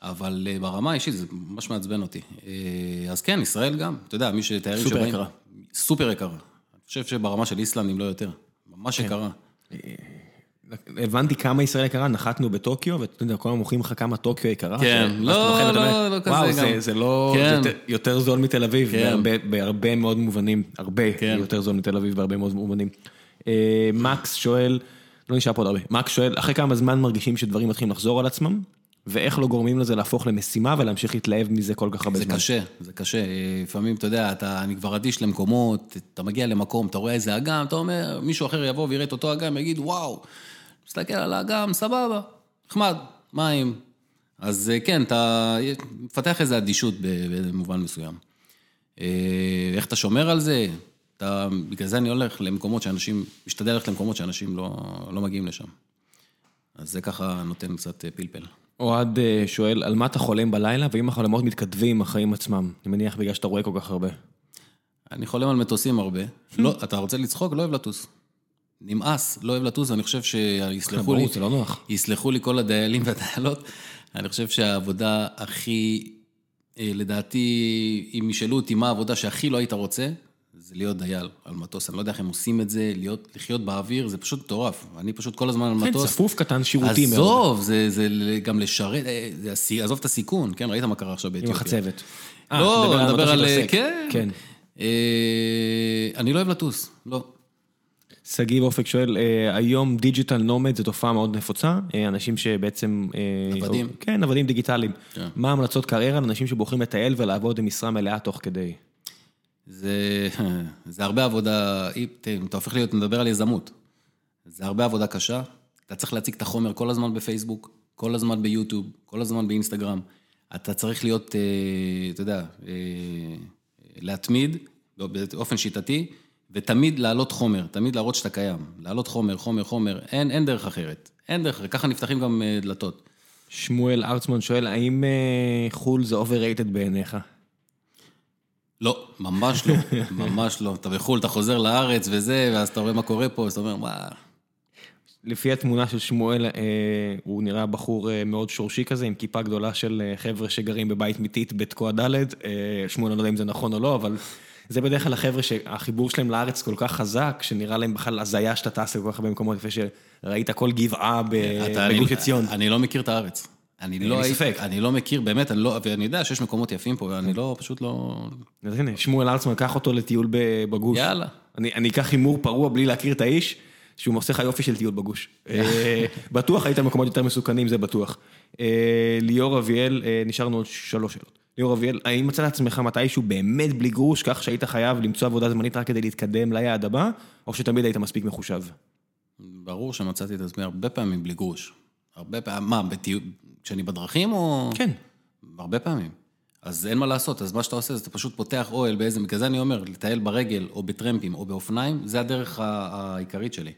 Speaker 2: אבל אה, ברמה האישית זה ממש מעצבן אותי. אה, אז כן, ישראל גם, אתה יודע, מי שתיירים
Speaker 1: סופר יקרה.
Speaker 2: סופר יקרה. אני חושב שברמה של איסלנד, אם לא יותר. ממש
Speaker 1: כן.
Speaker 2: יקרה.
Speaker 1: הבנתי כמה ישראל יקרה, נחתנו בטוקיו, ואתה יודע, כל הזמן מוכרים לך כמה טוקיו יקרה.
Speaker 2: כן,
Speaker 1: ואז
Speaker 2: לא,
Speaker 1: אתה נוחת, אתה
Speaker 2: לא,
Speaker 1: אומר,
Speaker 2: לא כזה
Speaker 1: וואו,
Speaker 2: גם.
Speaker 1: זה- זה לא...
Speaker 2: כן.
Speaker 1: זה יותר- יותר זול מתל אביב,
Speaker 2: כן.
Speaker 1: בהרבה- בהרבה מאוד מובנים, הרבה
Speaker 2: כן.
Speaker 1: יותר זול מתל אביב בהרבה מאוד מובנים. אה, מקס שואל, לא נשאר פה עוד הרבה, מקס שואל, אחרי כמה זמן מרגישים שדברים מתחילים לחזור על עצמם, ואיך לא גורמים לזה להפוך למשימה ולהמשיך להתלהב מזה כל כך הרבה
Speaker 2: זה
Speaker 1: זמן?
Speaker 2: קשה, זה קשה. אה, לפעמים, אתה יודע, אתה, אני כבר אדיש למקומות, אתה מגיע למקום, אתה רואה איזה אגם, אתה אומר, מישהו אחר יבוא ויראה את אותו אגם, יגיד, וואו, מסתכל על האגם, סבבה, נחמד, מים. אז אה, כן, אתה מפתח איזו אדישות ב- במובן מסוים. אה, איך אתה שומר על זה? אתה, בגלל זה אני הולך למקומות שאנשים, משתדל ללכת למקומות שאנשים לא, לא מגיעים לשם. אז זה ככה נותן קצת אה, פלפל.
Speaker 1: אוהד אה, שואל, על מה אתה חולם בלילה, ואם החלומות מתכתבים עם החיים עצמם? אני מניח בגלל שאתה רואה כל כך הרבה.
Speaker 2: אני חולם על מטוסים הרבה.
Speaker 1: Hmm.
Speaker 2: לא, אתה רוצה לצחוק? לא אוהב לטוס. נמאס, לא אוהב לטוס, אני חושב שיסלחו לי,
Speaker 1: ברור, זה לא נוח.
Speaker 2: יסלחו לי כל הדיילים והדיילות. אני חושב שהעבודה הכי, אה, לדעתי, אם ישאלו אותי מה העבודה שהכי לא היית רוצה, זה להיות דייל על מטוס. אני לא יודע איך הם עושים את זה, להיות, לחיות באוויר, זה פשוט מטורף. אני פשוט כל הזמן על
Speaker 1: כן,
Speaker 2: מטוס.
Speaker 1: צפוף קטן שירותי מאוד,
Speaker 2: עזוב, זה, זה גם לשרת, אה, זה הסי- עזוב את הסיכון, כן, ראית מה קרה עכשיו
Speaker 1: עם
Speaker 2: באתיופיה.
Speaker 1: החצבת. אה,
Speaker 2: לא,
Speaker 1: אתה
Speaker 2: אני מדבר
Speaker 1: המטוס
Speaker 2: על...
Speaker 1: שהתרסק.
Speaker 2: כן.
Speaker 1: כן.
Speaker 2: אה, אני לא אוהב לטוס, לא.
Speaker 1: שגיב אופק שואל, אה, היום דיג'יטל נומד זו תופעה מאוד נפוצה, אה, אנשים שבעצם... אה,
Speaker 2: עבדים.
Speaker 1: או- כן, עבדים דיגיטליים.
Speaker 2: כן.
Speaker 1: מה ההמלצות קריירה לאנשים שבוחרים לטייל ולעבוד עם משרה מלאה תוך כדי?
Speaker 2: זה, זה הרבה עבודה, אם- תראה, אם אתה הופך להיות, מדבר על יזמות. זה הרבה עבודה קשה, אתה צריך להציג את החומר כל הזמן בפייסבוק, כל הזמן ביוטיוב, כל הזמן באינסטגרם. אתה צריך להיות, אה, אתה יודע, אה, להתמיד לא, באופן שיטתי, ותמיד להעלות חומר, תמיד להראות שאתה קיים. להעלות חומר, חומר, חומר, אין, אין דרך אחרת. אין דרך, ככה נפתחים גם אה, דלתות.
Speaker 1: שמואל ארצמן שואל, האם אה, חו"ל זה overrated בעיניך?
Speaker 2: לא, ממש לא, ממש לא. אתה בחו"ל, אתה חוזר לארץ וזה, ואז אתה רואה מה קורה פה, אז אתה אומר, מה...
Speaker 1: לפי התמונה של שמואל, אה, הוא נראה בחור אה, מאוד שורשי כזה, עם כיפה גדולה של אה, חבר'ה שגרים בבית מיתית בתקוע ד', אה, שמואל, אני לא יודע אם זה נכון או לא, אבל זה בדרך כלל החבר'ה שהחיבור שלהם לארץ כל כך חזק, שנראה להם בכלל הזיה שאתה טס לכל כך הרבה מקומות, לפני שראית כל גבעה ב-
Speaker 2: אתה-
Speaker 1: אה, בגוש
Speaker 2: אני-
Speaker 1: עציון.
Speaker 2: אני לא מכיר את הארץ. אני לא...
Speaker 1: לי
Speaker 2: הייתי-
Speaker 1: ספק.
Speaker 2: אני לא מכיר, באמת, אני לא... ואני יודע שיש מקומות יפים פה, ואני לא, פשוט לא...
Speaker 1: אז הנה, שמואל ארצמן, קח אותו לטיול ב- בגוש.
Speaker 2: יאללה.
Speaker 1: אני אני אקח הימור פרוע בלי להכיר את האיש, שהוא עושה לך יופי של טיול בגוש. אה, בטוח היית במקומות יותר מסוכנים, זה בטוח. אה, ליאור אביאל, אה, נשארנו עוד שלוש שאלות. ליאור אביאל, האם מצא לעצמך מתישהו באמת בלי גרוש, כך שהיית חייב למצוא עבודה זמנית רק כדי להתקדם ליעד הבא, או שתמיד היית מספיק מחושב?
Speaker 2: ברור שמצאתי את עצמי הרבה פעמים בלי גרוש. הרבה פעמים... מה, בטיול... כשאני בדרכים או...
Speaker 1: כן.
Speaker 2: הרבה פעמים. אז אין מה לעשות, אז מה שאתה עושה זה אתה פשוט פותח אוהל באיזה, בגלל זה אני אומר, לטייל ברגל או בטרמפים או באופניים, זה הדרך ה- העיקרית שלי.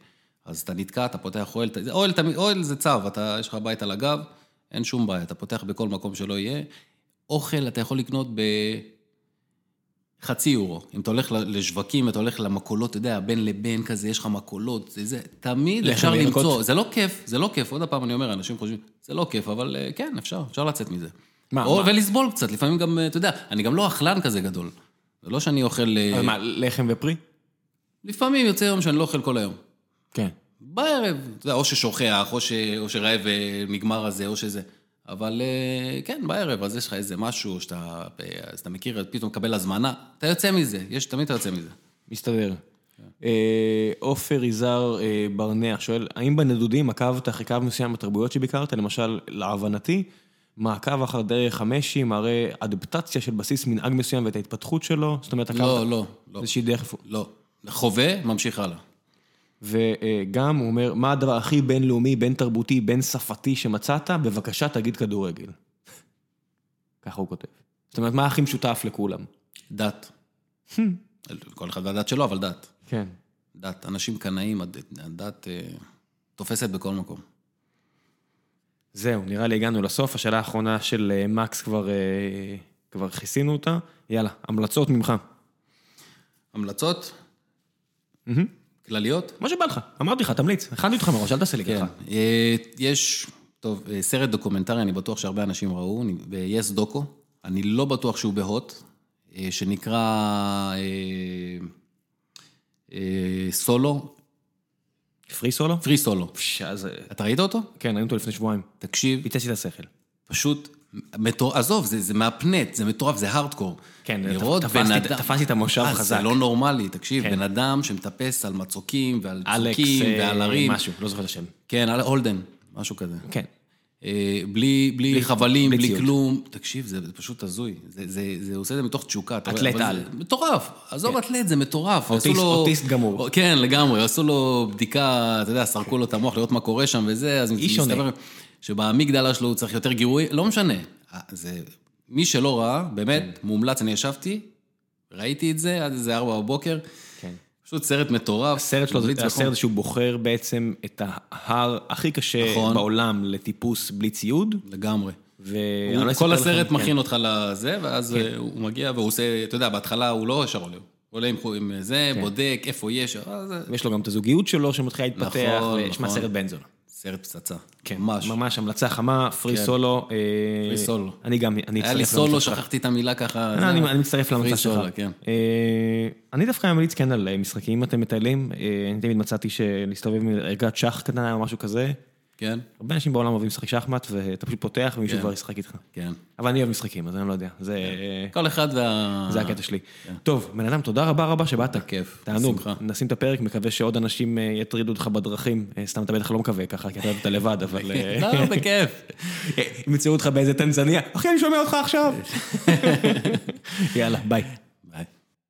Speaker 2: אז אתה נתקע, אתה פותח אוהל, אתה- זה- אוהל, תמיד- אוהל זה צו, אתה, יש לך בית על הגב, אין שום בעיה, אתה פותח בכל מקום שלא יהיה. אוכל אתה יכול לקנות בחצי יורו. אם אתה הולך ל- לשווקים, אתה הולך למכולות, אתה יודע, בין לבין כזה, יש לך מכולות, זה, זה תמיד
Speaker 1: לחם
Speaker 2: אפשר
Speaker 1: וירקות.
Speaker 2: למצוא, זה לא כיף, זה לא כיף, עוד פעם אני אומר, אנשים חושבים, זה לא כיף, אבל אה, כן, אפשר, אפשר לצאת מזה.
Speaker 1: מה,
Speaker 2: או,
Speaker 1: מה?
Speaker 2: ולסבול קצת, לפעמים גם, אה, אתה יודע, אני גם לא אכלן כזה גדול. זה לא שאני אוכל... אה,
Speaker 1: אז מה, לחם ופרי?
Speaker 2: לפעמים יוצא יום שאני לא אוכל כל היום.
Speaker 1: כן.
Speaker 2: בערב, אתה יודע, או ששוכח, או, ש... או שרעב אה, נגמר הזה, או שזה. אבל אה, כן, בערב, אז יש לך איזה משהו, שאתה, אה, אז אתה מכיר, אז פתאום מקבל הזמנה, אתה יוצא מזה, יש, תמיד אתה יוצא מזה.
Speaker 1: מסתבר. אה, עופר יזהר אה, ברנע שואל, האם בנדודים עקבת אחרי קו מסוים בתרבויות שביקרת? למשל, להבנתי, מעקב אחר דרך המשי מראה אדפטציה של בסיס מנהג מסוים ואת ההתפתחות שלו, זאת אומרת, עקבת
Speaker 2: לא, לא, לא,
Speaker 1: איזושהי דרך...
Speaker 2: לא. חווה, ממשיך הלאה.
Speaker 1: וגם אה, הוא אומר, מה הדבר הכי בינלאומי, בין תרבותי, בין שפתי שמצאת? בבקשה תגיד כדורגל. ככה הוא כותב. זאת אומרת, מה הכי משותף לכולם?
Speaker 2: דת. כל אחד והדת שלו, אבל דת.
Speaker 1: כן.
Speaker 2: דת. אנשים קנאים, הד- הדת אה, תופסת בכל מקום.
Speaker 1: זהו, נראה לי הגענו לסוף. השאלה האחרונה של אה, מקס כבר, אה, כבר כיסינו אותה. יאללה, המלצות ממך.
Speaker 2: המלצות? כלליות?
Speaker 1: מה שבא לך, אמרתי לך, תמליץ. הכנתי אותך מראש, אל תעשה לי
Speaker 2: כן.
Speaker 1: ככה.
Speaker 2: אה, יש, טוב, אה, סרט דוקומנטרי, אני בטוח שהרבה אנשים ראו, אני- ב-yes דוקו, אני לא בטוח שהוא בהוט, אה, שנקרא אה, אה, סולו,
Speaker 1: פרי סולו?
Speaker 2: פרי סולו.
Speaker 1: אז...
Speaker 2: אתה ראית אותו?
Speaker 1: לא? כן, ראינו אותו לפני שבועיים.
Speaker 2: תקשיב,
Speaker 1: פיצץ לי את השכל.
Speaker 2: פשוט, מטור... עזוב, זה, זה מהפנט, זה מטורף, זה הארדקור.
Speaker 1: כן,
Speaker 2: לראות
Speaker 1: תפסתי-
Speaker 2: בן אדם-
Speaker 1: תפסתי את המושב
Speaker 2: אה,
Speaker 1: חזק.
Speaker 2: זה לא נורמלי, תקשיב,
Speaker 1: כן.
Speaker 2: בן אדם שמטפס על מצוקים ועל
Speaker 1: אלכס,
Speaker 2: צוקים
Speaker 1: אה,
Speaker 2: ועל הרים.
Speaker 1: משהו, לא זוכר את השם.
Speaker 2: כן, על הולדן, משהו כזה.
Speaker 1: כן.
Speaker 2: אה, בלי, בלי, חבלים,
Speaker 1: בלי
Speaker 2: בלי,
Speaker 1: ציוד.
Speaker 2: כלום. תקשיב, זה, זה פשוט הזוי. זה, זה, זה עושה את זה מתוך תשוקה. אתה רואה,
Speaker 1: אתלט
Speaker 2: אבל זה-
Speaker 1: על. כן.
Speaker 2: מטורף. עזוב אתלט, זה מטורף.
Speaker 1: אוטיסט-
Speaker 2: עשו לו-
Speaker 1: אוטיסט גמור.
Speaker 2: כן, לגמרי. עשו לו בדיקה, אתה יודע, סרקו לו את המוח לראות מה קורה שם וזה, אז
Speaker 1: איש שונה.
Speaker 2: שבאמיגדלה שלו הוא צריך יותר גירוי, לא משנה. אה, זה, מי שלא ראה, באמת,
Speaker 1: כן.
Speaker 2: מומלץ, אני ישבתי, ראיתי את זה עד איזה ארבע בבוקר.
Speaker 1: כן.
Speaker 2: פשוט סרט מטורף.
Speaker 1: הסרט שלו זה
Speaker 2: ממליץ נכון. בחום.
Speaker 1: הסרט שהוא בוחר בעצם את ההר הכי קשה
Speaker 2: נכון.
Speaker 1: בעולם לטיפוס בלי ציוד.
Speaker 2: לגמרי.
Speaker 1: ואני לא
Speaker 2: הוא- כל
Speaker 1: אספר
Speaker 2: הסרט
Speaker 1: לכם, כן.
Speaker 2: מכין אותך לזה, ואז אה, הוא מגיע והוא עושה, אתה יודע, בהתחלה הוא לא ישר עולה. הוא עולה עם חו- עם אה, זה, בודק איפה יש, אה, זה-
Speaker 1: כן. ויש לו גם את הזוגיות שלו שמתחילה להתפתח,
Speaker 2: נכון,
Speaker 1: וישמע
Speaker 2: נכון.
Speaker 1: סרט בן זונה.
Speaker 2: סרט פצצה.
Speaker 1: כן,
Speaker 2: ממש.
Speaker 1: ממש המלצה חמה, פרי
Speaker 2: כן.
Speaker 1: סולו. אה,
Speaker 2: פרי סולו.
Speaker 1: אני גם, אני
Speaker 2: היה לי
Speaker 1: אצטרף
Speaker 2: סולו,
Speaker 1: להמלצה שלך.
Speaker 2: שכחתי את המילה ככה.
Speaker 1: לא,
Speaker 2: זה-
Speaker 1: אני אני מצטרף
Speaker 2: פרי
Speaker 1: להמלצה שלך.
Speaker 2: סולו, כן.
Speaker 1: אה, אני דווקא ממליץ כן על אה, משחקים אם אתם מטיילים. אה, אני תמיד מצאתי שלהסתובב עם ערגת שח קטנה או משהו כזה.
Speaker 2: כן,
Speaker 1: הרבה אנשים בעולם אוהבים לשחק שחמט, ואתה פשוט פותח ומישהו
Speaker 2: כן.
Speaker 1: כבר ישחק איתך.
Speaker 2: כן.
Speaker 1: אבל אני אוהב משחקים, אז אני לא יודע. זה... אה,
Speaker 2: כל אחד וה...
Speaker 1: זה הקטע שלי. טוב, בן אדם, תודה רבה רבה שבאת.
Speaker 2: בכיף,
Speaker 1: תענוג.
Speaker 2: כן. בשמחה.
Speaker 1: נשים את הפרק, מקווה שעוד אנשים אה, יטרידו אותך בדרכים. אה, סתם, אתה בטח לא מקווה ככה, כי אתה אוהב אותה לבד, אבל... אה,
Speaker 2: לא, בכיף.
Speaker 1: ימצאו אותך באיזה טנזניה. אחי, אני שומע אותך עכשיו. יאללה, ביי.